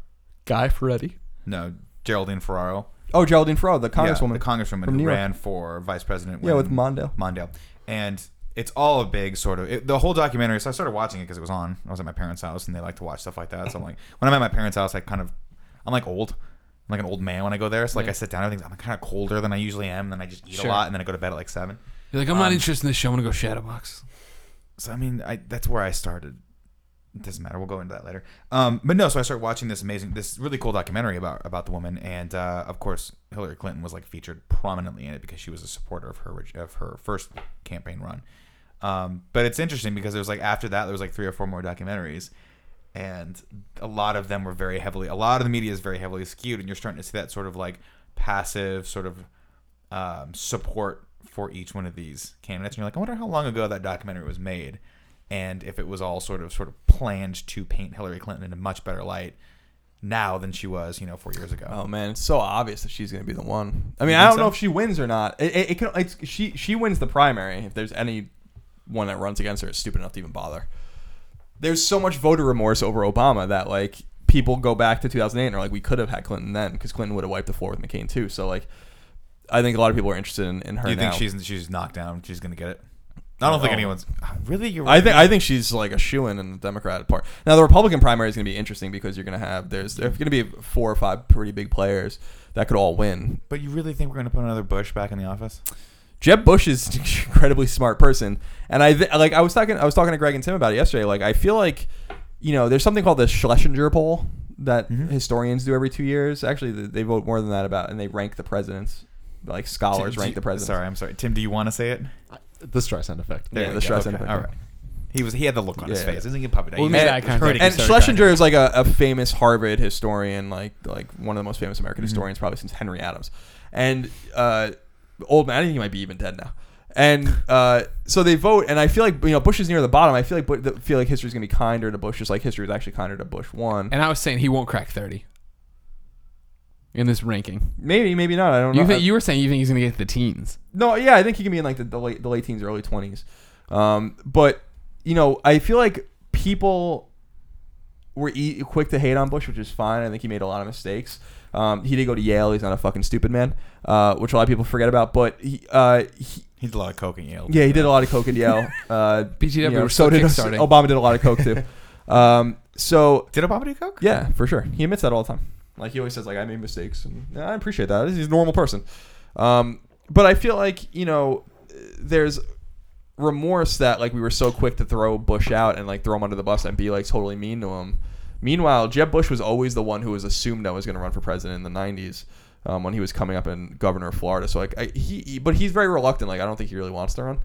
Speaker 1: Guy Ferretti.
Speaker 2: No, Geraldine Ferraro.
Speaker 3: Oh, Geraldine Ferraro, the
Speaker 2: Yeah,
Speaker 3: congresswoman.
Speaker 2: the congresswoman
Speaker 3: from New
Speaker 2: who
Speaker 3: York.
Speaker 2: ran for vice president.
Speaker 3: Yeah,
Speaker 2: when-
Speaker 3: with Mondale.
Speaker 2: Mondale, and it's all a big sort of it, the whole documentary. So I started watching it because it was on. I was at my parents' house, and they like to watch stuff like that. So I'm like, when I'm at my parents' house, I kind of, I'm like old. I'm like an old man when I go there. So like I sit down, everything's I'm kind of colder than I usually am. And then I just eat
Speaker 1: Sure.
Speaker 2: a lot, and then I go to bed at like seven.
Speaker 1: You're like, I'm
Speaker 3: Um,
Speaker 1: not interested in this show. I'm gonna go Shadowbox.
Speaker 2: So I mean, I that's where I started. It doesn't matter. We'll go into that later. Um, but no, so I started watching this amazing, this really cool documentary about about the woman, and uh, of course, Hillary Clinton was like featured prominently in it because she was a supporter of her orig- of her first campaign run. Um, but it's interesting because there's like after that there was like three or four more documentaries, and a lot of them were very heavily. A lot of the media is very heavily skewed, and you're starting to see that sort of like passive sort of um, support for each one of these candidates. And you're like, I wonder how long ago that documentary was made, and if it was all sort of sort of planned to paint Hillary Clinton in a much better light now than she was, you know, four years ago.
Speaker 3: Oh man, it's so obvious that she's going to be the one. I mean,
Speaker 2: You
Speaker 3: I
Speaker 2: think
Speaker 3: don't know
Speaker 2: so?
Speaker 3: if she wins or not. It, it, it can. It's, she she wins the primary. If there's any one that runs against her is stupid enough to even bother. There's so much voter remorse over Obama that like people go back to 2008 and are like, we could have had Clinton then because Clinton would have wiped the floor with McCain too. So like, I think a lot of people are interested in, in her.
Speaker 2: Do you think
Speaker 3: now.
Speaker 2: she's she's knocked down? She's gonna get it. I don't think
Speaker 3: No.
Speaker 2: anyone's ah, really. You're
Speaker 3: I think I think she's like a shoe in in the Democratic part. Now the Republican primary is going to be interesting because you're going to have there's there's going to be four or five pretty big players that could all win.
Speaker 2: But you really think we're gonna put another Bush back in the office?
Speaker 3: Jeb Bush is an *laughs* incredibly smart person, and I th- like I was talking I was talking to Greg and Tim about it yesterday. Like I feel like you know there's something called the Schlesinger poll that historians do every two years. Actually, th- they vote more than that about, and they rank the presidents. Like scholars
Speaker 2: Do- do
Speaker 3: rank
Speaker 2: you-
Speaker 3: the presidents.
Speaker 2: Sorry, I'm sorry, Tim. Do you want to say it?
Speaker 4: The Streisand effect.
Speaker 3: Yeah,
Speaker 2: we
Speaker 3: the
Speaker 2: go.
Speaker 3: stress
Speaker 2: Okay,
Speaker 3: and
Speaker 2: All right. He was. He had the look on his
Speaker 3: Yeah.
Speaker 2: face. Isn't he puppet?
Speaker 1: Well,
Speaker 2: He-
Speaker 1: we made
Speaker 2: he-
Speaker 1: eye
Speaker 2: he-
Speaker 1: contact.
Speaker 2: he-
Speaker 3: and
Speaker 2: he-
Speaker 3: Schlesinger is like a, a famous Harvard historian, like like one of the most famous American
Speaker 1: Mm-hmm.
Speaker 3: historians probably since Henry Adams. And uh, old man, I think he might be even dead now. And uh, so they vote, and I feel like you know Bush is near the bottom. I feel like Bu- feel like history's gonna be kinder to Bush, just like history was actually kinder to Bush one.
Speaker 1: And I was saying he won't crack 30 in this ranking.
Speaker 3: maybe, maybe not. I don't
Speaker 1: You
Speaker 3: know.
Speaker 1: think you were saying you think he's going to get to the teens.
Speaker 3: No, yeah, I think he can be in like the, the late the late teens, early twenties. Um, but you know, I feel like people were e- quick to hate on Bush, which is fine. I think he made a lot of mistakes. Um, he did go to Yale. He's not a fucking stupid man, uh, which a lot of people forget about. But he, uh, he
Speaker 2: He did a lot of coke and yelled.
Speaker 3: yeah, he did a lot of coke
Speaker 1: *laughs*
Speaker 3: at Yale. Uh,
Speaker 1: BTW, we're
Speaker 3: so
Speaker 1: still
Speaker 3: did
Speaker 1: kickstarting.
Speaker 3: Obama did a lot of coke
Speaker 1: *laughs*
Speaker 3: too. um, so
Speaker 2: Did Obama do coke?
Speaker 3: yeah, for sure. He admits that all the time. Like he always says, like I made mistakes, and yeah, I appreciate that. He's a normal person. Um, but I feel like you know, there's remorse that like we were so quick to throw Bush out and like throw him under the bus and be like totally mean to him. Meanwhile, Jeb Bush was always the one who was assumed that was going to run for president in the '90s um, when he was coming up in governor of Florida. So like I, he, he- but he's very reluctant. Like I don't think he really wants to run.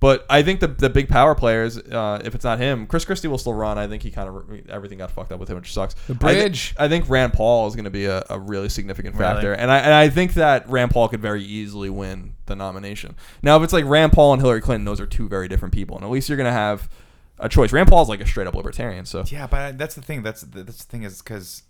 Speaker 3: But I think the, the big power players, uh, if it's not him, Chris Christie will still run. I think he kind of everything got fucked up with him, which sucks. The
Speaker 1: bridge.
Speaker 3: I, thi- I think Rand Paul is going to be a, a really significant
Speaker 2: Really?
Speaker 3: factor, and I and I think that Rand Paul could very easily win the nomination. Now, if it's like Rand Paul and Hillary Clinton, those are two very different people, and at least you're going to have a choice. Rand Paul's like a straight up libertarian, so
Speaker 2: Yeah, but I- that's the thing. That's that's the thing is because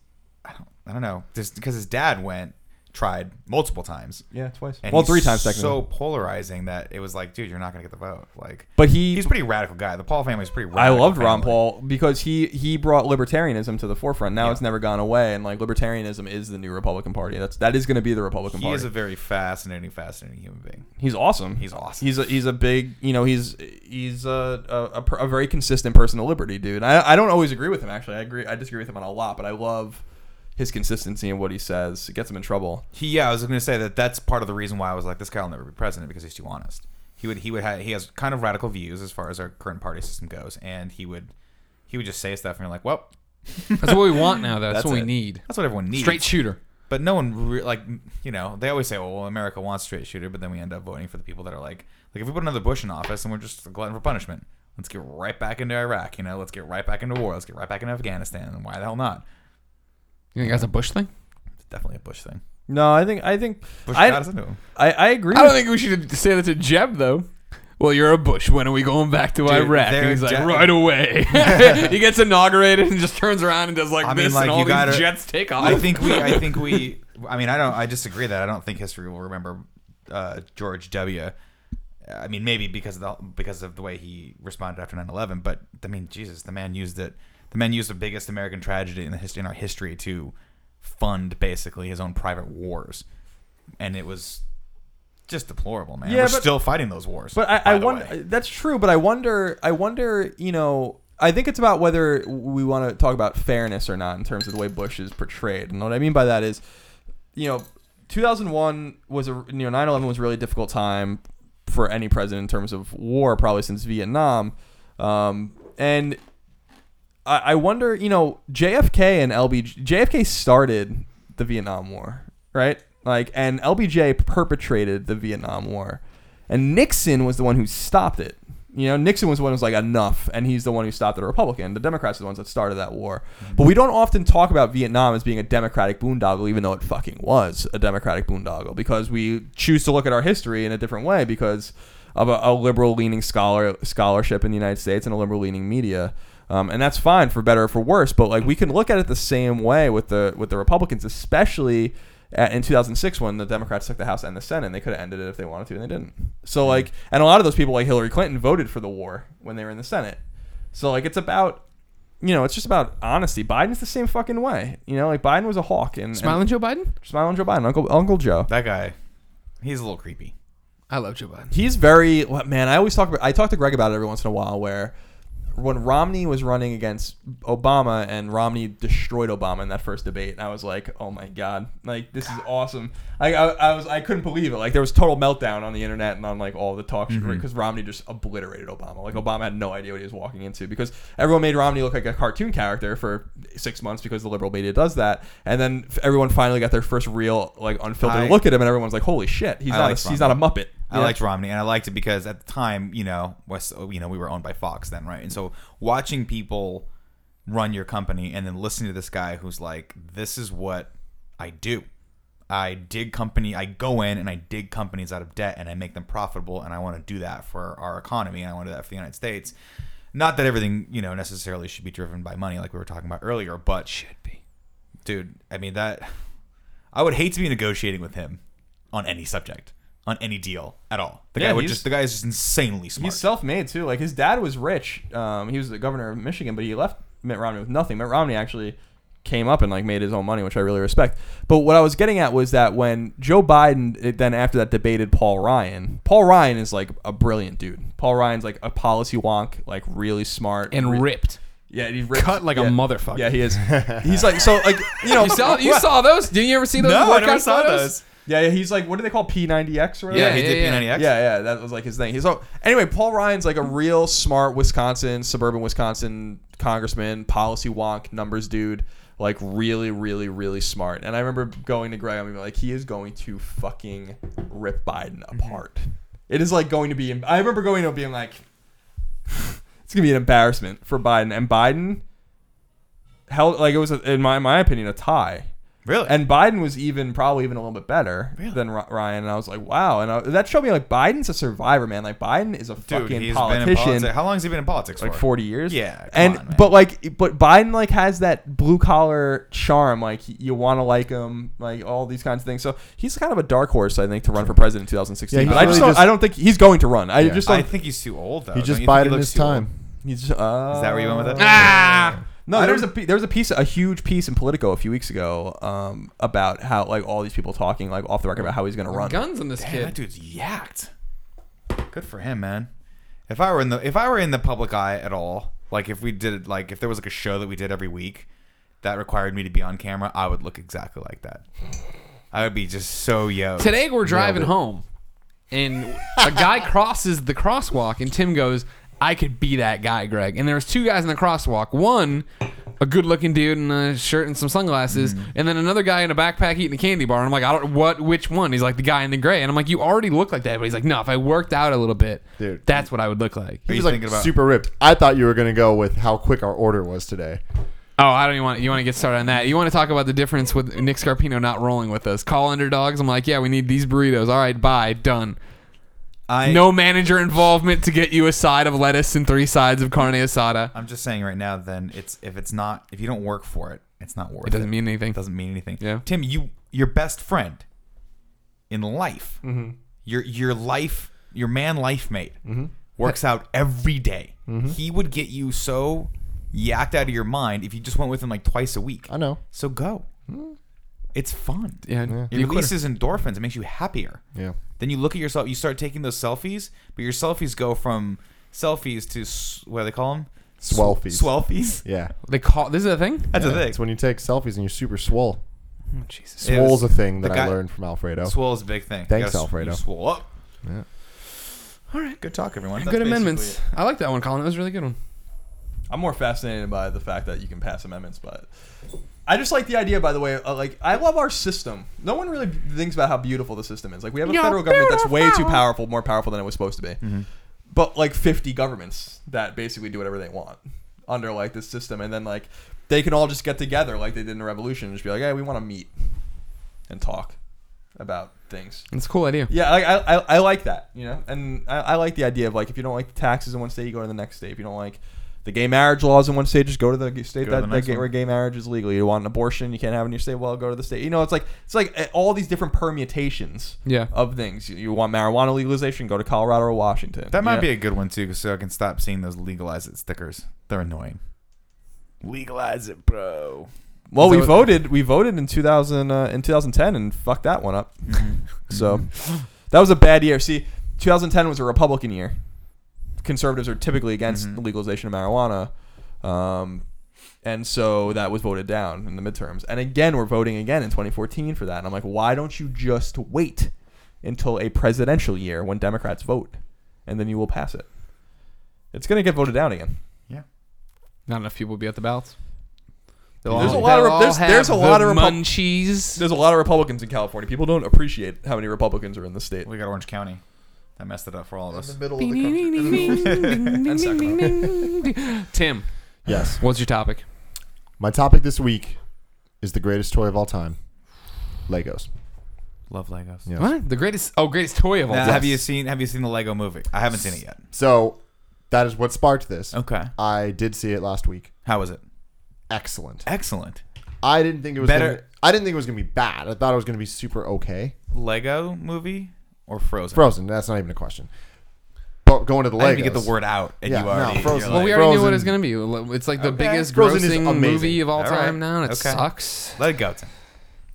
Speaker 2: I don't I don't know just because his dad went tried multiple times.
Speaker 3: yeah, twice.
Speaker 2: And
Speaker 3: well,
Speaker 2: he's
Speaker 3: three times technically.
Speaker 2: So polarizing that it was like, dude, you're not gonna get the vote. Like,
Speaker 3: but he,
Speaker 2: he's a pretty radical guy. The Paul family's pretty.
Speaker 3: I
Speaker 2: radical
Speaker 3: loved Ron
Speaker 2: family.
Speaker 3: Paul because he he brought libertarianism to the forefront. Now
Speaker 2: Yeah.
Speaker 3: it's never gone away, and like libertarianism is the new Republican Party. That's that is going to be the Republican
Speaker 2: He
Speaker 3: Party.
Speaker 2: is a very fascinating, fascinating human being.
Speaker 3: he's awesome.
Speaker 2: He's awesome.
Speaker 3: He's a, he's a big you know he's he's a a, a, per- a very consistent person of liberty, dude. I I don't always agree with him actually. I agree I disagree with him on a lot, but I love his consistency and what he says. It gets him in trouble.
Speaker 2: He, yeah, I was going to say that that's part of the reason why I was like, this guy will never be president because he's too honest. He would, he would, ha- he has kind of radical views as far as our current party system goes, and he would, he would just say stuff, and you're like, well,
Speaker 1: That's what we want now,
Speaker 3: *laughs*
Speaker 1: though. That's,
Speaker 2: That's
Speaker 1: what
Speaker 2: it.
Speaker 1: we need.
Speaker 2: that's what everyone needs.
Speaker 1: Straight shooter.
Speaker 2: but no one re- like, you know, they always say, well, America wants straight shooter, but then we end up voting for the people that are like, like if we put another Bush in office and we're just a glutton for punishment, let's get right back into Iraq, you know, let's get right back into war, let's get right back into Afghanistan, and why the hell not?
Speaker 1: You think that's a Bush thing?
Speaker 2: It's definitely a Bush thing.
Speaker 3: No, I think I think
Speaker 2: Bush
Speaker 3: I,
Speaker 2: got us into him.
Speaker 3: I I agree.
Speaker 1: I don't
Speaker 3: with-
Speaker 1: think we should say that to Jeb though. Well, you're a Bush. When are we going back to Iraq? And
Speaker 2: they're
Speaker 1: he's like,
Speaker 2: Jeb-
Speaker 1: right
Speaker 2: *laughs*
Speaker 1: away. *laughs* he gets inaugurated and just turns around and does like
Speaker 2: I mean,
Speaker 1: this,
Speaker 2: like,
Speaker 1: and
Speaker 2: you
Speaker 1: all
Speaker 2: gotta-
Speaker 1: these jets take off.
Speaker 3: Oh.
Speaker 2: I think we.
Speaker 3: *laughs*
Speaker 2: I think we. I mean, I don't. I disagree that I don't think history will remember uh, George W. I mean, maybe because of the because of the way he responded after 9/11, but I mean, Jesus, the man used it. The man used the biggest American tragedy in the history in our history to fund basically his own private wars, and it was just deplorable, man.
Speaker 3: Yeah,
Speaker 2: We're
Speaker 3: but-
Speaker 2: still fighting those wars.
Speaker 3: But
Speaker 2: by
Speaker 3: I, I
Speaker 2: the
Speaker 3: wonder.
Speaker 2: way.
Speaker 3: That's true. But I wonder. I wonder. You know. I think it's about whether we want to talk about fairness or not in terms of the way Bush is portrayed. And what I mean by that is, you know, 2001 was a you know 9/11 was a really difficult time for any president in terms of war, probably since Vietnam. Um, and I, I wonder, you know, JFK and LBJ. JFK started the Vietnam War, right? Like, and LBJ perpetrated the Vietnam War, and Nixon was the one who stopped it. You know, Nixon was the one who was like, enough. And he's the one who stopped the Republican. The Democrats are the ones that started that war. But we don't often talk about Vietnam as being a Democratic boondoggle, even though it fucking was a Democratic boondoggle, because we choose to look at our history in a different way because of a, a liberal leaning scholar scholarship in the United States and a liberal leaning media. Um, and that's fine for better or for worse, but like we can look at it the same way with the with the Republicans, especially at, in 2006 when the Democrats took the House and the Senate. And they could have ended it if they wanted to, and they didn't. So like, and a lot of those people like Hillary Clinton voted for the war when they were in the Senate. So like, it's about you know, it's just about honesty. Biden's the same fucking way. You know, like Biden was a hawk and
Speaker 1: Smiling Joe Biden?
Speaker 3: and, smiling Joe Biden, Uncle Uncle Joe.
Speaker 2: That guy, he's a little creepy.
Speaker 1: I love Joe Biden.
Speaker 3: he's very well, man. I always talk about. I talk to Greg about it every once in a while. Where when Romney was running against Obama and Romney destroyed Obama in that first debate, and I was like, oh my god, like this is awesome. I, I, I was I couldn't believe it. Like there was total meltdown on the internet and on like all the talk
Speaker 2: Mm-hmm.
Speaker 3: because Romney just obliterated Obama. Like Obama had no idea what he was walking into because everyone made Romney look like a cartoon character for six months because the liberal media does that, and then f- everyone finally got their first real like unfiltered
Speaker 2: I-
Speaker 3: look at him, and everyone's like, holy shit, he's
Speaker 2: I
Speaker 3: not
Speaker 2: liked
Speaker 3: a, he's not a muppet.
Speaker 2: I
Speaker 3: You know?
Speaker 2: liked Romney, and I liked it because at the time, you know, was you know we were owned by Fox then, right? And so watching people run your company and then listening to this guy who's like, "This is what I do. I dig company. I go in and I dig companies out of debt, and I make them profitable, and I want to do that for our economy, and I want to do that for the United States." Not that everything you know necessarily should be driven by money, like we were talking about earlier, but should be, dude. I mean that. I would hate to be negotiating with him on any subject, on any deal at all. The
Speaker 3: Yeah,
Speaker 2: guy would
Speaker 3: he's-
Speaker 2: just the guy is just insanely smart.
Speaker 3: He's self-made too. Like his dad was rich. Um, he was the governor of Michigan, but he left Mitt Romney with nothing. Mitt Romney actually came up and like made his own money, which I really respect. But what I was getting at was that when Joe Biden it- then after that debated Paul Ryan, Paul Ryan is like a brilliant dude. Paul Ryan's like a policy wonk, like really smart
Speaker 1: And ripped.
Speaker 3: yeah, he
Speaker 1: cut like a
Speaker 3: yeah.
Speaker 1: motherfucker.
Speaker 2: *laughs*
Speaker 3: Yeah,
Speaker 1: *laughs*
Speaker 3: he is. He's like so like you know
Speaker 1: You saw, you saw those? Didn't you ever see those?
Speaker 2: No, I
Speaker 1: workout
Speaker 2: never saw
Speaker 1: photos?
Speaker 2: those.
Speaker 3: yeah, yeah, he's like what do they call P90X or whatever?
Speaker 2: yeah, he
Speaker 1: Yeah,
Speaker 2: did
Speaker 1: yeah,
Speaker 2: P90X.
Speaker 3: Yeah, yeah, that was like his thing. He's so anyway. Paul Ryan's like a real smart Wisconsin, suburban Wisconsin congressman, policy wonk, numbers dude, like really, really, really smart. And I remember going to Greg, I'm mean, like, he is going to fucking rip Biden apart. It is like going to be. I remember going and being like, *sighs* it's gonna be an embarrassment for Biden. And Biden held like it was, a, in my my opinion, a tie.
Speaker 2: Really?
Speaker 3: And Biden was even probably even a little bit better than Ry- Ryan. And I was like, wow. And I, that showed me like Biden's a survivor, man. Like Biden is a
Speaker 2: dude,
Speaker 3: fucking
Speaker 2: he's been in
Speaker 3: politician.
Speaker 2: politics. How long has he been in politics?
Speaker 3: like
Speaker 2: for?
Speaker 3: forty years.
Speaker 2: Yeah, come
Speaker 3: And
Speaker 2: on, man.
Speaker 3: but like but Biden like has that blue collar charm. Like you want to like him. Like all these kinds of things. So he's kind of a dark horse, I think, to run for president in 2016.
Speaker 4: Yeah,
Speaker 3: but
Speaker 4: he's
Speaker 3: I just,
Speaker 4: really
Speaker 3: don't,
Speaker 4: just-
Speaker 3: I don't think he's going to run. I just don't.
Speaker 2: I think he's too old though.
Speaker 4: He
Speaker 2: Don't you
Speaker 4: just
Speaker 2: think
Speaker 4: bided
Speaker 2: looks
Speaker 4: his
Speaker 2: too old?
Speaker 4: time.
Speaker 3: he's. Just, uh,
Speaker 2: Is that where you went with it?
Speaker 1: Ah!
Speaker 3: No,
Speaker 2: I
Speaker 3: there was a
Speaker 2: don't-
Speaker 3: pe- there was a piece, a huge piece in Politico a few weeks ago, um, about how like all these people talking like off the record about how he's going to run.
Speaker 1: Guns on this
Speaker 2: Damn,
Speaker 1: kid.
Speaker 2: that dude's yacked. Good for him, man. If I were in the if I were in the public eye at all, like if we did like if there was like a show that we did every week that required me to be on camera, I would look exactly like that. I would be just so yo.
Speaker 1: Today we're driving home, and a guy crosses the crosswalk, and Tim goes, "I could be that guy, Greg." And there was two guys in the crosswalk. One, a good-looking dude in a shirt and some sunglasses, and then another guy in a backpack eating a candy bar. And I'm like, "I don't what which one?" He's like, "The guy in the gray." And I'm like, "You already look like that." But he's like, "No, if I worked out a little bit,
Speaker 4: Dude.
Speaker 1: that's what I would look like."
Speaker 2: Are
Speaker 4: He
Speaker 2: you
Speaker 4: was like
Speaker 2: thinking about
Speaker 4: super ripped. I thought you were gonna go with how quick our order was today.
Speaker 1: Oh, I don't even want you want to get started on that. You want to talk about the difference with Nick Scarpino not rolling with us? Call underdogs. I'm like, "Yeah, we need these burritos." All right, bye, done.
Speaker 2: I
Speaker 1: no manager involvement to get you a side of lettuce and three sides of carne asada.
Speaker 2: I'm just saying right now. Then it's if it's not if you don't work for it, it's not worth it.
Speaker 1: It doesn't mean anything.
Speaker 2: It doesn't mean anything.
Speaker 1: Yeah.
Speaker 2: Tim, you your best friend in life,
Speaker 4: Mm-hmm.
Speaker 2: your your life, your man life mate works out every day.
Speaker 4: Mm-hmm.
Speaker 2: He would get you so yacked out of your mind if you just went with him like twice a week.
Speaker 4: I know. Mm-hmm.
Speaker 2: So go. It's fun.
Speaker 1: Yeah.
Speaker 2: It releases endorphins. It makes you happier.
Speaker 4: Yeah.
Speaker 2: Then you look at yourself. You start taking those selfies, but your selfies go from selfies to s- what do they call them?
Speaker 4: Swelfies.
Speaker 2: Swelfies.
Speaker 4: Yeah.
Speaker 1: They call this is a thing.
Speaker 2: *laughs* That's
Speaker 4: Yeah,
Speaker 2: the
Speaker 4: It's
Speaker 2: thing.
Speaker 4: when you take selfies and you're super swole.
Speaker 1: Oh, Jesus.
Speaker 2: It was-
Speaker 4: Swole's a thing
Speaker 2: the
Speaker 4: that
Speaker 2: guy-
Speaker 4: I learned from Alfredo.
Speaker 2: Swole is a big thing. You
Speaker 4: Oh. Thanks,
Speaker 2: gotta s-
Speaker 4: Alfredo.
Speaker 2: you Swole up.
Speaker 4: Yeah.
Speaker 2: All right. Good talk, everyone.
Speaker 1: Good amendments. I like that one, Colin. That was a really good one.
Speaker 3: I'm more fascinated by the fact that you can pass amendments, but I just like the idea. By the way, uh, like I love our system. No one really thinks about how beautiful the system is. Like we have a
Speaker 1: You're
Speaker 3: federal government that's way too
Speaker 1: beautiful.
Speaker 3: powerful, more powerful than it was supposed to be. but like 50 governments that basically do whatever they want under like this system, and then like they can all just get together like they did in the revolution and just be like, hey, we want to meet and talk about things.
Speaker 1: It's a cool idea.
Speaker 3: Yeah, like I, I, I like that, you know, and I, I like the idea of like if you don't like the taxes in one state, you go to the next state. If you don't like the gay marriage laws in one state, just go to the g- state
Speaker 2: Go to
Speaker 3: that,
Speaker 2: the
Speaker 3: that
Speaker 2: next
Speaker 3: gay,
Speaker 2: one.
Speaker 3: where gay marriage is legal. You want an abortion, you can't have it in your state. Well, go to the state. You know, it's like it's like uh, all these different permutations
Speaker 1: Yeah.
Speaker 3: of things. You, you want marijuana legalization, go to Colorado or Washington.
Speaker 2: That might
Speaker 3: you know?
Speaker 2: be a good one too, so I can stop seeing those legalize it stickers. They're annoying. Legalize it, bro.
Speaker 3: Well, we
Speaker 1: So-
Speaker 3: voted. We voted in 2000 uh, in 2010 and fucked that one up. so that was a bad year. See, 2010 was a Republican year. Conservatives are typically against the legalization of marijuana, um, and so that was voted down in the midterms. And again, we're voting again in 2014 for that. And I'm like, why don't you just wait until a presidential year when Democrats vote, and then you will pass it? It's gonna get voted down again.
Speaker 1: Not enough people will be at the ballots.
Speaker 3: There's a lot of- there's- there's a lot of Repub-
Speaker 1: munchies.
Speaker 3: There's a lot of Republicans in California. People don't appreciate how many Republicans are in the state.
Speaker 2: We got Orange County. That messed it up for all of us.
Speaker 4: middle
Speaker 1: And Sacramento. Tim,
Speaker 4: yes.
Speaker 1: what's your topic?
Speaker 4: My topic this week is the greatest toy of all time, Legos.
Speaker 2: Love Legos.
Speaker 4: Yeah.
Speaker 1: What? The greatest? Oh, greatest toy of all
Speaker 2: Now,
Speaker 1: time.
Speaker 2: Have you seen Have you seen the Lego Movie? I haven't seen it yet.
Speaker 4: So that is what sparked this.
Speaker 2: Okay.
Speaker 4: I did see it last week.
Speaker 2: How was it?
Speaker 4: Excellent.
Speaker 2: Excellent.
Speaker 4: I didn't think it was
Speaker 2: Better-
Speaker 4: Gonna, I didn't think it was gonna be bad. I thought it was gonna be super okay.
Speaker 2: Lego Movie or Frozen?
Speaker 4: Frozen. That's not even a question. But going to the Legos.
Speaker 2: I didn't even get the word out, and
Speaker 4: Yeah,
Speaker 2: you
Speaker 4: no,
Speaker 2: already. you're
Speaker 4: Frozen.
Speaker 1: Well, we
Speaker 2: like,
Speaker 1: already knew what
Speaker 4: Frozen.
Speaker 1: it was gonna be. It's like the
Speaker 2: Okay.
Speaker 1: biggest
Speaker 4: Frozen is
Speaker 1: grossing
Speaker 4: amazing.
Speaker 1: movie of all,
Speaker 2: All
Speaker 1: time
Speaker 2: right.
Speaker 1: now, and it
Speaker 2: Okay.
Speaker 1: sucks.
Speaker 2: let it go, Tim.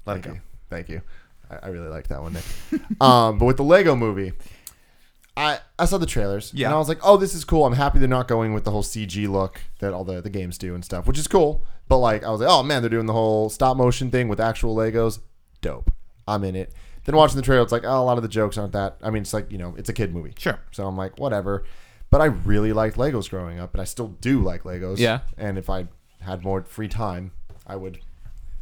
Speaker 2: Let it
Speaker 4: Thank
Speaker 2: go.
Speaker 4: you. Thank you. I, I really like that one, Nick. *laughs* um, but with the Lego movie, I I saw the trailers.
Speaker 2: Yeah.
Speaker 4: And I was like, oh, this is cool. I'm happy they're not going with the whole CG look that all the, the games do and stuff, which is cool. But like, I was like, oh man, they're doing the whole stop motion thing with actual Legos. Dope. I'm in it. Then watching the trailer, it's like, oh, a lot of the jokes aren't that. I mean, it's like, you know, it's a kid movie.
Speaker 2: Sure.
Speaker 4: So I'm like, whatever. But I really liked Legos growing up, and I still do like Legos.
Speaker 1: Yeah.
Speaker 4: And if I had more free time, I would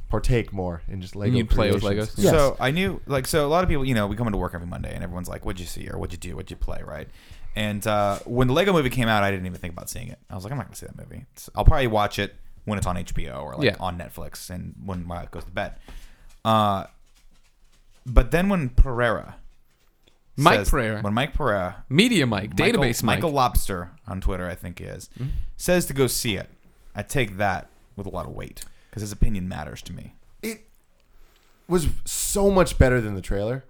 Speaker 4: partake more in just Lego.
Speaker 1: And you'd play with
Speaker 4: creations.
Speaker 1: Legos?
Speaker 4: Yes.
Speaker 2: So I knew, like, so a lot of people, you know, we come into work every Monday and everyone's like, what'd you see or what'd you do? What'd you play? Right. And uh, when the Lego movie came out, I didn't even think about seeing it. I was like, I'm not going to see that movie. It's- I'll probably watch it when it's on HBO or like
Speaker 1: Yeah.
Speaker 2: on Netflix and when my wife goes to bed. Uh, but then when Pereira,
Speaker 1: Mike
Speaker 2: says-
Speaker 1: Pereira.
Speaker 2: when Mike Pereira,
Speaker 1: Media Mike,
Speaker 2: Michael-
Speaker 1: database Mike. Mm-hmm.
Speaker 2: Michael Lobster on Twitter, I think he is, says to go see it. I take that with a lot of weight because his opinion matters to me.
Speaker 4: it was so much better than the trailer.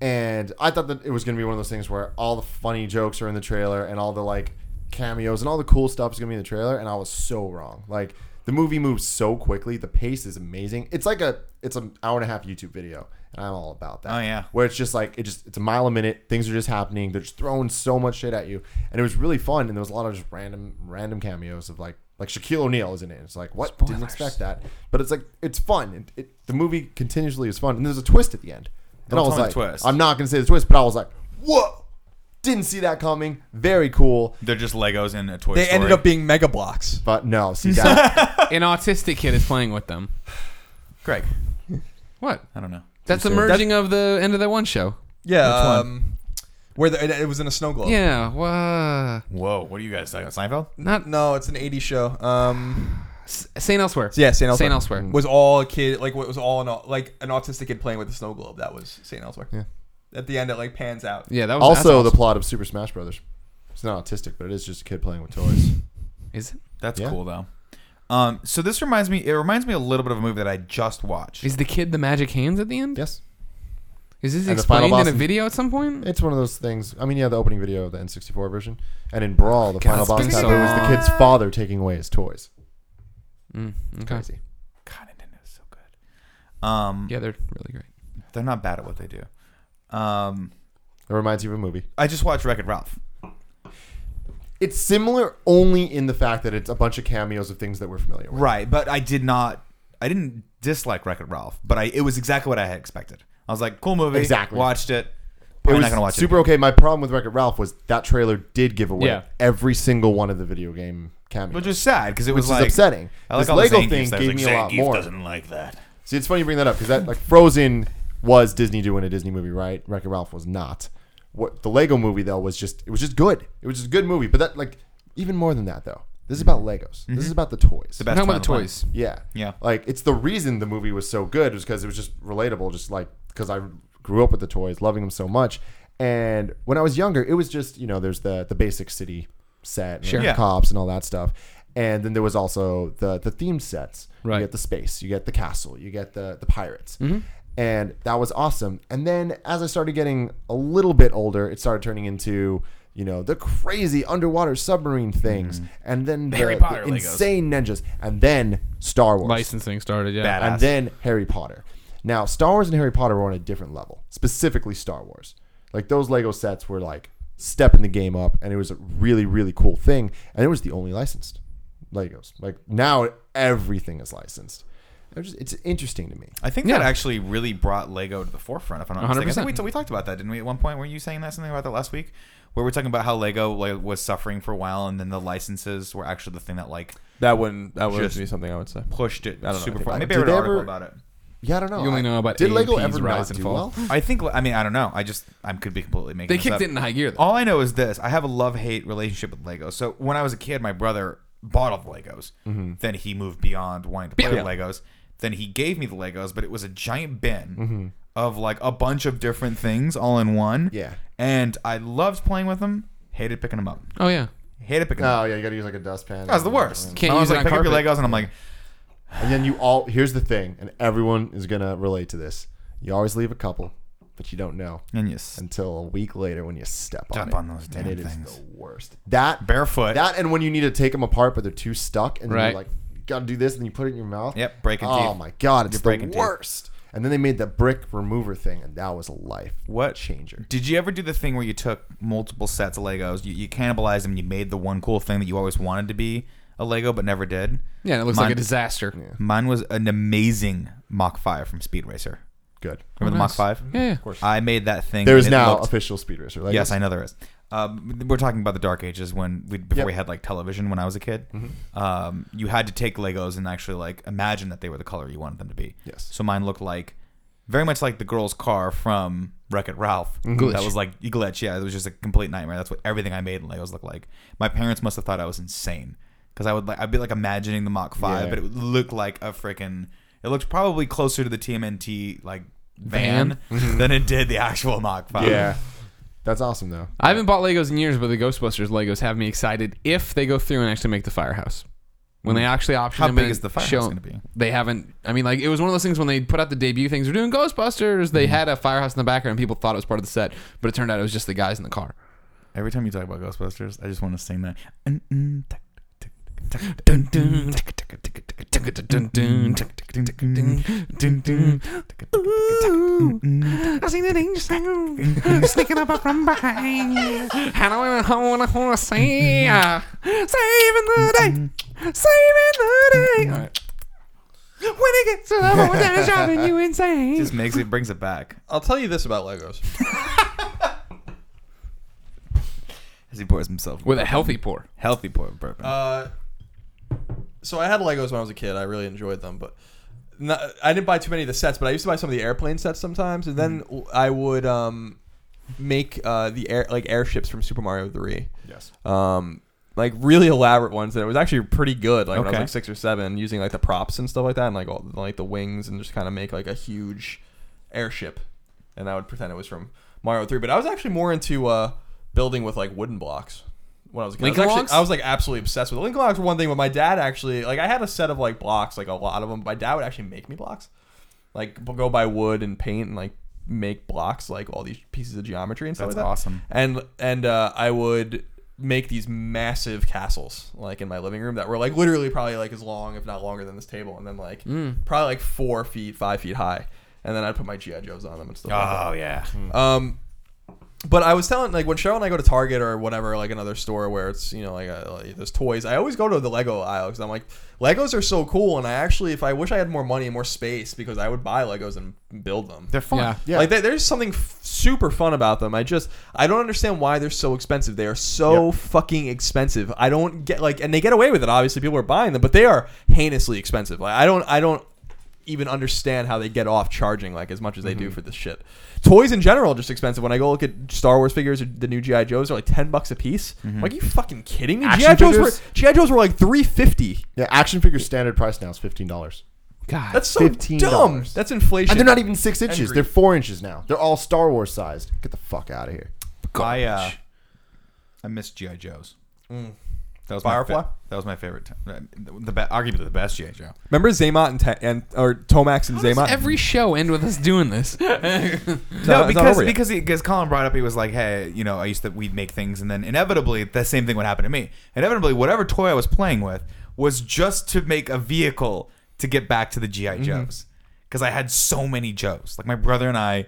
Speaker 4: And I thought that it was going to be one of those things where all the funny jokes are in the trailer and all the like cameos and all the cool stuff is going to be in the trailer. And I was so wrong. Like the movie moves so quickly. The pace is amazing. It's like a it's an hour and a half YouTube video, and I'm all about that.
Speaker 2: Oh, yeah.
Speaker 4: where it's just like it just it's a mile a minute. Things are just happening. They're just throwing so much shit at you, and it was really fun. And there was a lot of just random random cameos of like like Shaquille O'Neal is in it. It's like what didn't expect that, but it's like it's fun. It, it, the movie continuously is fun, and there's a twist at the end.
Speaker 2: Don't
Speaker 4: and I was
Speaker 2: tell me
Speaker 4: like,
Speaker 2: the twist.
Speaker 4: I'm not gonna say the twist, but I was like, whoa, didn't see that coming. Very cool,
Speaker 2: They're just Legos in a toy
Speaker 3: They
Speaker 2: Story.
Speaker 3: ended up being mega blocks.
Speaker 4: but no, see
Speaker 2: *laughs*
Speaker 4: that
Speaker 1: An autistic kid is playing with them.
Speaker 2: Greg.
Speaker 1: What?
Speaker 2: I don't know.
Speaker 1: That's the merging of the end of that one show.
Speaker 3: Yeah,
Speaker 2: one?
Speaker 3: um, where the, it, it was in a snow globe.
Speaker 1: Yeah. Wha
Speaker 2: Whoa, what are you guys talking about? Seinfeld?
Speaker 1: Not
Speaker 3: No, it's an '80s show. Um,
Speaker 1: S- Saint Elsewhere.
Speaker 3: so yeah, Saint Elsewhere.
Speaker 1: Saint Elsewhere.
Speaker 3: was all a kid like what was all an au- like an autistic kid playing with a snow globe. That was Saint Elsewhere. Yeah. At the end, it like pans out.
Speaker 1: Yeah. That was
Speaker 4: also the
Speaker 1: that's
Speaker 4: plot of Super Smash Brothers. It's not autistic, but it is just a kid playing with toys.
Speaker 2: *laughs*
Speaker 1: awesome. is it?
Speaker 2: That's
Speaker 4: Yeah.
Speaker 2: cool though. Um, so this reminds me. It reminds me a little bit of a movie that I just watched.
Speaker 1: Is the kid the magic hands at the end?
Speaker 4: yes.
Speaker 1: Is this
Speaker 4: And the final
Speaker 1: explained in
Speaker 4: boss
Speaker 1: a
Speaker 4: in-
Speaker 1: video at some point?
Speaker 4: It's one of those things. I mean, yeah, the opening video of the N64 version, and in Brawl, the final
Speaker 1: it's
Speaker 4: boss
Speaker 1: been
Speaker 4: battle
Speaker 1: so
Speaker 4: was the
Speaker 1: long.
Speaker 4: kid's father taking away his toys.
Speaker 1: Mm, Okay.
Speaker 4: Crazy.
Speaker 2: God, Nintendo's so good. Um,
Speaker 1: Yeah, they're really great.
Speaker 2: they're not bad at what they do. Um,
Speaker 4: It reminds you of a movie.
Speaker 2: I just watched Wreck-It Ralph.
Speaker 4: It's similar only in the fact that it's a bunch of cameos of things that we're familiar with.
Speaker 2: Right, but I did not. I didn't dislike Wreck-It Ralph, but I it was exactly what I had expected. I was like, cool movie.
Speaker 4: Exactly.
Speaker 2: Watched it.
Speaker 4: It
Speaker 2: Probably
Speaker 4: was
Speaker 2: not gonna watch
Speaker 4: super
Speaker 2: it.
Speaker 4: okay. My problem with Wreck-It Ralph was that trailer did give away
Speaker 1: Yeah.
Speaker 4: every single one of the video game cameos,
Speaker 2: Which was sad because it
Speaker 4: which
Speaker 2: was like
Speaker 4: is upsetting.
Speaker 2: I like
Speaker 4: this
Speaker 2: all the
Speaker 4: Lego
Speaker 2: Zangiefs
Speaker 4: thing
Speaker 2: that was like,
Speaker 4: gave me a lot
Speaker 2: Zangief
Speaker 4: more.
Speaker 2: Doesn't like that.
Speaker 4: See, it's funny you bring that up because that like Frozen was Disney doing a Disney movie, right? Wreck-It Ralph was not. What the Lego movie though was just it was just good. It was just a good movie. But that like even more than that though. This is about Legos. This is about the toys.
Speaker 2: Mm-hmm. The
Speaker 1: I'm
Speaker 2: best
Speaker 1: talking about the
Speaker 2: one.
Speaker 1: toys.
Speaker 4: Yeah.
Speaker 2: Yeah.
Speaker 4: Like it's the reason the movie was so good was because it was just relatable, just like because I grew up with the toys, loving them so much. And when I was younger, it was just, you know, there's the the basic city set and
Speaker 1: Sure.
Speaker 4: the
Speaker 2: Yeah.
Speaker 4: cops and all that stuff. And then there was also the the themed sets.
Speaker 1: Right.
Speaker 4: You get the space, you get the castle, you get the the pirates.
Speaker 2: Mm-hmm.
Speaker 4: And that was awesome. And then as I started getting a little bit older, it started turning into you know the crazy underwater submarine things, and then the,
Speaker 2: Mm. Harry
Speaker 4: the
Speaker 2: Potter Legos.
Speaker 4: insane ninjas, and then Star Wars
Speaker 1: Licensing started, yeah.
Speaker 2: Bad.
Speaker 4: and
Speaker 2: Badass.
Speaker 4: then Harry Potter. Now, Star Wars and Harry Potter were on a different level, specifically Star Wars. Like those Lego sets were like stepping the game up, and it was a really, really cool thing. And it was the only licensed Legos. Like now, everything is licensed. It was just- it's interesting to me.
Speaker 2: I think that
Speaker 1: Yeah.
Speaker 2: actually really brought Lego to the forefront. If I'm not mistaken, I think
Speaker 1: 100%.
Speaker 2: we, we talked about that, didn't we? At one point, were you saying that something about that last week, where we're talking about how Lego like, was suffering for a while, and then the licenses were actually the thing that like
Speaker 3: That wouldn't that wouldn't
Speaker 2: Just-
Speaker 3: be something I would say.
Speaker 2: pushed it
Speaker 3: I don't know,
Speaker 2: super
Speaker 3: I think
Speaker 2: far.
Speaker 3: I-
Speaker 2: Maybe I
Speaker 4: did
Speaker 2: read an
Speaker 4: they
Speaker 2: article
Speaker 4: ever-
Speaker 2: about it.
Speaker 4: Yeah, I don't know.
Speaker 1: You only
Speaker 4: I-
Speaker 1: know about
Speaker 4: did Lego
Speaker 1: AMP's
Speaker 4: ever
Speaker 1: rise
Speaker 4: rise
Speaker 1: and
Speaker 4: and do
Speaker 1: fall.
Speaker 4: well? *laughs*
Speaker 2: I think. I mean, I don't know. I just I could be completely making.
Speaker 1: They
Speaker 2: this
Speaker 1: kicked
Speaker 2: up.
Speaker 1: it in high gear, though.
Speaker 2: All I know is this: I have a love-hate relationship with Lego. So when I was a kid, my brother bought all the Legos.
Speaker 1: Mm-hmm.
Speaker 2: Then he moved beyond wanting to play with Legos. Then he gave me the Legos, but it was a giant bin
Speaker 1: Mm-hmm.
Speaker 2: of like a bunch of different things all in one.
Speaker 4: Yeah.
Speaker 2: and I loved playing with them. Hated picking them up.
Speaker 1: Oh, yeah.
Speaker 2: Hated picking them
Speaker 4: Oh
Speaker 2: up.
Speaker 4: yeah, you gotta use like a dustpan.
Speaker 2: That was the worst.
Speaker 1: Oh. Can't
Speaker 2: I was
Speaker 1: use it
Speaker 2: like,
Speaker 1: on
Speaker 2: pick up your
Speaker 1: carpet.
Speaker 2: Legos, and I'm like,
Speaker 4: And then you all here's the thing, and everyone is gonna relate to this. You always leave a couple, but you don't know
Speaker 2: and yes,
Speaker 4: until a week later when you step on
Speaker 2: Step
Speaker 4: it.
Speaker 2: on those damn
Speaker 4: and it is
Speaker 2: things.
Speaker 4: the worst. That
Speaker 2: barefoot.
Speaker 4: That and when you need to take them apart, but they're too stuck, and
Speaker 1: Right.
Speaker 4: you're like, got to do this, and then you put it in your mouth.
Speaker 2: Yep, breaking
Speaker 4: oh
Speaker 2: teeth.
Speaker 4: my god, it's
Speaker 2: You're
Speaker 4: the
Speaker 2: breaking teeth.
Speaker 4: worst. And then they made the brick remover thing, and that was a life
Speaker 2: What
Speaker 4: changer.
Speaker 2: Did you ever do the thing where you took multiple sets of Legos, you, you cannibalized them, you made the one cool thing that you always wanted to be a Lego but never did?
Speaker 1: Yeah, and it looks
Speaker 2: Mine-
Speaker 1: like a disaster. Yeah,
Speaker 2: Mine was an amazing Mach 5 from Speed Racer.
Speaker 4: Good.
Speaker 2: Remember
Speaker 1: Oh, nice.
Speaker 2: the Mach 5?
Speaker 1: yeah.
Speaker 2: I made that thing.
Speaker 4: There
Speaker 2: and
Speaker 4: is
Speaker 2: it
Speaker 4: now
Speaker 2: looked-
Speaker 4: official Speed Racer. Like,
Speaker 2: Yes, I know there is. Um, we're talking about the dark ages when we before
Speaker 4: Yep. Mm-hmm.
Speaker 2: we had like television when I was a kid. Um, you had to take Legos and actually like imagine that they were the color you wanted them to be.
Speaker 4: Yes.
Speaker 2: So mine looked like very much like the girl's car from Wreck It Ralph.
Speaker 4: Mm-hmm.
Speaker 2: That was like e-, glitch. Yeah, it was just a complete nightmare. That's what everything I made in Legos looked like. My parents must have thought I was insane because I would like I'd be like imagining the Mach Five,
Speaker 4: Yeah.
Speaker 2: but it would look like a freaking. It looked probably closer to the TMNT like van, than it did the actual Mach Five.
Speaker 4: Yeah. That's awesome though.
Speaker 1: I haven't bought Legos in years, but the Ghostbusters Legos have me excited if they go through and actually make the firehouse. When they actually option
Speaker 2: Hmm. How
Speaker 1: them
Speaker 2: big
Speaker 1: and
Speaker 2: is the firehouse
Speaker 1: show-
Speaker 2: gonna be?
Speaker 1: They haven't. I mean, like it was one of those things when they put out the debut things. We're doing Ghostbusters.
Speaker 2: Hmm.
Speaker 1: They had a firehouse in the background. People thought it was part of the set, but it turned out it was just the guys in the car.
Speaker 2: Every time you talk about Ghostbusters, I just want to sing that.
Speaker 1: I see that angel sneaking up from behind. And I want to see ya. Saving the day. Saving the day. When it gets to the point that's driving you insane.
Speaker 2: Just makes it brings it back
Speaker 3: I'll tell you this about Legos.
Speaker 2: as he pours himself
Speaker 1: With a healthy pour.
Speaker 2: healthy pour of bourbon.
Speaker 3: Uh, so I had Legos when I was a kid. I really enjoyed them, but not, I didn't buy too many of the sets. But I used to buy some of the airplane sets sometimes, and then w- I would um, make uh, the air like airships from Super Mario Three.
Speaker 4: Yes.
Speaker 3: Um, like really elaborate ones that it was actually pretty good. Like when I
Speaker 2: Okay.
Speaker 3: was like six or seven, using like the props and stuff like that, and like all like the wings, and just kind of make like a huge airship. And I would pretend it was from Mario Three. But I was actually more into uh, building with like wooden blocks when I was a kid. I was
Speaker 1: Lincoln
Speaker 3: actually-
Speaker 1: logs?
Speaker 3: I was like absolutely obsessed with it. Lincoln Logs were one thing, but my dad actually like I had a set of like blocks, like a lot of them. My dad would actually make me blocks, like b- go buy wood and paint and like make blocks, like all these pieces of geometry and stuff.
Speaker 2: That's
Speaker 3: like that.
Speaker 2: awesome.
Speaker 3: And and uh, I would make these massive castles like in my living room that were like literally probably like as long if not longer than this table and then like
Speaker 1: Hmm.
Speaker 3: probably like four feet five feet high and then i'd put my gi joes on them and stuff like that.
Speaker 2: oh yeah,
Speaker 3: Um, but I was telling like when Cheryl and I go to Target or whatever, like another store where it's you know like, uh like there's toys. I always go to the Lego aisle because I'm like Legos are so cool, and I actually if I wish I had more money and more space because I would buy Legos and build them.
Speaker 2: they're fun.
Speaker 1: Yeah.
Speaker 4: Yeah.
Speaker 3: Like they, there's something f- super fun about them. I just I don't understand why they're so expensive. They are so fucking expensive. I don't get like and they get away with it. Obviously people are buying them, but they are heinously expensive. Like I don't I don't even understand how they get off charging like as much as they do for this shit. Toys in general are just expensive. When I go look at Star Wars figures, or the new GI Joes are like ten bucks a piece. I'm like, you fucking kidding me?
Speaker 2: Action
Speaker 3: GI Joes were
Speaker 2: figures?
Speaker 3: GI Joes were like three fifty.
Speaker 4: Yeah, action figure standard price now is fifteen dollars.
Speaker 1: God,
Speaker 3: That's so
Speaker 4: $15.
Speaker 3: dumb. That's inflation.
Speaker 4: And they're not e- even six inches;
Speaker 2: Angry.
Speaker 4: they're four inches now. They're all Star Wars sized. Get the fuck out of here.
Speaker 2: I uh, I miss GI Joes. That was My
Speaker 3: Firefly?
Speaker 2: fa- that was my favorite. Time. The be- arguably the best GI Joe.
Speaker 3: Remember Zaymot and, Ta- and or Tomax and
Speaker 1: Does
Speaker 3: Zaymot?
Speaker 1: every show end with us doing this?
Speaker 3: It's
Speaker 2: No,
Speaker 3: not- it's not
Speaker 2: because
Speaker 3: over yet.
Speaker 2: because he, because Colin brought up he was like, hey, you know, I used to we'd make things, and then inevitably the same thing would happen to me. Inevitably, whatever toy I was playing with was just to make a vehicle to get back to the GI
Speaker 3: Mm-hmm.
Speaker 2: Joes, because I had so many Joes. Like my brother and I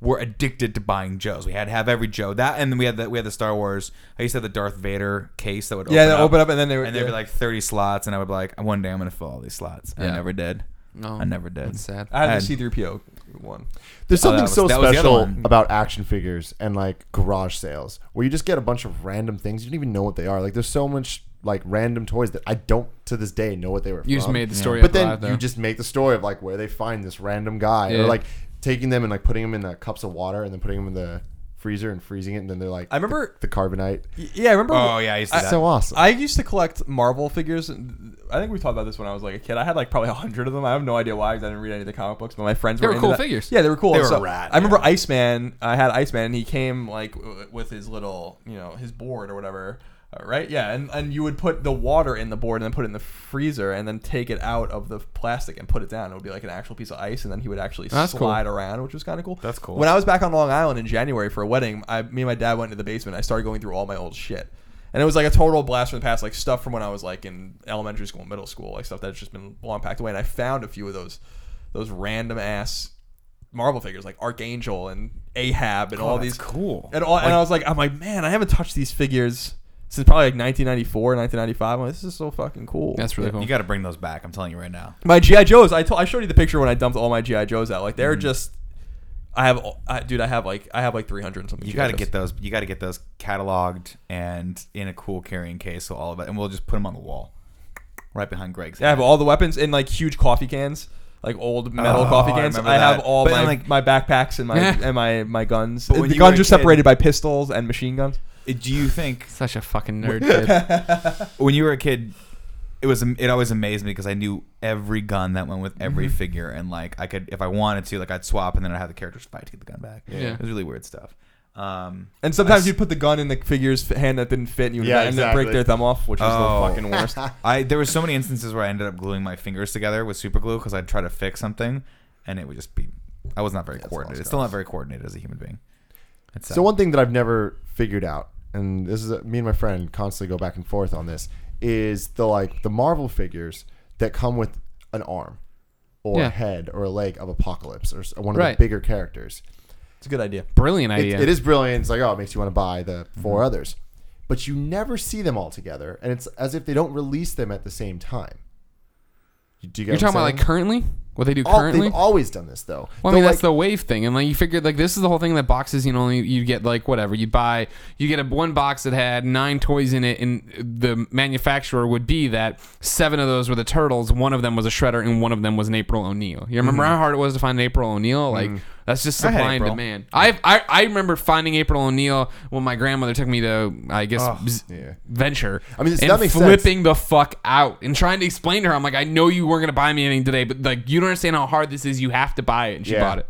Speaker 2: were addicted to buying Joes. We had to have every Joe that, and then we had the we had the Star Wars. I used to have the Darth Vader case that would
Speaker 3: Yeah, they'd open up and then they would-
Speaker 2: and there'd be
Speaker 3: yeah.
Speaker 2: like thirty slots, and I would be like one day I'm gonna fill all these slots. I
Speaker 1: Yeah.
Speaker 2: never did.
Speaker 1: No,
Speaker 2: I never did.
Speaker 1: That's sad.
Speaker 3: I had
Speaker 2: and-
Speaker 3: the C three PO one.
Speaker 4: There's
Speaker 2: Oh, that
Speaker 4: something
Speaker 2: was-
Speaker 4: so
Speaker 2: that was the other
Speaker 4: special
Speaker 2: one.
Speaker 4: about action figures and like garage sales where you just get a bunch of random things you don't even know what they are. Like there's so much like random toys that I don't to this day know what they were.
Speaker 1: You just
Speaker 4: from.
Speaker 1: made the story
Speaker 4: but
Speaker 1: up
Speaker 4: then
Speaker 1: live, though.
Speaker 4: you just make the story of like where they find this random guy
Speaker 1: Yeah.
Speaker 4: or like taking them and like putting them in the cups of water and then putting them in the freezer and freezing it and then they're like
Speaker 3: I remember-
Speaker 4: the, the carbonite.
Speaker 3: Y- Yeah, I remember.
Speaker 2: Oh yeah, I used to. do
Speaker 4: It's
Speaker 2: that.
Speaker 4: so awesome.
Speaker 3: I used to collect Marvel figures. I think we talked about this when I was like a kid. I had like probably a hundred of them. I have no idea why because I didn't read any of the comic books, but my friends
Speaker 1: They
Speaker 3: were
Speaker 1: were
Speaker 3: into
Speaker 1: cool
Speaker 3: that.
Speaker 1: figures.
Speaker 3: Yeah, they were cool.
Speaker 2: They were
Speaker 3: So,
Speaker 2: rad,
Speaker 3: I remember
Speaker 2: yeah.
Speaker 3: Iceman. I had Iceman, and he came like w- with his little, you know, his board or whatever. uh, Right, yeah, and, and you would put the water in the board and then put it in the freezer and then take it out of the plastic and put it down. It would be like an actual piece of ice, and then he would actually
Speaker 1: That's cool.
Speaker 3: slide around, which was kind of cool.
Speaker 2: That's cool.
Speaker 3: When I was back on Long Island in January for a wedding, I, me and my dad went into the basement. I started going through all my old shit. And it was like a total blast from the past, like stuff from when I was like in elementary school, middle school, like stuff that's just been long packed away. And I found a few of those, those random ass Marvel figures, like Archangel and Ahab and all these
Speaker 2: cool.
Speaker 3: And all, and I was like, I'm like, man, I haven't touched these figures since probably like 1994, 1995. I'm like, this is so fucking cool.
Speaker 1: That's really
Speaker 2: You
Speaker 1: cool.
Speaker 2: got to bring those back. I'm telling you right now.
Speaker 3: My GI Joes. I told I showed you the picture when I dumped all my GI Joes out. Like
Speaker 2: Mm.
Speaker 3: they're just. I have, I, dude. I have like I have like 300 and something.
Speaker 2: You
Speaker 3: GI
Speaker 2: got to
Speaker 3: Joes.
Speaker 2: get those. You got to get those cataloged and in a cool carrying case. So all of it, and we'll just put them on the wall, right behind Greg's.
Speaker 3: I have
Speaker 2: head.
Speaker 3: all the weapons in like huge coffee cans, like old metal
Speaker 2: Oh,
Speaker 3: coffee
Speaker 2: I
Speaker 3: cans.
Speaker 2: remember
Speaker 3: I, have
Speaker 2: that.
Speaker 3: all
Speaker 2: But,
Speaker 3: my
Speaker 2: like-
Speaker 3: my
Speaker 2: *laughs*
Speaker 3: backpacks and my
Speaker 1: Yeah.
Speaker 3: and my my guns.
Speaker 2: But when
Speaker 3: the
Speaker 2: you were
Speaker 3: guns
Speaker 2: a
Speaker 3: are separated
Speaker 2: kid-
Speaker 3: by pistols and machine guns.
Speaker 2: Uh, Do you think
Speaker 1: Such a fucking nerd kid.
Speaker 2: when you were a kid, it was it always amazed me because I knew every gun that went with every
Speaker 1: Mm-hmm.
Speaker 2: figure, and like I could, if I wanted to, like I'd swap, and then I'd have the characters fight to get the gun back.
Speaker 1: Yeah.
Speaker 2: it was really weird stuff. Um,
Speaker 3: And sometimes
Speaker 2: s-
Speaker 3: you'd put the gun in the figure's f- hand that didn't fit, and you would
Speaker 4: Yeah,
Speaker 3: and then break
Speaker 4: exactly.
Speaker 3: their thumb off, which was
Speaker 2: Oh.
Speaker 3: the fucking
Speaker 4: *laughs*
Speaker 3: worst.
Speaker 2: I there were so many instances where I ended up gluing my fingers together with super glue because I'd try to fix something, and it would just be. I was not very coordinated. Still not very coordinated as a human being. It's sad.
Speaker 4: So one thing that I've never figured out, and this is uh, me and my friend constantly go back and forth on this, is the like the Marvel figures that come with an arm, or
Speaker 1: Yeah.
Speaker 4: a head, or a leg of Apocalypse, or s- one of
Speaker 1: Right. uh,
Speaker 4: the bigger characters.
Speaker 3: It's a good idea.
Speaker 1: Brilliant
Speaker 4: It-
Speaker 1: idea.
Speaker 4: it is brilliant. It's like oh, it makes you want to buy the 4
Speaker 1: Mm-hmm.
Speaker 4: others, but you never see them all together, and it's as if they don't release them at the same time. Do you get
Speaker 1: You're talking
Speaker 4: what
Speaker 1: about
Speaker 4: I'm
Speaker 1: like
Speaker 4: saying?
Speaker 1: currently what they do
Speaker 4: All-
Speaker 1: currently.
Speaker 4: they've always done this though.
Speaker 1: Well, I
Speaker 4: They'll,
Speaker 1: mean,
Speaker 4: like,
Speaker 1: that's the wave thing, and like you figured, like this is the whole thing that boxes. You know, you, you get like whatever you buy, you get a one box that had nine toys in it, and the manufacturer would be that seven of those were the turtles, one of them was a shredder, and one of them was an April O'Neil. You remember
Speaker 4: Mm-hmm.
Speaker 1: how hard it was to find an April O'Neil? Like that's just
Speaker 2: I had
Speaker 1: supply and
Speaker 2: April.
Speaker 1: demand. I, I I remember finding April O'Neil when my grandmother took me to I guess z- venture.
Speaker 4: Oh, I mean, this-
Speaker 1: and
Speaker 4: that makes sense.
Speaker 1: flipping the fuck out and trying to explain to her. I'm like, I know you weren't gonna buy me anything today, but like you don't understand how hard this is. You have to buy it, and she
Speaker 4: Yeah.
Speaker 1: bought it.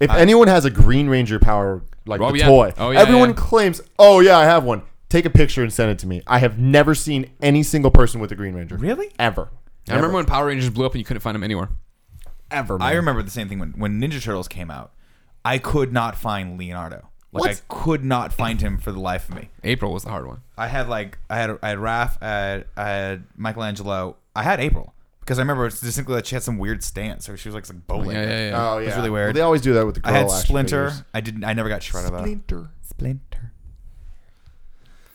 Speaker 4: If anyone has a Green Ranger power, like
Speaker 1: Oh,
Speaker 4: the
Speaker 1: yeah.
Speaker 4: toy,
Speaker 1: Oh, yeah,
Speaker 4: everyone
Speaker 1: yeah.
Speaker 4: claims, "Oh yeah, I have one." Take a picture and send it to me. I have never seen any single person with a Green Ranger.
Speaker 2: Really?
Speaker 4: Ever.
Speaker 1: I remember when Power Rangers blew up and you couldn't find them anywhere.
Speaker 4: Ever.
Speaker 2: I
Speaker 4: man.
Speaker 2: remember the same thing when, when Ninja Turtles came out. I could not find Leonardo. Like
Speaker 4: What?
Speaker 2: I could not find him for the life of me.
Speaker 1: April was the hard one.
Speaker 2: I had like I had I had Raph, I had, I had Michelangelo, I had April because I remember it's distinctly that she had some weird stance or she was like, like bowling.
Speaker 1: Yeah, yeah, yeah.
Speaker 4: Oh yeah.
Speaker 2: It's really weird.
Speaker 4: Well, they always do that with the girl
Speaker 2: I had
Speaker 4: action
Speaker 2: Splinter.
Speaker 4: figures.
Speaker 2: I didn't. I never got Shredder though. Splinter. Splinter.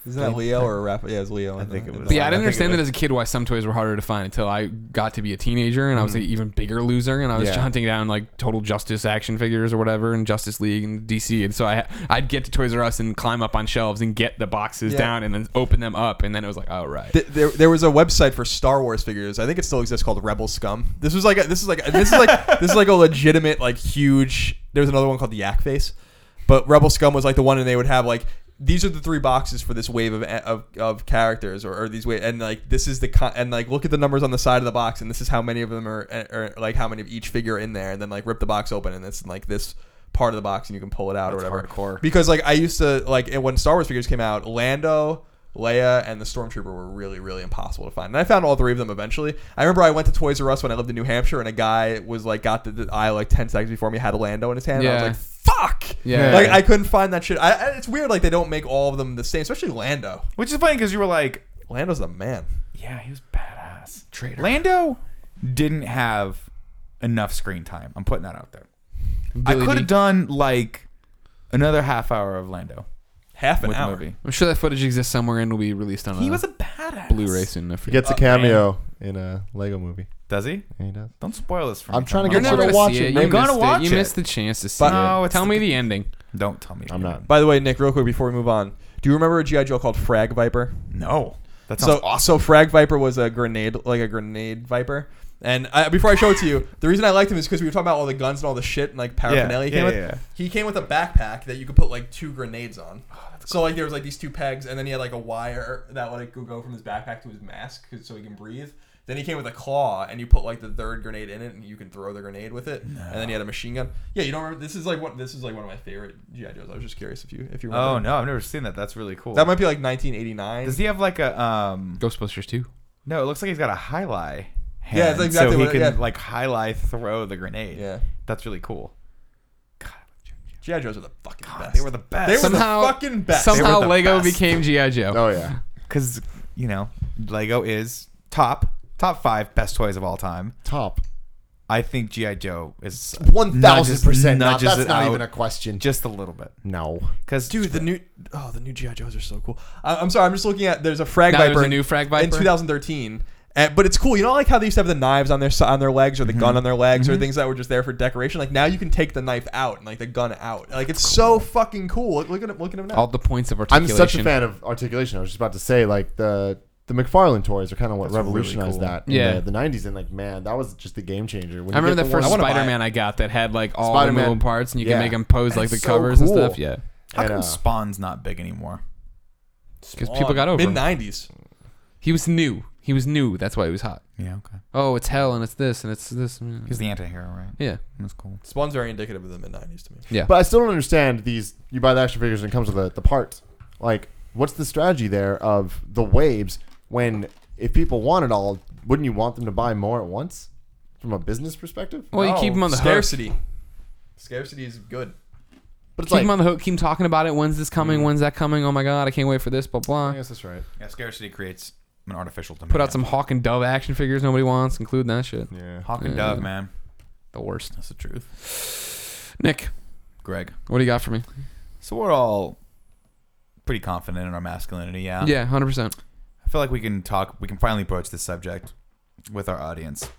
Speaker 3: Isn't that Leo or a rapper? Yeah, it's Leo. I
Speaker 2: think it was-
Speaker 1: But yeah, I didn't
Speaker 2: I think it
Speaker 1: understand that
Speaker 2: was-
Speaker 1: as a kid why some toys were harder to find until I got to be a teenager and I was
Speaker 2: Mm.
Speaker 1: an even bigger loser and I was
Speaker 3: Yeah.
Speaker 1: hunting down like Total Justice action figures or whatever and Justice League and DC and so I I'd get to Toys R Us and climb up on shelves and get the boxes
Speaker 3: Yeah.
Speaker 1: down and then open them up and then it was like oh right
Speaker 3: Th- there, there was a website for Star Wars figures. I think it still exists called Rebel Scum. This was like a, this is like this is like this is like a legitimate like huge. There was another one called the Yak Face, but Rebel Scum was like the one, and they would have like these are the three boxes for this wave of of, of characters or, or these way and like this is the con- and like look at the numbers on the side of the box and this is how many of them are or like how many of each figure are in there and then like rip the box open and it's like this part of the box and you can pull it out or whatever
Speaker 2: hardcore.
Speaker 3: because like I used to like and when Star Wars figures came out, Lando, Leia, and the Stormtrooper were really really impossible to find. And I found all three of them eventually. I remember I went to Toys R Us when I lived in New Hampshire, and a guy was like got to the aisle like ten seconds before me had a Lando in his hand. And I
Speaker 1: Yeah.
Speaker 3: was like, fuck.
Speaker 1: Yeah.
Speaker 3: Like I couldn't find that shit. I, I- it's weird like they don't make all of them the same, especially Lando.
Speaker 2: Which is funny because you were like,
Speaker 3: Lando's the man.
Speaker 2: yeah, he was badass. Traitor. Lando didn't have enough screen time. I'm putting that out there. I
Speaker 1: Billy
Speaker 2: could
Speaker 1: D.
Speaker 2: have done like another half hour of Lando
Speaker 3: Half an
Speaker 2: with the
Speaker 3: hour.
Speaker 2: movie. Uh-huh.
Speaker 1: I'm sure that footage exists somewhere and will be released on
Speaker 2: He
Speaker 1: a
Speaker 2: was a badass.
Speaker 1: Blu-ray soon I
Speaker 4: He
Speaker 1: forget.
Speaker 4: gets a cameo in a Lego movie.
Speaker 2: Does Oh, he?
Speaker 4: Yeah, he does.
Speaker 2: Don't spoil this for me.
Speaker 4: I'm trying to
Speaker 1: You're
Speaker 4: get
Speaker 1: never gonna
Speaker 4: you to watch
Speaker 1: see it.
Speaker 4: it.
Speaker 1: You
Speaker 4: man.
Speaker 2: I'm gonna
Speaker 1: missed it.
Speaker 2: watch
Speaker 1: You
Speaker 2: it.
Speaker 1: missed the chance to see
Speaker 3: But-
Speaker 1: it.
Speaker 2: No, it's
Speaker 1: Tell
Speaker 2: the-
Speaker 1: me the ending.
Speaker 2: Don't tell me.
Speaker 4: I'm not.
Speaker 3: By the way, Nick, real quick before we move on, do you remember a GI Joe called Frag Viper?
Speaker 2: No. That sounds
Speaker 3: so so frag viper was a grenade like a grenade viper and I, before I show it to you, the reason I liked him is because we were talking about all the guns and all the shit and like paraphernalia
Speaker 2: yeah,
Speaker 3: he came
Speaker 2: yeah,
Speaker 3: with.
Speaker 2: yeah.
Speaker 3: He came with a backpack that you could put like two grenades on.
Speaker 2: Oh,
Speaker 3: so like there was like these two pegs, and then he had like a wire that would like go- go from his backpack to his mask 'cause- so he can breathe. Then he came with a claw, and you put like the third grenade in it, and you can throw the grenade with it. And then he had a machine gun. Yeah, you don't remember? This is like one. This is like one of my favorite GI Joes. I was just curious if you if you remember.
Speaker 2: Oh no, I've never seen that. That's really cool.
Speaker 3: That might be like 1989.
Speaker 2: Does he have like a um?
Speaker 1: Ghostbusters 2.
Speaker 2: No, it looks like he's got a highlight.
Speaker 3: Yeah, that's exactly
Speaker 2: so he
Speaker 3: what-
Speaker 2: can
Speaker 3: yeah.
Speaker 2: like highlight throw the grenade.
Speaker 3: Yeah.
Speaker 2: that's really cool. God,
Speaker 3: GI Joes are the fucking best.
Speaker 2: they were the best.
Speaker 3: They were the
Speaker 1: Somehow-
Speaker 3: fucking best.
Speaker 2: They
Speaker 1: Somehow
Speaker 2: were the
Speaker 1: Lego
Speaker 2: best.
Speaker 1: became GI Joe.
Speaker 4: Oh
Speaker 2: *laughs*
Speaker 4: yeah.
Speaker 2: because you know Lego is top top five best toys of all time.
Speaker 4: Top.
Speaker 2: I think GI Joe is
Speaker 4: One thousand percent. Not,
Speaker 2: nudges
Speaker 4: that's
Speaker 2: it
Speaker 4: not
Speaker 2: out
Speaker 4: even a question.
Speaker 2: just a little bit
Speaker 4: no.
Speaker 2: because
Speaker 3: Dude, the new oh, the new GI Joes are so cool. I, I'm sorry, I'm just looking at. There's a frag
Speaker 1: Now
Speaker 3: viper.
Speaker 1: there's a
Speaker 3: in-
Speaker 1: new Frag
Speaker 3: in
Speaker 1: Viper?
Speaker 3: 2013. And, but it's cool. You know, like how they used to have the knives on their si- on their legs or the gun on their legs or things that were just there for decoration. Like now you can take the knife out and like the gun out. Like it's so fucking cool. Look, look at him, look at him now.
Speaker 1: All the points of
Speaker 4: I'm
Speaker 1: articulation.
Speaker 4: such a fan of articulation. I was just about to say, like the the McFarlane toys are kind of what
Speaker 2: That's really
Speaker 4: revolutionized
Speaker 2: cool.
Speaker 4: that. in
Speaker 1: Yeah.
Speaker 4: the, the '90s and like, man, that was just the game changer. When
Speaker 1: I
Speaker 4: you
Speaker 1: remember
Speaker 4: get
Speaker 1: the first
Speaker 4: one-
Speaker 2: wanna buy
Speaker 1: Spider-Man I got that had like all
Speaker 4: Spider-Man.
Speaker 1: the movable parts, and you
Speaker 4: Yeah.
Speaker 1: can make them pose like
Speaker 4: It's
Speaker 1: the
Speaker 4: so
Speaker 1: covers
Speaker 4: cool.
Speaker 1: and stuff. Yeah,
Speaker 2: how
Speaker 4: and,
Speaker 2: come
Speaker 4: uh,
Speaker 2: Spawn's not big anymore?
Speaker 1: because people got over.
Speaker 3: mid
Speaker 1: Him.
Speaker 3: '90s.
Speaker 1: He was new. He was new. That's why he was hot.
Speaker 2: Yeah, okay.
Speaker 1: Oh, it's hell, and it's this, and it's this. mm.
Speaker 2: He's the anti-hero, right?
Speaker 1: Yeah,
Speaker 2: That's cool.
Speaker 3: Spawn's very indicative of the mid '90s to me.
Speaker 1: yeah.
Speaker 4: But I still don't understand these. You buy the action figures and it comes with the, the parts. Like, what's the strategy there of the waves when if people want it all, wouldn't you want them to buy more at once? From a business perspective,
Speaker 1: well, you keep him on the hook.
Speaker 3: Scarcity. Scarcity is good.
Speaker 4: but it's
Speaker 1: Keep
Speaker 4: like,
Speaker 1: him on the hook. Keep talking about it. When's this coming? When's that coming? Oh my god, I can't wait for this. Blah
Speaker 4: I
Speaker 1: blah.
Speaker 4: guess that's right.
Speaker 2: Yeah, scarcity creates an artificial demand.
Speaker 1: Put out some Hawk and Dove action figures nobody wants. Include that shit.
Speaker 4: Yeah.
Speaker 2: hawk and
Speaker 1: Yeah.
Speaker 2: dove, man.
Speaker 1: The worst.
Speaker 2: That's the truth.
Speaker 1: Nick,
Speaker 2: Greg.
Speaker 1: what do you got for me?
Speaker 2: So we're all pretty confident in our masculinity. Yeah.
Speaker 1: Yeah, hundred percent.
Speaker 2: I feel like we can talk. We can finally broach this subject with our audience.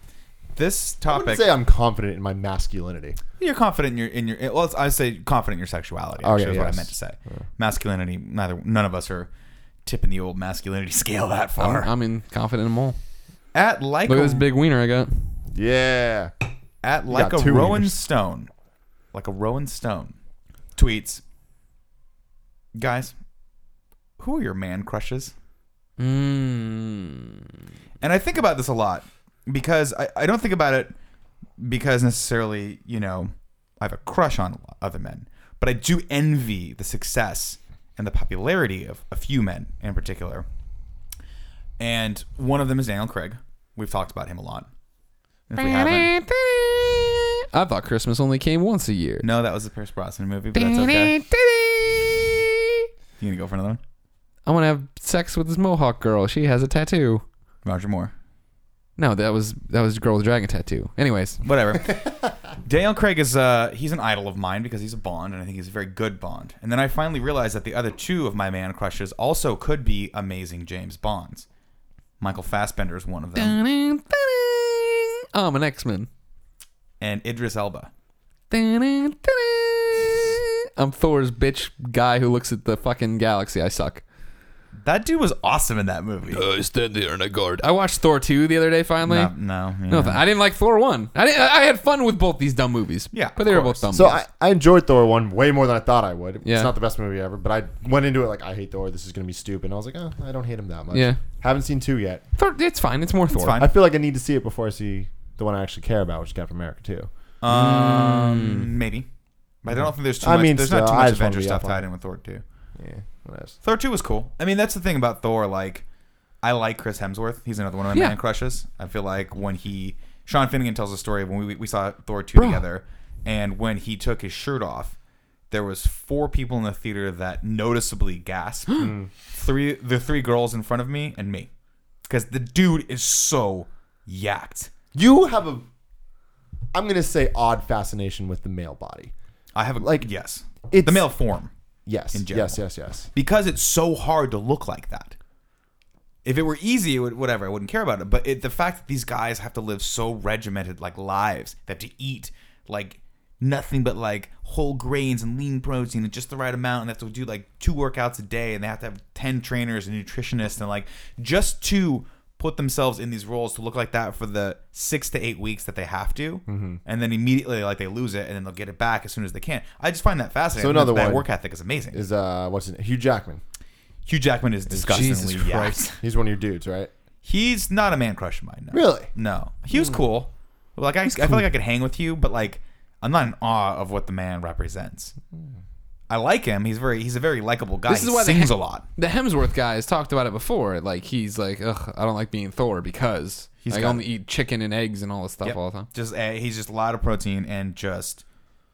Speaker 2: This
Speaker 4: I wouldn't
Speaker 2: topic.
Speaker 4: say I'm confident in my masculinity.
Speaker 2: You're confident in your in your. Well, it's- I say confident in your sexuality.
Speaker 4: Oh,
Speaker 2: Actually,
Speaker 4: yeah,
Speaker 2: is what I
Speaker 4: yes.
Speaker 2: meant to say. Masculinity. Neither none of us are tipping the old masculinity *laughs* scale that far.
Speaker 1: I'm, I'm in confident in them all.
Speaker 2: at
Speaker 1: Look at this
Speaker 2: like
Speaker 1: big wiener I got.
Speaker 4: Yeah.
Speaker 2: at like a
Speaker 4: got two
Speaker 2: Rowan
Speaker 4: meters.
Speaker 2: Stone, like a Rowan Stone, tweets. Guys, who are your man crushes?
Speaker 1: Mm.
Speaker 2: And I think about this a lot because I, I don't think about it because necessarily, you know, I have a crush on other men, but I do envy the success and the popularity of a few men in particular. And one of them is Daniel Craig. We've talked about him a lot. If we haven't,
Speaker 1: I thought Christmas only came once a year.
Speaker 2: no, that was the Pierce Brosnan movie, but that's okay. You gonna go for another one?
Speaker 1: I want to have sex with this Mohawk girl. She has a tattoo.
Speaker 2: Roger Moore.
Speaker 4: *laughs*
Speaker 1: No, that was that was girl with a dragon tattoo. Anyways,
Speaker 2: Whatever. Daniel Craig is uh he's an idol of mine because he's a Bond and I think he's a very good Bond. And then I finally realized that the other two of my man crushes also could be amazing James Bonds. Michael Fassbender is one of them,
Speaker 1: I'm an X Men.
Speaker 2: and Idris Elba.
Speaker 1: I'm Thor's bitch guy who looks at the fucking galaxy. I suck.
Speaker 2: That dude was awesome in that movie.
Speaker 1: I stand uh, there and I guard. I watched Thor 2 the other day finally.
Speaker 2: no, no, yeah.
Speaker 1: No, I didn't like Thor 1. I, didn't, I had fun with both these dumb movies.
Speaker 2: Yeah,
Speaker 1: But they
Speaker 2: of
Speaker 1: were both dumb.
Speaker 4: So
Speaker 1: movies.
Speaker 4: I, I enjoyed Thor one way more than I thought I would.
Speaker 1: Yeah.
Speaker 4: It's not the best movie ever, but I went into it like I hate Thor. This is gonna be stupid. And I was like, oh, I don't hate him that much.
Speaker 1: Yeah.
Speaker 4: Haven't seen two yet.
Speaker 1: Thor, it's fine. It's more Thor.
Speaker 2: fine.
Speaker 4: I feel like I need to see it before I see the one I actually care about, which is Captain America too.
Speaker 2: um, maybe. But I don't think there's too
Speaker 4: I
Speaker 2: much.
Speaker 4: mean,
Speaker 2: there's
Speaker 4: still,
Speaker 2: not too
Speaker 4: I
Speaker 2: much
Speaker 4: just wanna
Speaker 2: Avenger
Speaker 4: be
Speaker 2: stuff
Speaker 4: up on
Speaker 2: tied
Speaker 4: it.
Speaker 2: in with Thor two.
Speaker 4: Yeah. What else?
Speaker 2: Thor two was cool. I mean, that's the thing about Thor. Like, I like Chris Hemsworth. He's another one of my
Speaker 1: Yeah.
Speaker 2: man crushes. I feel like when he Sean Finnegan tells a story when we we saw Thor two together, and when he took his shirt off, there was four people in the theater that noticeably
Speaker 4: *gasps*
Speaker 2: gasped.
Speaker 4: Hmm.
Speaker 2: three the three girls in front of me and me, because the dude is so yacked.
Speaker 4: You have a, I'm gonna say odd fascination with the male body.
Speaker 2: I have a
Speaker 4: Like,
Speaker 2: yes, the
Speaker 4: it's-
Speaker 2: male form
Speaker 4: Yes.
Speaker 2: In general.
Speaker 4: Yes. Yes. Yes.
Speaker 2: because it's so hard to look like that. If it were easy, it would, whatever, I wouldn't care about it. But it, the fact that these guys have to live so regimented like lives, they have to eat like nothing but like whole grains and lean protein and just the right amount, and they have to do like two workouts a day, and they have to have ten trainers and nutritionists, and like just to put themselves in these roles to look like that for the six to eight weeks that they have to,
Speaker 4: Mm-hmm.
Speaker 2: and then immediately like they lose it, and then they'll get it back as soon as they can. I just find that fascinating.
Speaker 4: So another
Speaker 2: that
Speaker 4: one
Speaker 2: work ethic is amazing.
Speaker 4: Is uh, what's his name? Hugh Jackman.
Speaker 2: Hugh Jackman is disgustingly
Speaker 1: Jesus
Speaker 2: yacked.
Speaker 1: Christ.
Speaker 4: He's one of your dudes, right?
Speaker 2: He's not a man crush of mine. No.
Speaker 4: Really?
Speaker 2: No. He
Speaker 1: Hmm.
Speaker 2: was cool. Like I, I feel like I could hang with you, but like I'm not in awe of what the man represents. I like him. He's very he's a very likable guy.
Speaker 1: Hmm. This
Speaker 2: he
Speaker 1: is why they
Speaker 2: sings
Speaker 1: ha-
Speaker 2: a lot.
Speaker 1: the Hemsworth guy has talked about it before. Like he's like, ugh, I don't like being Thor because
Speaker 2: He's
Speaker 1: I
Speaker 2: got
Speaker 1: only eat chicken and eggs and all this stuff
Speaker 2: Yep.
Speaker 1: all the time.
Speaker 2: Just uh, he's just a lot of protein and just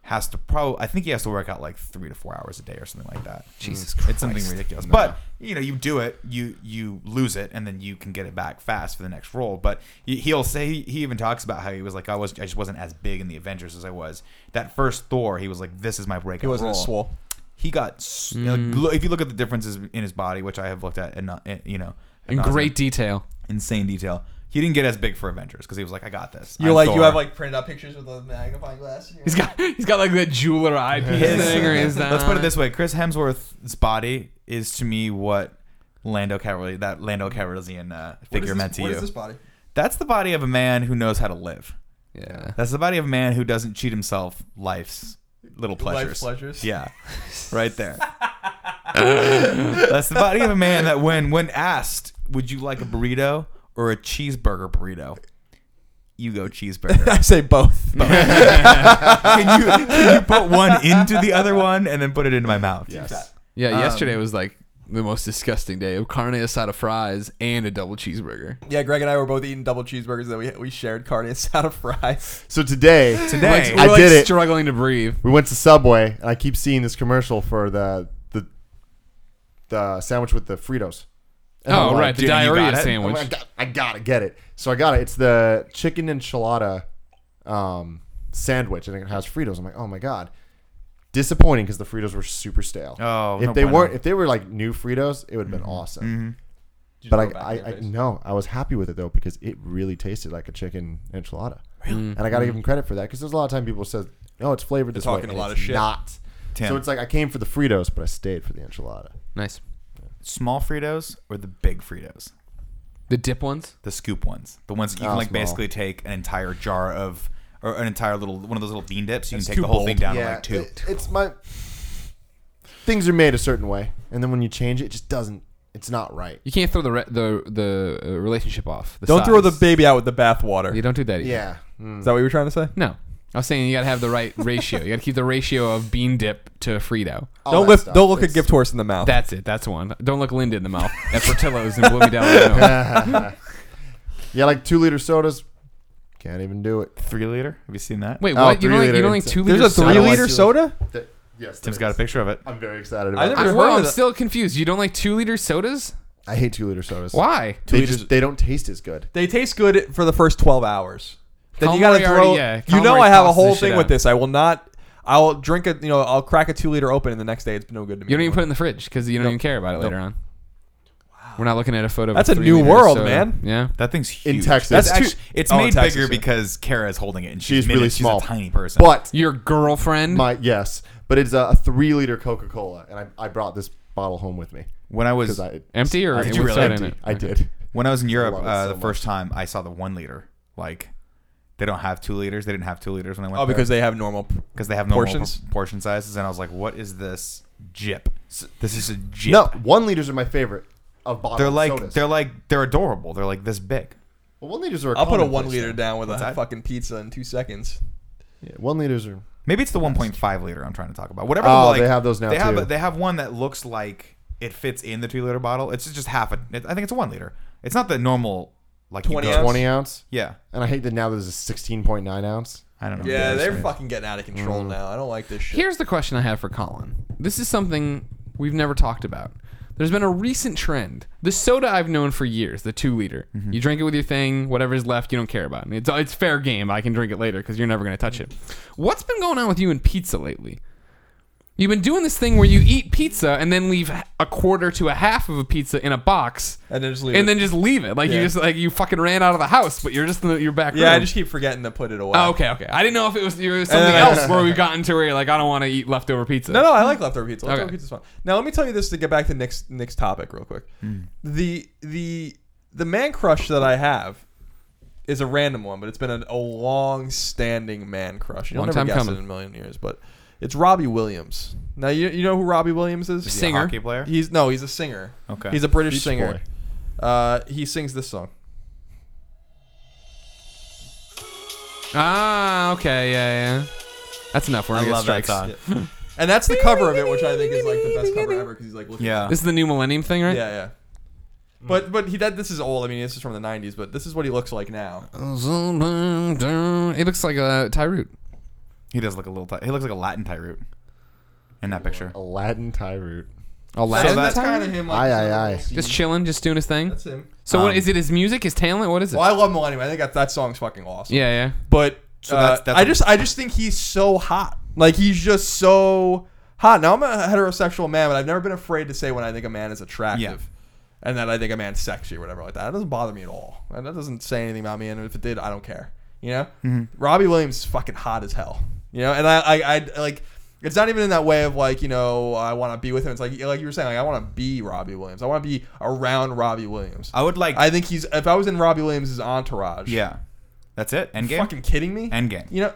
Speaker 2: has to probably I think he has to work out like 3 to 4 hours a day or something like that.
Speaker 1: Jesus Christ.
Speaker 2: It's something ridiculous. But you know, you do it, you you lose it, and then you can get it back fast for the next role. But he- he'll say he even talks about how he was like, I was I just wasn't as big in the Avengers as I was. That first Thor, he was like, this is my breakout.
Speaker 3: He wasn't
Speaker 2: role.
Speaker 3: as swole. Hmm.
Speaker 2: He got s like, lo- if you look at the differences in his body, which I have looked at, and not and, you know,
Speaker 1: In
Speaker 2: ad nauseam,
Speaker 1: great detail.
Speaker 2: insane detail. He didn't get as big for Avengers because he was like, I got this.
Speaker 3: You're
Speaker 2: I'm
Speaker 3: like you
Speaker 2: Thor."
Speaker 3: have like printed out pictures with a magnifying glass. and you're
Speaker 1: He's
Speaker 3: like-
Speaker 1: got *laughs* he's got like that jeweler eye piece
Speaker 2: His-
Speaker 1: thing or his
Speaker 2: *laughs* let's put it this way: Chris Hemsworth's body is to me what Lando Calrissian, that Lando Calrissian uh,
Speaker 3: What is
Speaker 2: figure
Speaker 3: this-
Speaker 2: meant to
Speaker 3: What
Speaker 2: you.
Speaker 3: is this body?
Speaker 2: That's the body of a man who knows how to live.
Speaker 1: Yeah.
Speaker 2: That's the body of a man who doesn't cheat himself life's little pleasures.
Speaker 3: Life's
Speaker 2: *laughs*
Speaker 3: pleasures.
Speaker 2: Yeah, right there. That's the body of a man that when when asked, "Would you like a burrito or a cheeseburger burrito?" You go cheeseburger.
Speaker 3: *laughs* I say both.
Speaker 2: can you
Speaker 3: *laughs*
Speaker 2: can *laughs* you put *laughs* one into the other one and then put it into my mouth?
Speaker 4: Yes.
Speaker 1: Yeah,
Speaker 4: Um,
Speaker 1: yesterday was like the most disgusting day of carne asada fries and a double cheeseburger.
Speaker 3: Yeah, Greg and I were both eating double cheeseburgers that we we shared carne asada fries.
Speaker 1: *gasps*
Speaker 4: So today,
Speaker 2: Today,
Speaker 1: We're
Speaker 4: I
Speaker 1: like
Speaker 4: did it.
Speaker 1: struggling to breathe.
Speaker 4: we went to Subway, and I keep seeing this commercial for the the the sandwich with the Fritos. And I'm
Speaker 1: Oh,
Speaker 4: like,
Speaker 1: right, the
Speaker 2: dude, you got
Speaker 1: diarrhea
Speaker 2: it?
Speaker 4: I'm
Speaker 1: sandwich.
Speaker 4: like, I, got, I gotta get it. So I got it. It's the chicken enchilada um, sandwich, and it has Fritos. I'm like, oh my god, disappointing because the Fritos were super stale.
Speaker 2: Oh,
Speaker 4: if
Speaker 2: no
Speaker 4: they
Speaker 2: bueno. Mm-hmm.
Speaker 4: weren't, if they were like new Fritos, it would have been
Speaker 3: Did
Speaker 4: awesome.
Speaker 3: you
Speaker 4: But
Speaker 3: go
Speaker 4: I,
Speaker 3: back
Speaker 4: I,
Speaker 3: to your
Speaker 4: I
Speaker 3: face?
Speaker 4: no, I was happy with it though because it really tasted like a chicken enchilada, Mm-hmm. and I
Speaker 2: Mm-hmm.
Speaker 4: gotta give them credit for that because there's a lot of time people says, "No, it's flavored this
Speaker 3: talking a
Speaker 4: way." and
Speaker 3: lot
Speaker 4: it's
Speaker 3: of shit.
Speaker 4: Not.
Speaker 2: Tim.
Speaker 4: So it's like I came for the Fritos, but I stayed for the enchilada.
Speaker 1: Nice.
Speaker 2: small Fritos or the big Fritos?
Speaker 1: The dip ones?
Speaker 2: The scoop ones. The ones that you
Speaker 4: Oh,
Speaker 2: can like
Speaker 4: small.
Speaker 2: basically take an entire jar of or an entire little one of those little bean dips. You
Speaker 3: It's
Speaker 2: can
Speaker 3: too
Speaker 2: take the whole
Speaker 3: bold.
Speaker 2: thing down in like two.
Speaker 4: it- it's my things are made a certain way, and then when you change it, it just doesn't. It's not right.
Speaker 1: You can't throw the re- the the uh, relationship off. the
Speaker 3: Don't throw the
Speaker 1: size.
Speaker 3: baby out with the bathwater.
Speaker 1: You don't do that. Either.
Speaker 4: Yeah. Mm.
Speaker 3: Is that what you were trying to say?
Speaker 1: No. I was saying you gotta have the right ratio. You gotta keep the ratio of bean dip to Frito.
Speaker 4: All
Speaker 3: don't
Speaker 4: that
Speaker 3: lift.
Speaker 4: stuff.
Speaker 3: Don't look a
Speaker 4: It's-
Speaker 3: gift horse in the mouth.
Speaker 1: That's it. That's one. Don't look Linda in the mouth at Portillo's in Bloomingdale.
Speaker 3: *laughs*
Speaker 1: Illinois.
Speaker 4: Yeah, like two liter sodas. Can't even do it.
Speaker 2: Three liter? Have you seen that?
Speaker 1: Wait,
Speaker 4: Oh,
Speaker 1: what? you
Speaker 4: three
Speaker 1: don't like, you
Speaker 4: liter
Speaker 1: don't like
Speaker 4: inside.
Speaker 1: two
Speaker 3: There's a
Speaker 1: liters?
Speaker 3: three liter soda.
Speaker 4: Th- yes,
Speaker 2: Tim's
Speaker 4: there
Speaker 2: got a
Speaker 4: is.
Speaker 2: picture of it.
Speaker 4: I'm very excited
Speaker 3: I
Speaker 4: about.
Speaker 3: never-
Speaker 4: it.
Speaker 1: I,
Speaker 3: I've
Speaker 1: well,
Speaker 3: heard
Speaker 1: I'm
Speaker 3: of that.
Speaker 1: still confused. You don't like two liter sodas?
Speaker 4: I hate two liter sodas.
Speaker 1: Why?
Speaker 4: They
Speaker 3: liters-
Speaker 4: just they don't taste as good.
Speaker 3: They taste good for the first twelve hours. then
Speaker 1: Colin
Speaker 3: you got to
Speaker 1: Moriarty,
Speaker 3: throw.
Speaker 1: yeah,
Speaker 3: you
Speaker 1: Colin
Speaker 3: know, I
Speaker 1: Moriarty
Speaker 3: have a
Speaker 1: tosses
Speaker 3: whole
Speaker 1: his shit
Speaker 3: thing with
Speaker 1: out.
Speaker 3: this. I will not. I'll drink it. You know, I'll crack a two liter open, and the next day it's no good to me.
Speaker 1: You don't even
Speaker 3: anymore.
Speaker 1: put it in the fridge because you don't even care about it later on. We're not looking at a photo.
Speaker 3: That's a
Speaker 1: of three
Speaker 3: new
Speaker 1: liters,
Speaker 3: world,
Speaker 1: so-
Speaker 3: man.
Speaker 1: Yeah.
Speaker 2: That thing's huge.
Speaker 4: In Texas.
Speaker 2: That's
Speaker 4: That's
Speaker 3: too-
Speaker 2: actually, it's
Speaker 3: Oh, in
Speaker 2: made
Speaker 3: Texas,
Speaker 2: bigger
Speaker 3: yeah.
Speaker 2: because Kara is holding it and she's,
Speaker 4: She's
Speaker 2: made
Speaker 4: really
Speaker 2: it. She's
Speaker 4: small.
Speaker 2: a tiny person.
Speaker 4: But
Speaker 1: Your girlfriend.
Speaker 4: my yes, but it's a, a three liter Coca Cola, and I, I brought this bottle home with me
Speaker 2: when I was
Speaker 4: because I
Speaker 1: empty or
Speaker 2: Did you
Speaker 1: with
Speaker 2: really?
Speaker 1: soda in
Speaker 4: empty.
Speaker 1: it?
Speaker 4: I
Speaker 1: Okay.
Speaker 4: did.
Speaker 2: when I was in Europe
Speaker 4: love it
Speaker 2: uh,
Speaker 4: so
Speaker 2: the first time, I saw the one liter. Like they don't have two liters. They didn't have two liters when I went.
Speaker 3: Oh, because they have normal.
Speaker 2: because they have normal
Speaker 3: portions?
Speaker 2: portions portion sizes. And I was like, what is this jip? S- This is a jip.
Speaker 4: No, one liters are my favorite of bottles.
Speaker 2: they're
Speaker 4: of
Speaker 2: like
Speaker 4: Oh, sodas.
Speaker 2: they're like they're adorable. They're like this big.
Speaker 4: well, one liters are.
Speaker 3: I'll put a
Speaker 4: commonplace
Speaker 3: one liter
Speaker 4: now.
Speaker 3: down with a
Speaker 2: that?
Speaker 3: fucking pizza in two seconds.
Speaker 4: Yeah, one liters are.
Speaker 2: Maybe it's the 1.5 liter I'm trying to talk about. Whatever.
Speaker 4: Oh,
Speaker 2: the, like,
Speaker 4: they have those now,
Speaker 2: They have
Speaker 4: too.
Speaker 2: a- they have one that looks like it fits in the two liter bottle. It's just half a. It, I think it's a one liter. It's not the normal like you
Speaker 3: 20
Speaker 2: go-
Speaker 3: ounce?
Speaker 4: 20 ounce.
Speaker 2: Yeah,
Speaker 4: And I hate that now there's a 16.9 ounce.
Speaker 2: I don't know.
Speaker 3: Yeah, they're
Speaker 2: It's-
Speaker 3: fucking getting out of control now. I don't like this shit.
Speaker 1: Here's the question I have for Colin. This is something we've never talked about. There's been a recent trend. The soda I've known for years, the two liter. You drink it with your thing, whatever's left, you don't care about. And it's it's fair game. I can drink it later because you're never gonna touch it. What's been going on with you and pizza lately? You've been doing this thing where you eat pizza and then leave a quarter to a half of a pizza in a box,
Speaker 3: And then just leave
Speaker 1: and
Speaker 3: it.
Speaker 1: then just leave it. Like you
Speaker 3: Yeah.
Speaker 1: just like you fucking ran out of the house, but you're just in the, your back room.
Speaker 3: yeah, I just keep forgetting to put it away.
Speaker 1: Oh, okay, okay. I didn't know if it was, it was something
Speaker 3: no, no,
Speaker 1: else
Speaker 3: no,
Speaker 1: where we've gotten to where you're like, I don't want to eat leftover pizza.
Speaker 3: No, no, I like leftover pizza. Leftover
Speaker 1: Okay.
Speaker 3: pizza's fun. Now let me tell you this to get back to Nick's Nick's topic real quick. The the the man crush that I have is a random one, but it's been an, a long standing man crush. You'll
Speaker 1: Long
Speaker 3: never
Speaker 1: time
Speaker 3: guess
Speaker 1: coming.
Speaker 3: it in a million years, but it's Robbie Williams. Now you you know who Robbie Williams is?
Speaker 1: Is he a
Speaker 2: Singer.
Speaker 1: Singer.
Speaker 2: Hockey player.
Speaker 3: He's no, he's a singer.
Speaker 2: Okay.
Speaker 3: He's a British
Speaker 4: Beach
Speaker 3: singer. Uh, he sings this song.
Speaker 1: Ah, okay, yeah, yeah. That's enough. We're
Speaker 2: I
Speaker 1: gonna get
Speaker 2: love that
Speaker 1: strikes.
Speaker 2: song.
Speaker 4: *laughs*
Speaker 3: And that's the cover of it, which I think is like the best cover ever because he's like looking
Speaker 2: Yeah.
Speaker 1: This is the new millennium thing, right?
Speaker 3: Yeah, yeah. But but he that this is old. I mean, this is from the '90s, but this is what he looks like now.
Speaker 1: It looks like a Tyroot.
Speaker 2: He does look a little. Ty- he looks like a Latin Tyroot in that picture.
Speaker 4: Aladdin Tyroot.
Speaker 1: Aladdin.
Speaker 3: so that's
Speaker 1: Tyroot?
Speaker 3: kind of him. Like,
Speaker 4: Aye,
Speaker 3: he's
Speaker 4: aye,
Speaker 3: a
Speaker 4: aye.
Speaker 3: little
Speaker 1: just chilling, just doing his thing.
Speaker 3: That's him.
Speaker 1: So, what
Speaker 2: Um,
Speaker 1: is it? His music, his talent? What is it?
Speaker 3: Well, I love Millennium. I think that, that song's fucking awesome.
Speaker 1: yeah, yeah.
Speaker 3: But
Speaker 2: So
Speaker 3: uh,
Speaker 2: that's- that's
Speaker 3: I
Speaker 2: a-
Speaker 3: just I just think he's so hot. Like he's just so hot. Now I'm a heterosexual man, but I've never been afraid to say when I think a man is attractive.
Speaker 2: Yeah.
Speaker 3: And that I think a man's sexy or whatever like that. That doesn't bother me at all. And that doesn't say anything about me. And if it did, I don't care. You know,
Speaker 2: Mm-hmm.
Speaker 3: Robbie Williams is fucking hot as hell. You know, and I, I, I like. It's not even in that way of like you know I want to be with him. It's like like you were saying like I want to be Robbie Williams. I want to be around Robbie Williams.
Speaker 2: I would like.
Speaker 3: I think he's. If I was in Robbie Williams' entourage,
Speaker 2: yeah, that's it. End
Speaker 3: you
Speaker 2: game.
Speaker 3: fucking kidding me?
Speaker 2: End game.
Speaker 3: You know,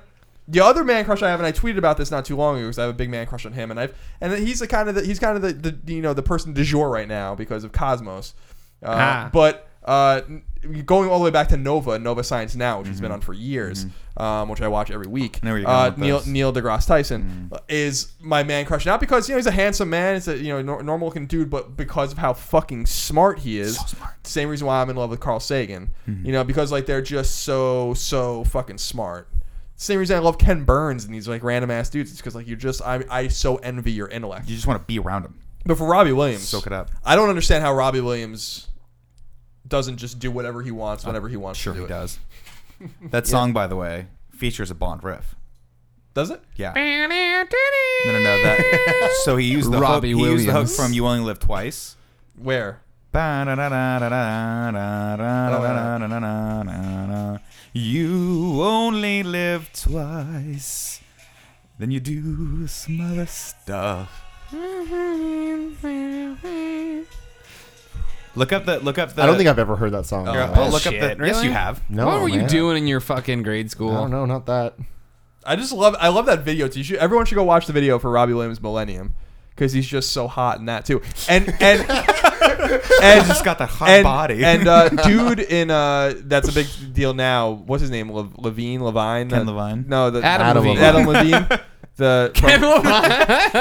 Speaker 3: the other man crush I have, and I tweeted about this not too long ago because I have a big man crush on him, and I've and he's the kind of the, he's kind of the, the you know the person du jour right now because of Cosmos, uh,
Speaker 1: Ah.
Speaker 3: but. Uh, n- going all the way back to Nova, Nova Science Now, which has been on for years, um, which I watch every week.
Speaker 2: know where you're going
Speaker 3: Uh,
Speaker 2: with
Speaker 3: Neil
Speaker 2: this.
Speaker 3: Neil deGrasse Tyson
Speaker 2: Mm.
Speaker 3: is my man crush, not because you know he's a handsome man, he's a you know nor- normal looking dude, but because of how fucking smart he is. Same reason why I'm in love with Carl Sagan,
Speaker 2: Mm-hmm.
Speaker 3: you know, because like they're just so so fucking smart. Same reason I love Ken Burns and these like random ass dudes. It's because like you're just I I so envy your intellect.
Speaker 2: you just want to be around him.
Speaker 3: But for Robbie Williams,
Speaker 2: Soak it up.
Speaker 3: I don't understand how Robbie Williams doesn't just do whatever he wants whenever he wants
Speaker 2: Uh, Sure,
Speaker 3: to do
Speaker 2: he
Speaker 3: it.
Speaker 4: *laughs*
Speaker 2: does. That song, by the way, features a Bond riff.
Speaker 3: Does it?
Speaker 2: Yeah. No, no, no. That. so he used the
Speaker 1: Robbie
Speaker 2: hook. He used the hook
Speaker 1: Williams.
Speaker 2: from "You Only Live Twice."
Speaker 3: Where?
Speaker 2: You only live twice. Then you do some other stuff. Look up the look up the.
Speaker 4: I don't think I've ever heard that song.
Speaker 2: Here,
Speaker 4: in my
Speaker 2: I'll look
Speaker 4: life.
Speaker 2: up the.
Speaker 1: Bullshit,
Speaker 2: Yes,
Speaker 1: really?
Speaker 2: you have.
Speaker 4: no,
Speaker 1: what were you
Speaker 4: man.
Speaker 1: doing in your fucking grade school?
Speaker 4: I don't
Speaker 1: *laughs*
Speaker 4: know, not that.
Speaker 3: I just love I love that video. too. You should, everyone should go watch the video for Robbie Williams Millennium because he's just so hot in that too.
Speaker 2: *laughs*
Speaker 3: And and and
Speaker 2: He's just got that hot
Speaker 3: and,
Speaker 2: body. *laughs*
Speaker 3: and uh, dude in uh, that's a big deal now. What's his name? Le- Levine, Levine,
Speaker 2: Ken
Speaker 3: The-
Speaker 2: Levine?
Speaker 3: No, the
Speaker 1: Adam
Speaker 4: Adam
Speaker 1: Levine.
Speaker 4: Levine.
Speaker 3: Adam Levine.
Speaker 1: *laughs*
Speaker 3: The from,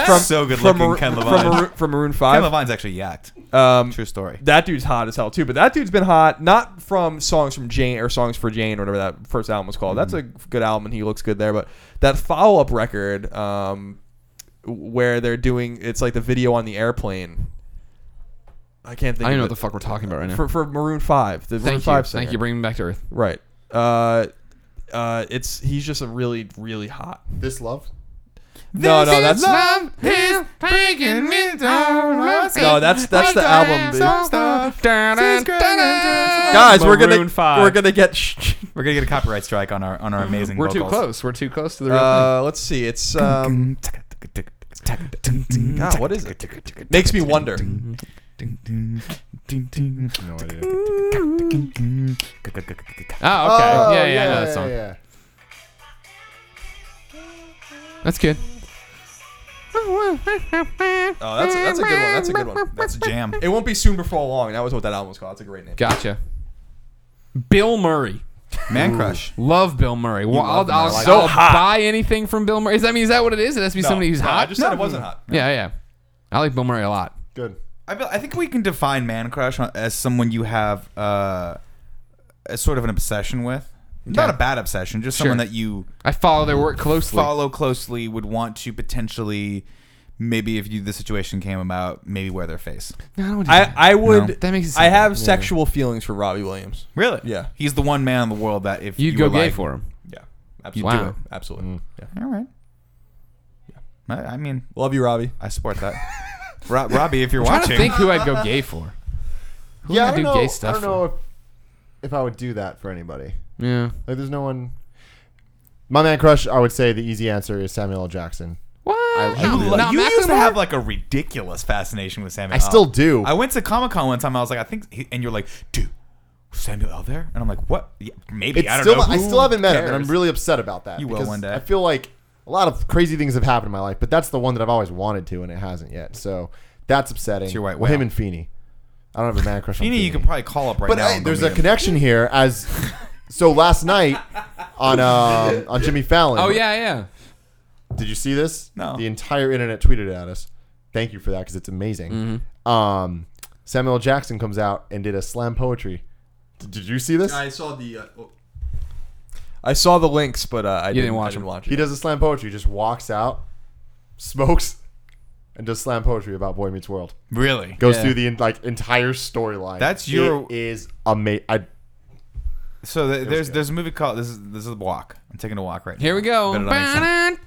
Speaker 2: from, so good
Speaker 3: from
Speaker 2: looking,
Speaker 3: Maroon-
Speaker 2: Ken
Speaker 3: from,
Speaker 2: Levine.
Speaker 3: Maroon- from Maroon
Speaker 2: Ken
Speaker 3: Five.
Speaker 2: Levine's actually yacked.
Speaker 3: Um,
Speaker 2: True story.
Speaker 3: that dude's hot as hell too. But that dude's been hot not from songs from Jane or songs for Jane or whatever that first album was called. That's a
Speaker 1: Mm-hmm.
Speaker 3: good album and he looks good there. But that follow up record, um, where they're doing it's like the video on the airplane. I can't think.
Speaker 1: I don't
Speaker 3: of
Speaker 1: know
Speaker 3: it.
Speaker 1: what the fuck we're talking about right now.
Speaker 3: for for Maroon Five, the Maroon
Speaker 1: Thank you.
Speaker 3: Five singer.
Speaker 1: Thank you. Bring me back to earth.
Speaker 3: Right. Uh, uh, it's he's just a really really hot.
Speaker 4: This love.
Speaker 3: No, no, that's not. No, that's that's the album. dude. Guys, we're gonna
Speaker 1: Maroon five.
Speaker 3: we're gonna get. Sh-
Speaker 2: We're gonna get a copyright strike on our on our amazing.
Speaker 1: We're too
Speaker 2: vocals.
Speaker 1: close. We're too close to the real
Speaker 3: uh, let's see. It's um, God, what is it? Makes me wonder.
Speaker 4: *laughs* No idea.
Speaker 1: thing. Oh, okay.
Speaker 4: Oh,
Speaker 1: yeah, yeah, I know that song.
Speaker 4: yeah.
Speaker 1: That's good.
Speaker 3: Oh, that's that's a good one. That's a good one.
Speaker 2: That's a jam.
Speaker 3: It won't be soon before long. That was what that album was called. That's a great name.
Speaker 1: Gotcha. Bill Murray.
Speaker 2: Man crush.
Speaker 1: Love Bill Murray. Well,
Speaker 2: love
Speaker 1: I'll,
Speaker 2: him. I
Speaker 1: I'll,
Speaker 2: like
Speaker 1: I'll
Speaker 2: him.
Speaker 1: buy anything from Bill Murray. Is that I mean is that what it is? It has to be
Speaker 3: No,
Speaker 1: somebody who's
Speaker 3: no,
Speaker 1: hot.
Speaker 3: I just said it wasn't hot.
Speaker 1: yeah, yeah. I like Bill Murray a lot.
Speaker 4: Good.
Speaker 2: I, feel- I think we can define man crush on- as someone you have uh, as sort of an obsession with. Not a bad obsession, just someone
Speaker 1: Sure.
Speaker 2: that you
Speaker 1: I follow their work closely.
Speaker 2: follow closely, would want to potentially, maybe if you the situation came about, maybe wear their face.
Speaker 1: No, I don't do
Speaker 3: I
Speaker 1: that.
Speaker 3: I would.
Speaker 1: That makes it sound
Speaker 3: I have
Speaker 1: weird.
Speaker 3: sexual feelings for Robbie Williams.
Speaker 2: Really?
Speaker 3: Yeah.
Speaker 2: He's the one man in the world that if
Speaker 1: You'd
Speaker 2: you
Speaker 1: go
Speaker 2: were
Speaker 1: gay
Speaker 2: like-
Speaker 1: for him.
Speaker 3: Yeah.
Speaker 1: do
Speaker 3: Absolutely.
Speaker 1: Wow. it.
Speaker 3: Absolutely. Yeah.
Speaker 2: All right. I, I mean,
Speaker 3: Love you, Robbie.
Speaker 2: I support
Speaker 4: *laughs*
Speaker 2: that. Rob, Robbie, if you're
Speaker 1: I'm trying to
Speaker 2: watching,
Speaker 1: think who I'd go gay for. Who
Speaker 4: Yeah, I
Speaker 1: would I
Speaker 4: don't,
Speaker 1: do
Speaker 4: know,
Speaker 1: gay stuff
Speaker 4: I don't know if, if I would do that for anybody.
Speaker 1: for? Yeah.
Speaker 4: Like, there's no one. My man crush, I would say the easy answer is Samuel L. Jackson.
Speaker 1: What?
Speaker 4: I
Speaker 2: you,
Speaker 4: No,
Speaker 2: like,
Speaker 1: Not
Speaker 2: you used to
Speaker 1: Macklemore?
Speaker 2: have like a ridiculous fascination with Samuel.
Speaker 4: Oh. I still do.
Speaker 2: I went to Comic Con one time. I was like, I think, he, and you're like, dude, was Samuel L there? And I'm like, what? Yeah, maybe
Speaker 4: it's
Speaker 2: I don't
Speaker 4: still,
Speaker 2: know.
Speaker 4: I
Speaker 2: Who
Speaker 4: still haven't met him,
Speaker 2: cares?
Speaker 4: and I'm really upset about that.
Speaker 2: You will
Speaker 4: because
Speaker 2: one day.
Speaker 4: I feel like a lot of crazy things have happened in my life, but that's the one that I've always wanted to, and it hasn't yet. So that's upsetting.
Speaker 2: your white
Speaker 4: Well, him
Speaker 2: whale.
Speaker 4: and Feeney. I don't have a man crush on
Speaker 2: Feeney,
Speaker 4: Feeney.
Speaker 2: you can probably call up right
Speaker 4: but
Speaker 2: now.
Speaker 4: hey,
Speaker 2: and go
Speaker 4: there's
Speaker 2: meet
Speaker 4: a
Speaker 2: him.
Speaker 4: connection here.
Speaker 2: *laughs*
Speaker 4: As so, last night on um,
Speaker 2: *laughs*
Speaker 4: on Jimmy Fallon.
Speaker 1: Oh yeah, yeah.
Speaker 4: Did you see this?
Speaker 2: No.
Speaker 4: The entire internet tweeted it at us. Thank you for that because it's amazing. Um, Samuel Jackson comes out and did a slam poetry. D- Did you see this?
Speaker 3: saw the. Uh, I saw the links, but uh, I didn't,
Speaker 1: didn't watch
Speaker 3: I didn't
Speaker 1: them.
Speaker 3: watch it.
Speaker 4: He does a slam poetry. Just walks out, smokes, and does slam poetry about Boy Meets World.
Speaker 2: Really?
Speaker 4: Goes
Speaker 1: Yeah.
Speaker 4: through the en- like entire storyline.
Speaker 2: That's your-
Speaker 4: It is amazing. I
Speaker 2: So th- there's there's a movie called this is this is a walk. I'm taking a walk right now.
Speaker 1: Here we go.
Speaker 2: But it all makes sense.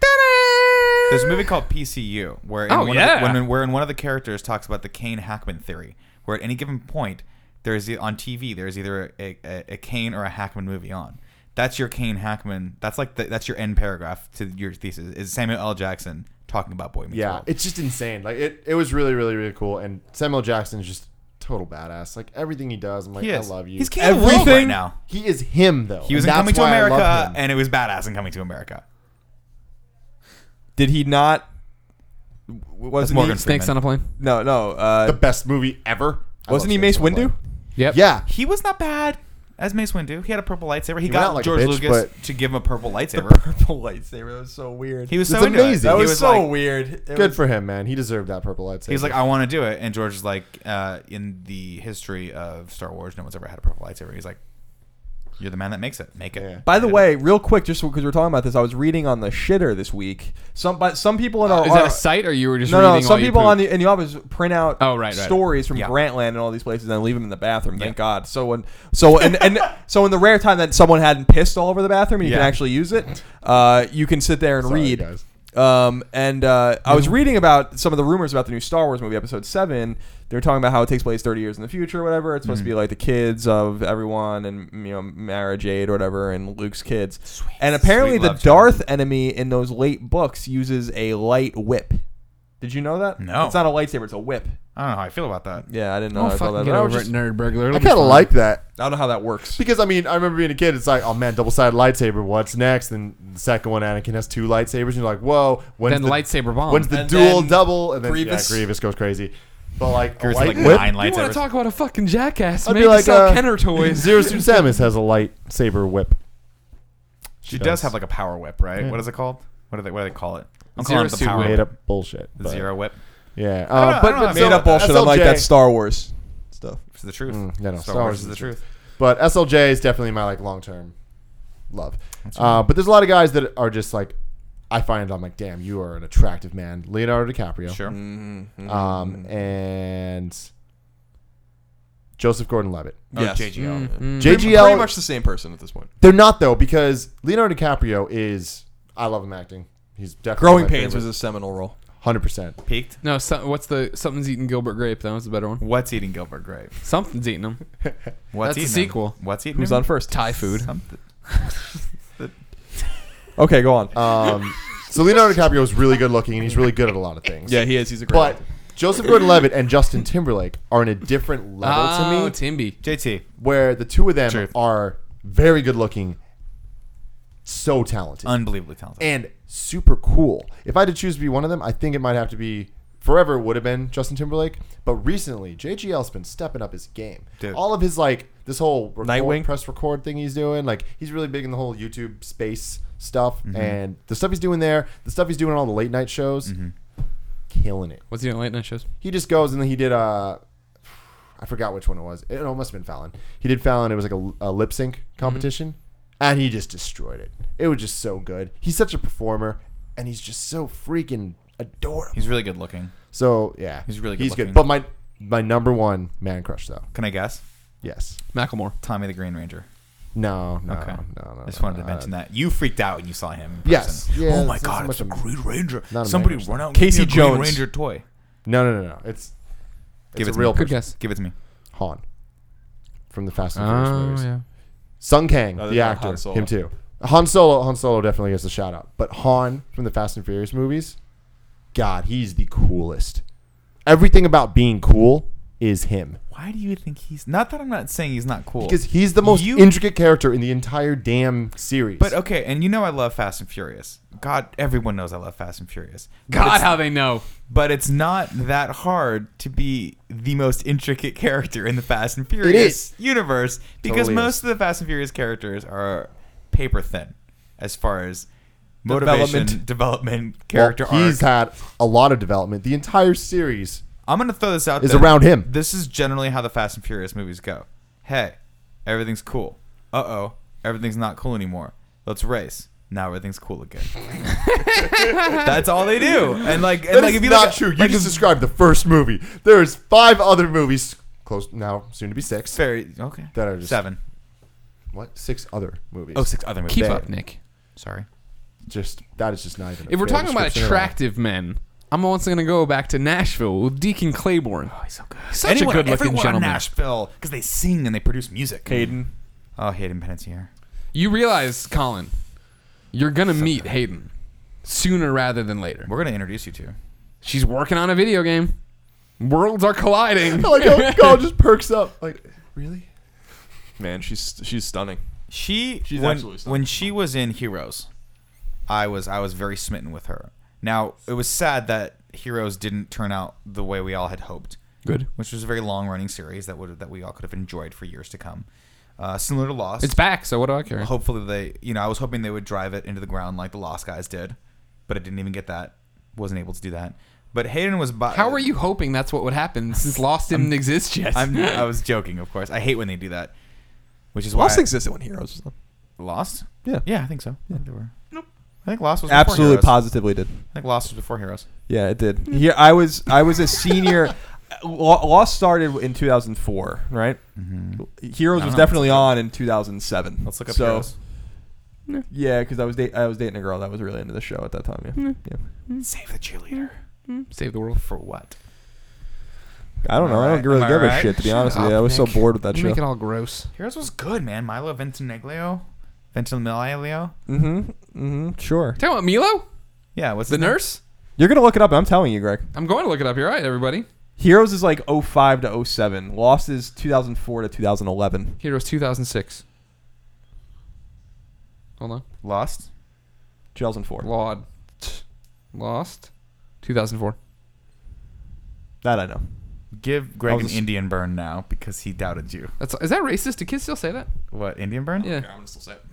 Speaker 2: There's a movie called PCU where in
Speaker 1: Oh,
Speaker 2: one
Speaker 1: yeah.
Speaker 2: of the, when, where in one of the characters talks about the Kane Hackman theory, where at any given point there's e- on TV there's either a, a, a Kane or a Hackman movie on. That's your Kane Hackman. That's like the, that's your end paragraph to your thesis is Samuel L. Jackson talking about Boy Meets
Speaker 4: yeah,
Speaker 2: World.
Speaker 4: it's just insane. Like it, it was really, really, really cool. And Samuel Jackson's just total badass. Like everything he does, I'm like,
Speaker 2: He
Speaker 4: I
Speaker 2: is.
Speaker 4: love you.
Speaker 2: He's king of the world right
Speaker 3: Everything-
Speaker 2: now.
Speaker 4: he is him though.
Speaker 2: He was in
Speaker 4: and
Speaker 2: Coming
Speaker 4: that's
Speaker 2: to
Speaker 4: why I love
Speaker 2: America,
Speaker 4: him.
Speaker 2: and it was badass in Coming to America.
Speaker 3: Did he not? w- Wasn't
Speaker 2: Morgan
Speaker 3: he?
Speaker 1: Snakes on a plane.
Speaker 3: No, no. Uh,
Speaker 4: the best movie ever. I
Speaker 3: wasn't
Speaker 4: love
Speaker 3: he Mace
Speaker 4: Snakes on a
Speaker 3: Windu?
Speaker 4: Plane.
Speaker 3: *laughs*
Speaker 1: Yep.
Speaker 4: Yeah,
Speaker 2: He was not bad as Mace Windu. He had a purple lightsaber. He,
Speaker 4: went
Speaker 2: got
Speaker 4: out like a
Speaker 2: George
Speaker 4: bitch,
Speaker 2: Lucas
Speaker 4: but-
Speaker 2: to give him a purple lightsaber.
Speaker 3: Purple lightsaber. That was so weird.
Speaker 2: He was
Speaker 4: It's
Speaker 2: so into it.
Speaker 4: amazing.
Speaker 3: That
Speaker 2: He
Speaker 3: was, so
Speaker 2: like,
Speaker 3: weird. It
Speaker 4: good
Speaker 3: was-
Speaker 4: for him, man. He deserved that purple lightsaber.
Speaker 2: He's like, I want to do it. And George is like, uh, in the history of Star Wars, no one's ever had a purple lightsaber. He's like, you're the man that makes it. Make it.
Speaker 4: Yeah.
Speaker 3: By the way, real quick, just because we're talking about this, I was reading on the shitter this week. Some, but some people in our
Speaker 1: Uh, Is that
Speaker 3: our-
Speaker 1: a site or you were just
Speaker 3: uh, No,
Speaker 1: reading
Speaker 3: no. Some
Speaker 1: while you
Speaker 3: people
Speaker 1: pooped?
Speaker 3: on the in the office print out
Speaker 1: Oh, right, right.
Speaker 3: stories from
Speaker 2: Yeah.
Speaker 3: Grantland and all these places and then leave them in the bathroom. Thank
Speaker 2: Yeah.
Speaker 3: God. So when so and, and so in the rare time that someone hadn't pissed all over the bathroom, and you can
Speaker 2: Yeah.
Speaker 3: actually use it. Uh, you can sit there and
Speaker 4: Sorry,
Speaker 3: read.
Speaker 4: guys.
Speaker 3: Um, and uh, I was reading about some of the rumors about the new Star Wars movie, Episode Seven. They were talking about how it takes place 30 years in the future, or whatever. It's supposed to be like the kids of everyone, and you know, Mara Jade or whatever, and Luke's kids. And apparently,
Speaker 2: Sweet
Speaker 3: the
Speaker 2: love,
Speaker 3: Darth enemy in those late books uses a light whip. Did you know that?
Speaker 2: No.
Speaker 3: It's not a lightsaber, it's a whip.
Speaker 2: I don't know how I feel about that.
Speaker 3: Yeah, I didn't know
Speaker 1: Oh,
Speaker 3: how I thought
Speaker 1: fucking
Speaker 3: that.
Speaker 1: get
Speaker 3: but I, was
Speaker 1: over
Speaker 3: just-
Speaker 1: it, nerd burglar.
Speaker 4: I kind of like that
Speaker 3: I don't know how that *laughs* works.
Speaker 4: because I mean, I remember being a kid. It's like, oh man, double sided lightsaber. What's next? And the second one, Anakin has two lightsabers. And you're like, whoa. When's
Speaker 1: Then
Speaker 4: the,
Speaker 1: lightsaber bomb.
Speaker 4: When's the
Speaker 3: And
Speaker 4: dual
Speaker 3: then
Speaker 4: double? And then
Speaker 3: Grievous.
Speaker 4: Yeah, Grievous goes crazy. But like, a
Speaker 2: Here's like
Speaker 4: light whip.
Speaker 2: nine
Speaker 1: You want
Speaker 2: lightsabers.
Speaker 1: to talk about a fucking jackass?
Speaker 4: I'd
Speaker 1: Maybe
Speaker 4: be like,
Speaker 1: sell
Speaker 4: uh, *laughs*
Speaker 1: Kenner toys.
Speaker 4: Zero Suit Samus has a lightsaber whip.
Speaker 2: she does have like a power whip, right? What is it called? What do they What do they call it? I'm
Speaker 1: Zero
Speaker 2: calling it the
Speaker 1: suit
Speaker 2: power
Speaker 1: whip.
Speaker 4: made
Speaker 2: whip.
Speaker 4: up bullshit. but-
Speaker 2: Zero whip.
Speaker 4: Yeah,
Speaker 2: don't know,
Speaker 4: uh,
Speaker 2: I
Speaker 4: but
Speaker 2: don't know,
Speaker 4: but
Speaker 2: I
Speaker 3: Made up bullshit. I'm like
Speaker 4: SLJ
Speaker 3: that Star Wars stuff.
Speaker 2: It's the truth.
Speaker 4: Mm, no, no,
Speaker 2: Star Wars is the truth.
Speaker 4: But SLJ is definitely my like long term love. Uh, but there's a lot of guys that are just like, I find I'm like, damn, you are an attractive man,
Speaker 3: Mm-hmm.
Speaker 4: Um, Leonardo DiCaprio.
Speaker 2: Sure.
Speaker 4: Um, and Joseph Gordon-Levitt.
Speaker 2: Oh,
Speaker 3: Yes.
Speaker 2: JGL.
Speaker 3: Pretty, Mm-hmm. pretty
Speaker 4: JGL.
Speaker 3: much the same person at this point.
Speaker 4: They're not though because Leonardo DiCaprio is. I love him acting. He's definitely
Speaker 3: Growing Pains was a seminal role.
Speaker 4: hundred percent.
Speaker 2: Peaked.
Speaker 1: No, so, what's the something's eating Gilbert Grape? That was the better one.
Speaker 2: What's eating Gilbert Grape?
Speaker 1: Something's eating him.
Speaker 2: What's
Speaker 1: That's a
Speaker 2: eating him?
Speaker 1: sequel.
Speaker 2: What's eating
Speaker 3: Who's
Speaker 2: him?
Speaker 3: on first?
Speaker 1: Thai food.
Speaker 2: Something.
Speaker 3: Okay, go on.
Speaker 4: Um, so Leonardo DiCaprio is really good looking and he's really good at a lot of
Speaker 3: *laughs*
Speaker 4: things.
Speaker 3: yeah, he is. He's a great.
Speaker 4: But Joseph Gordon-Levitt and Justin Timberlake are in a different level to
Speaker 3: Ah,
Speaker 1: Oh,
Speaker 4: me.
Speaker 1: Timby.
Speaker 2: JT.
Speaker 4: where the two of them
Speaker 2: Truth.
Speaker 4: are very good looking, so talented,
Speaker 2: Unbelievably talented.
Speaker 4: and super cool. If I had to choose to be one of them, I think it might have to be forever would have been Justin Timberlake, but recently JGL's been stepping up his game.
Speaker 2: Dude.
Speaker 4: All of his like this whole record,
Speaker 3: Nightwing?
Speaker 4: press record thing he's doing, like he's really big in the whole YouTube space stuff and the stuff he's doing there, the stuff he's doing on all the late night shows, killing it
Speaker 1: What's he doing late night shows?
Speaker 4: he just goes and then he did uh I forgot which one it was. It almost been Fallon. He did Fallon. It was like a, a lip sync competition,
Speaker 2: Mm-hmm.
Speaker 4: and he just destroyed it. It was just so good. He's such a performer, and he's just so freaking adorable.
Speaker 2: He's really good looking.
Speaker 4: so yeah,
Speaker 2: he's really
Speaker 4: He's
Speaker 2: good-looking.
Speaker 4: good. But my my number one man crush though.
Speaker 2: Can I guess?
Speaker 4: Yes.
Speaker 1: Macklemore.
Speaker 2: Tommy the Green Ranger.
Speaker 4: No. No.
Speaker 2: Okay.
Speaker 4: No. No.
Speaker 2: I just wanted to
Speaker 4: no,
Speaker 2: mention
Speaker 4: no.
Speaker 2: that. You freaked out when you saw him. In person.
Speaker 4: Yes. Yeah,
Speaker 2: oh my
Speaker 4: it's not so
Speaker 2: god, it's
Speaker 4: much
Speaker 2: a
Speaker 4: a-
Speaker 2: Green Ranger.
Speaker 4: not a
Speaker 2: Somebody
Speaker 4: Ranger.
Speaker 2: run out and get
Speaker 3: Casey
Speaker 2: me a Green
Speaker 3: Jones.
Speaker 2: Ranger toy.
Speaker 4: No. No. No. No. It's
Speaker 2: Give it
Speaker 4: it's a
Speaker 2: to
Speaker 4: real
Speaker 2: me.
Speaker 1: Good
Speaker 4: person.
Speaker 1: guess.
Speaker 2: Give it to me.
Speaker 4: Han from the Fast and Furious
Speaker 1: Oh
Speaker 4: movies.
Speaker 1: yeah.
Speaker 4: Sung Kang,
Speaker 2: Oh,
Speaker 3: No, that's
Speaker 4: the
Speaker 3: not
Speaker 4: actor,
Speaker 3: Han Solo.
Speaker 4: him too. Han Solo, Han Solo definitely gets a shout out. But Han from the Fast and Furious movies, God, he's the coolest. Everything about being cool is him
Speaker 2: Why do you think he's not that I'm not saying he's not cool.
Speaker 4: because he's the most
Speaker 2: You-
Speaker 4: intricate character in the entire damn series.
Speaker 2: but okay, and you know I love Fast and Furious. God, everyone knows I love Fast and Furious. But
Speaker 1: God,
Speaker 2: it's-
Speaker 1: how they know.
Speaker 2: but it's not that hard to be the most intricate *laughs* character in the Fast and
Speaker 4: is.
Speaker 2: Furious universe because
Speaker 4: Totally
Speaker 2: most
Speaker 4: is.
Speaker 2: of the Fast and Furious characters are paper thin as far as motivation,
Speaker 3: Development.
Speaker 2: development,
Speaker 4: Well,
Speaker 2: character
Speaker 4: he's
Speaker 2: arc.
Speaker 4: had a lot of development. The entire series
Speaker 2: I'm gonna throw this out.
Speaker 4: is
Speaker 2: there.
Speaker 4: around him.
Speaker 2: This is generally how the Fast and Furious movies go. Hey, everything's cool. Uh oh, everything's not cool anymore. Let's race. Now everything's cool
Speaker 4: *laughs*
Speaker 2: again. That's all they do. And like, and
Speaker 4: That
Speaker 2: like
Speaker 4: is
Speaker 2: if you
Speaker 4: not
Speaker 2: look at,
Speaker 4: true. You
Speaker 2: like,
Speaker 4: just described the first movie. There is five other movies, close now, soon to be six.
Speaker 2: very okay.
Speaker 4: That are just-
Speaker 2: seven.
Speaker 4: What six other movies?
Speaker 2: Oh, six other movies.
Speaker 1: Keep
Speaker 4: They-
Speaker 1: up, Nick.
Speaker 2: Sorry.
Speaker 4: just that is just not even. a
Speaker 1: If we're
Speaker 4: fair
Speaker 1: talking about
Speaker 4: description at all.
Speaker 1: attractive men, I'm once going to go back to Nashville with Deacon Claiborne. Oh, he's so good. Such
Speaker 2: Anyone-
Speaker 1: a good-looking
Speaker 2: everyone in
Speaker 1: gentleman.
Speaker 2: Nashville, because they sing and they produce music.
Speaker 3: Hayden.
Speaker 2: Oh, Hayden Panettiere.
Speaker 1: You realize, Colin, you're going to meet Hayden sooner rather than later.
Speaker 2: We're gonna introduce you to.
Speaker 1: She's working on a video game. Worlds are *laughs* colliding.
Speaker 4: I like how Colin just perks up. Like, really?
Speaker 3: Man, she's she's stunning.
Speaker 2: She
Speaker 3: She's
Speaker 2: when,
Speaker 3: absolutely stunning.
Speaker 2: when she was in Heroes, I was I was very smitten with her. Now it was sad that Heroes didn't turn out the way we all had hoped,
Speaker 1: Good.
Speaker 2: which was a very long running series that would that we all could have enjoyed for years to come. Uh, similar to Lost,
Speaker 1: It's back, so what do I care?
Speaker 2: hopefully they you know i was hoping they would drive it into the ground like the lost guys did but i didn't even get that wasn't able to do that but hayden was by
Speaker 1: How are you hoping that's what would happen since Lost didn't exist yet?
Speaker 2: I'm, i was joking of course i hate when they do that which is why
Speaker 3: Lost existed when Heroes was done.
Speaker 2: lost
Speaker 3: Yeah.
Speaker 2: yeah i think so yeah. they were nope i think lost was before
Speaker 3: Absolutely,
Speaker 2: heroes.
Speaker 3: positively did.
Speaker 2: i think lost was before heroes
Speaker 3: Yeah, it did. Here, I was I was a senior. Lo- Lost started in 2004, right? Heroes
Speaker 2: I
Speaker 3: was
Speaker 2: don't know.
Speaker 3: definitely on in 2007.
Speaker 2: let's look up
Speaker 3: so,
Speaker 2: heroes
Speaker 3: Yeah, because I was date I was dating a girl that was really into the show at that time. Yeah, yeah.
Speaker 2: save the cheerleader
Speaker 1: Save the world.
Speaker 2: for what
Speaker 3: I don't know. I
Speaker 2: Alright,
Speaker 3: don't really
Speaker 2: am I
Speaker 3: give a
Speaker 2: right?
Speaker 3: shit to be
Speaker 2: Shut
Speaker 3: honest with
Speaker 2: up,
Speaker 3: you. I was
Speaker 1: Nick.
Speaker 3: so bored with that
Speaker 1: You
Speaker 3: show.
Speaker 1: make it all gross.
Speaker 2: heroes was good man milo ventimiglio ventimiglio
Speaker 3: mm-hmm. Mm-hmm. Sure.
Speaker 1: Talking about Milo,
Speaker 2: yeah what's
Speaker 1: the
Speaker 2: his name?
Speaker 1: nurse.
Speaker 3: You're gonna look it up. I'm telling you, Greg.
Speaker 1: I'm going to look it up. You're right, everybody.
Speaker 3: Heroes is like 05 to 07. Lost is 2004 to 2011.
Speaker 1: Heroes 2006. Hold on.
Speaker 2: lost
Speaker 3: 2004.
Speaker 1: Laud. Lost. 2004.
Speaker 3: That I know.
Speaker 2: give
Speaker 3: I
Speaker 2: greg
Speaker 3: was
Speaker 2: an
Speaker 3: a s-
Speaker 2: indian burn now because he doubted you
Speaker 1: That's is that racist? Do kids still say that?
Speaker 2: Oh, what indian burn
Speaker 1: Yeah.
Speaker 3: I'm gonna still say it.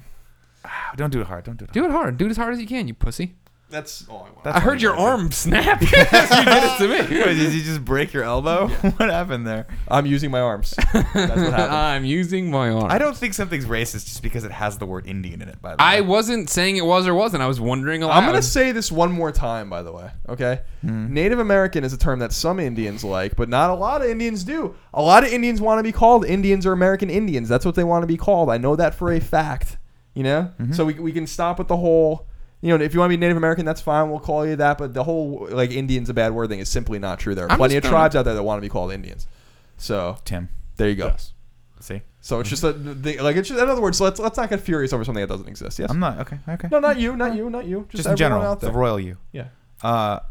Speaker 2: Don't do it hard. Don't do it. Hard.
Speaker 1: Do it hard. Do it as hard as you can, you pussy.
Speaker 3: That's all I want.
Speaker 2: That's
Speaker 1: I heard
Speaker 2: funny,
Speaker 1: your
Speaker 2: Brandon.
Speaker 1: arm *laughs* snap. you did it to
Speaker 2: *laughs* Wait,
Speaker 1: me.
Speaker 2: did you just break your elbow? *laughs* what happened there?
Speaker 3: I'm using my arms. That's what happened.
Speaker 1: I'm using my arm.
Speaker 2: I don't think something's racist just because it has the word Indian in it. By the
Speaker 1: I
Speaker 2: way,
Speaker 1: wasn't saying it was or wasn't. I was wondering aloud.
Speaker 3: I'm gonna say this one more time, by the way. Okay,
Speaker 2: Hmm.
Speaker 3: Native American is a term that some Indians like, but not a lot of Indians do. A lot of Indians want to be called Indians or American Indians. That's what they want to be called. I know that for a fact. You know,
Speaker 2: Mm-hmm.
Speaker 3: so we we can stop with the whole. You know, if you want to be Native American, that's fine. We'll call you that. But the whole like Indian's a bad word thing is simply not true. There are
Speaker 1: I'm
Speaker 3: plenty of
Speaker 1: just
Speaker 3: tribes out there that want to be called Indians. So
Speaker 2: Tim.
Speaker 3: there you go.
Speaker 2: See,
Speaker 3: So it's just a, the, like it's just, in other words, let's let's not get furious over something that doesn't exist. Yes.
Speaker 2: Mm-hmm. I'm not okay. Okay,
Speaker 3: no, not you, not you, not you.
Speaker 2: just
Speaker 3: Just,
Speaker 2: in
Speaker 3: everyone
Speaker 2: general,
Speaker 3: out there.
Speaker 2: the royal you.
Speaker 3: yeah.
Speaker 2: Uh,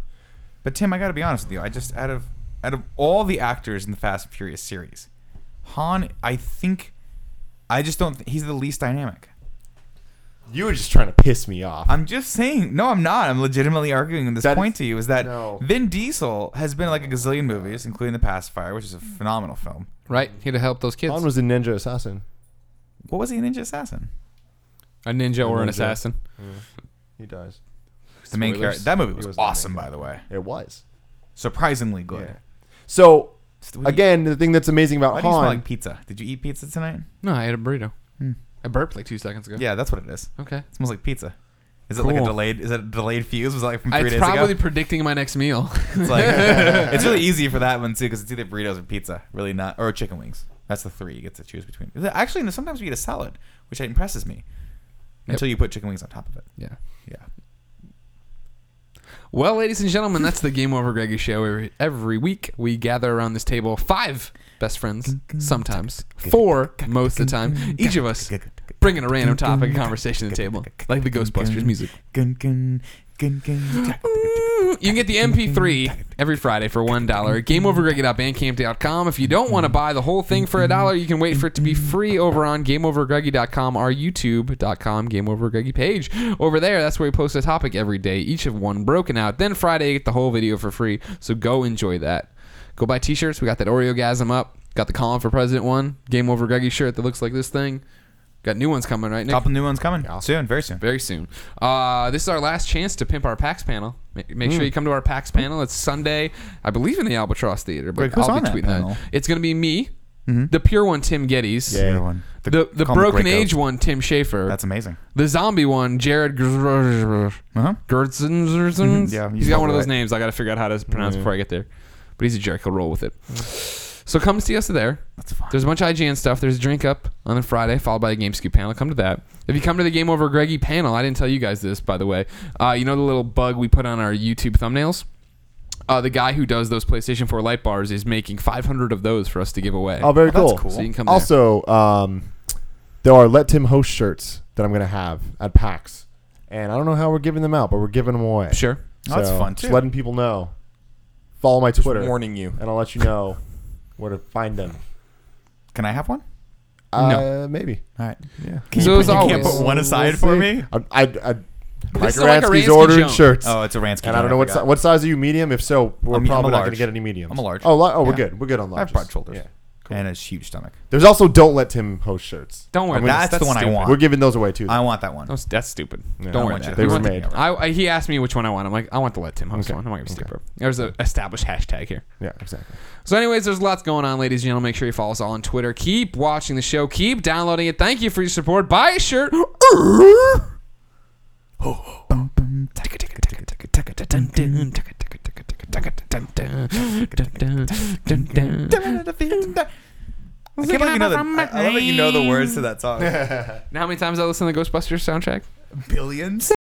Speaker 2: but Tim, I got to be honest with you. I just out of out of all the actors in the Fast and Furious series, Han, I think, I just don't. Th- he's the least dynamic.
Speaker 4: You were just trying to piss me off.
Speaker 2: I'm just saying. No, I'm not. I'm legitimately arguing this
Speaker 4: That
Speaker 2: point
Speaker 4: is-
Speaker 2: to you is that
Speaker 4: No.
Speaker 2: Vin Diesel has been in, like a gazillion movies, including The Pacifier, which is a phenomenal film.
Speaker 1: right. He'd have helped those kids.
Speaker 4: Han was a ninja assassin.
Speaker 2: What was he a Ninja Assassin?
Speaker 1: a ninja or an
Speaker 4: ninja.
Speaker 1: assassin.
Speaker 4: He dies.
Speaker 2: The main
Speaker 1: Spoilers.
Speaker 2: character. That movie was,
Speaker 4: was the main
Speaker 2: awesome, by the way.
Speaker 4: It was.
Speaker 2: Surprisingly good.
Speaker 4: Yeah. So
Speaker 2: Still- what do you-
Speaker 4: again, the thing that's amazing
Speaker 2: why
Speaker 4: about
Speaker 2: do you smell
Speaker 4: Han,
Speaker 2: like pizza? Did you eat pizza
Speaker 4: *laughs*
Speaker 2: tonight?
Speaker 1: No, I ate a burrito. I burped like two seconds ago.
Speaker 2: Yeah, that's what it is.
Speaker 1: Okay.
Speaker 2: It smells like pizza. Is it like a
Speaker 1: Cool.
Speaker 2: delayed? Is it a delayed fuse? Was it like from three
Speaker 1: It's
Speaker 2: days
Speaker 1: probably
Speaker 2: ago?
Speaker 1: predicting my next meal. *laughs*
Speaker 2: It's like it's really easy for that one too because it's either burritos or pizza. Really not or chicken wings. That's the three you get to choose between. Actually, no, sometimes we eat a salad, which impresses me. Until you put chicken wings on top of it.
Speaker 1: yeah.
Speaker 2: Yeah.
Speaker 1: Well, ladies and gentlemen, that's the Game Over Greggy show. Every, every week we gather around this table, five best friends, sometimes four most of the time, each of us bringing a random topic of conversation to the table, like the Ghostbusters music.
Speaker 2: Gun, gun, gun, gun.
Speaker 1: You can get the MP3 every Friday for one dollar. at GameOverGreggy.bandcamp.com. If you don't want to buy the whole thing for a dollar, you can wait for it to be free over on GameOverGreggy.com or YouTube.com Game Over Greggy page. Over there, that's where we post a topic every day, each of one broken out. Then Friday, you get the whole video for free. So go enjoy that. Go buy T-shirts. We got that Oreogasm up. Got the Colin for President one. Game Over Greggy shirt that looks like this thing. Got new ones coming right now
Speaker 2: Couple new ones coming soon, very soon.
Speaker 1: very soon. Uh, this is our last chance to pimp our PAX panel. Ma- Make sure you come to our PAX panel. It's Sunday, I believe, in the Albatross Theater. But
Speaker 2: Greg, who's
Speaker 1: I'll
Speaker 2: on
Speaker 1: be
Speaker 2: that
Speaker 1: tweeting
Speaker 2: panel?
Speaker 1: that. It's going to be me, the pure one, Tim Geddes.
Speaker 4: Yeah.
Speaker 2: one.
Speaker 1: The, the,
Speaker 2: call him
Speaker 1: broken
Speaker 2: Greco.
Speaker 1: age one, Tim Schafer.
Speaker 2: That's amazing.
Speaker 1: the zombie one, Jared Gertzenzerson.
Speaker 2: Uh-huh. Mhm, yeah,
Speaker 1: He's
Speaker 2: you
Speaker 1: got one of
Speaker 2: probably
Speaker 1: those
Speaker 2: right.
Speaker 1: names. I got to figure out how to pronounce before I get there. But he's a jerk. He'll roll with it. So come see us there.
Speaker 2: That's fine.
Speaker 1: There's a bunch of IGN stuff. There's a drink up on a Friday, followed by a GameScoop panel. Come to that. If you come to the Game Over Greggy panel, I didn't tell you guys this, by the way. Uh, you know the little bug we put on our YouTube thumbnails? Uh, the guy who does those PlayStation 4 light bars is making 500 of those for us to give away.
Speaker 4: oh, very
Speaker 2: that's
Speaker 4: cool.
Speaker 2: cool.
Speaker 1: So you can come there.
Speaker 4: Also, um, there are Let Tim Host shirts that I'm going to have at PAX. And I don't know how we're giving them out, but we're giving them away.
Speaker 1: Sure.
Speaker 2: Oh, that's fun,
Speaker 4: Just
Speaker 2: too.
Speaker 4: letting people know. Follow my Twitter,
Speaker 3: warning you.
Speaker 4: and I'll let you know where to find them.
Speaker 2: Can I have one?
Speaker 1: No.
Speaker 4: Uh, maybe.
Speaker 2: All right.
Speaker 4: Yeah.
Speaker 2: Can
Speaker 1: So
Speaker 2: you,
Speaker 1: as
Speaker 2: put, you can't
Speaker 1: always-
Speaker 2: put one aside for me?
Speaker 4: I, I, I, Mike
Speaker 1: is like a
Speaker 4: Aransky's
Speaker 1: Ransky
Speaker 4: ordered
Speaker 1: joke.
Speaker 4: shirts.
Speaker 2: Oh, it's a Ransky.
Speaker 4: and I don't know what, si- what size are you, medium? If so, we're
Speaker 2: I'm- I'm a
Speaker 4: probably not going
Speaker 2: large.
Speaker 4: to get any mediums.
Speaker 2: I'm a large.
Speaker 4: Oh, li- oh we're
Speaker 2: Yeah.
Speaker 4: good. We're good on
Speaker 2: I
Speaker 4: large.
Speaker 2: have broad shoulders.
Speaker 4: Yeah.
Speaker 2: And a huge stomach.
Speaker 4: There's also Don't Let Tim Host shirts.
Speaker 1: Don't worry.
Speaker 4: I'm gonna-
Speaker 2: That's, the one I want.
Speaker 4: We're giving those away too.
Speaker 2: I want that one.
Speaker 1: That's, that's stupid.
Speaker 4: Yeah,
Speaker 1: Don't
Speaker 4: I
Speaker 1: worry
Speaker 2: want
Speaker 1: about it.
Speaker 2: you to
Speaker 4: They
Speaker 1: You
Speaker 4: were
Speaker 1: want the-
Speaker 4: made.
Speaker 1: I, I, he asked me which one I want. I'm like, I want the Let Tim Host
Speaker 4: Okay.
Speaker 1: one. I'm not going to be
Speaker 4: Okay.
Speaker 1: stupid. There's an established hashtag here.
Speaker 4: yeah, exactly.
Speaker 1: So, anyways, there's lots going on, ladies and gentlemen. Make sure you follow us all on Twitter. Keep watching the show. Keep downloading it. Thank you for your support. Buy a shirt.
Speaker 2: *laughs* I can't believe you know the, I I love that you know the words to that song.
Speaker 1: Now, how many times I listen to the Ghostbusters soundtrack?
Speaker 2: Billions.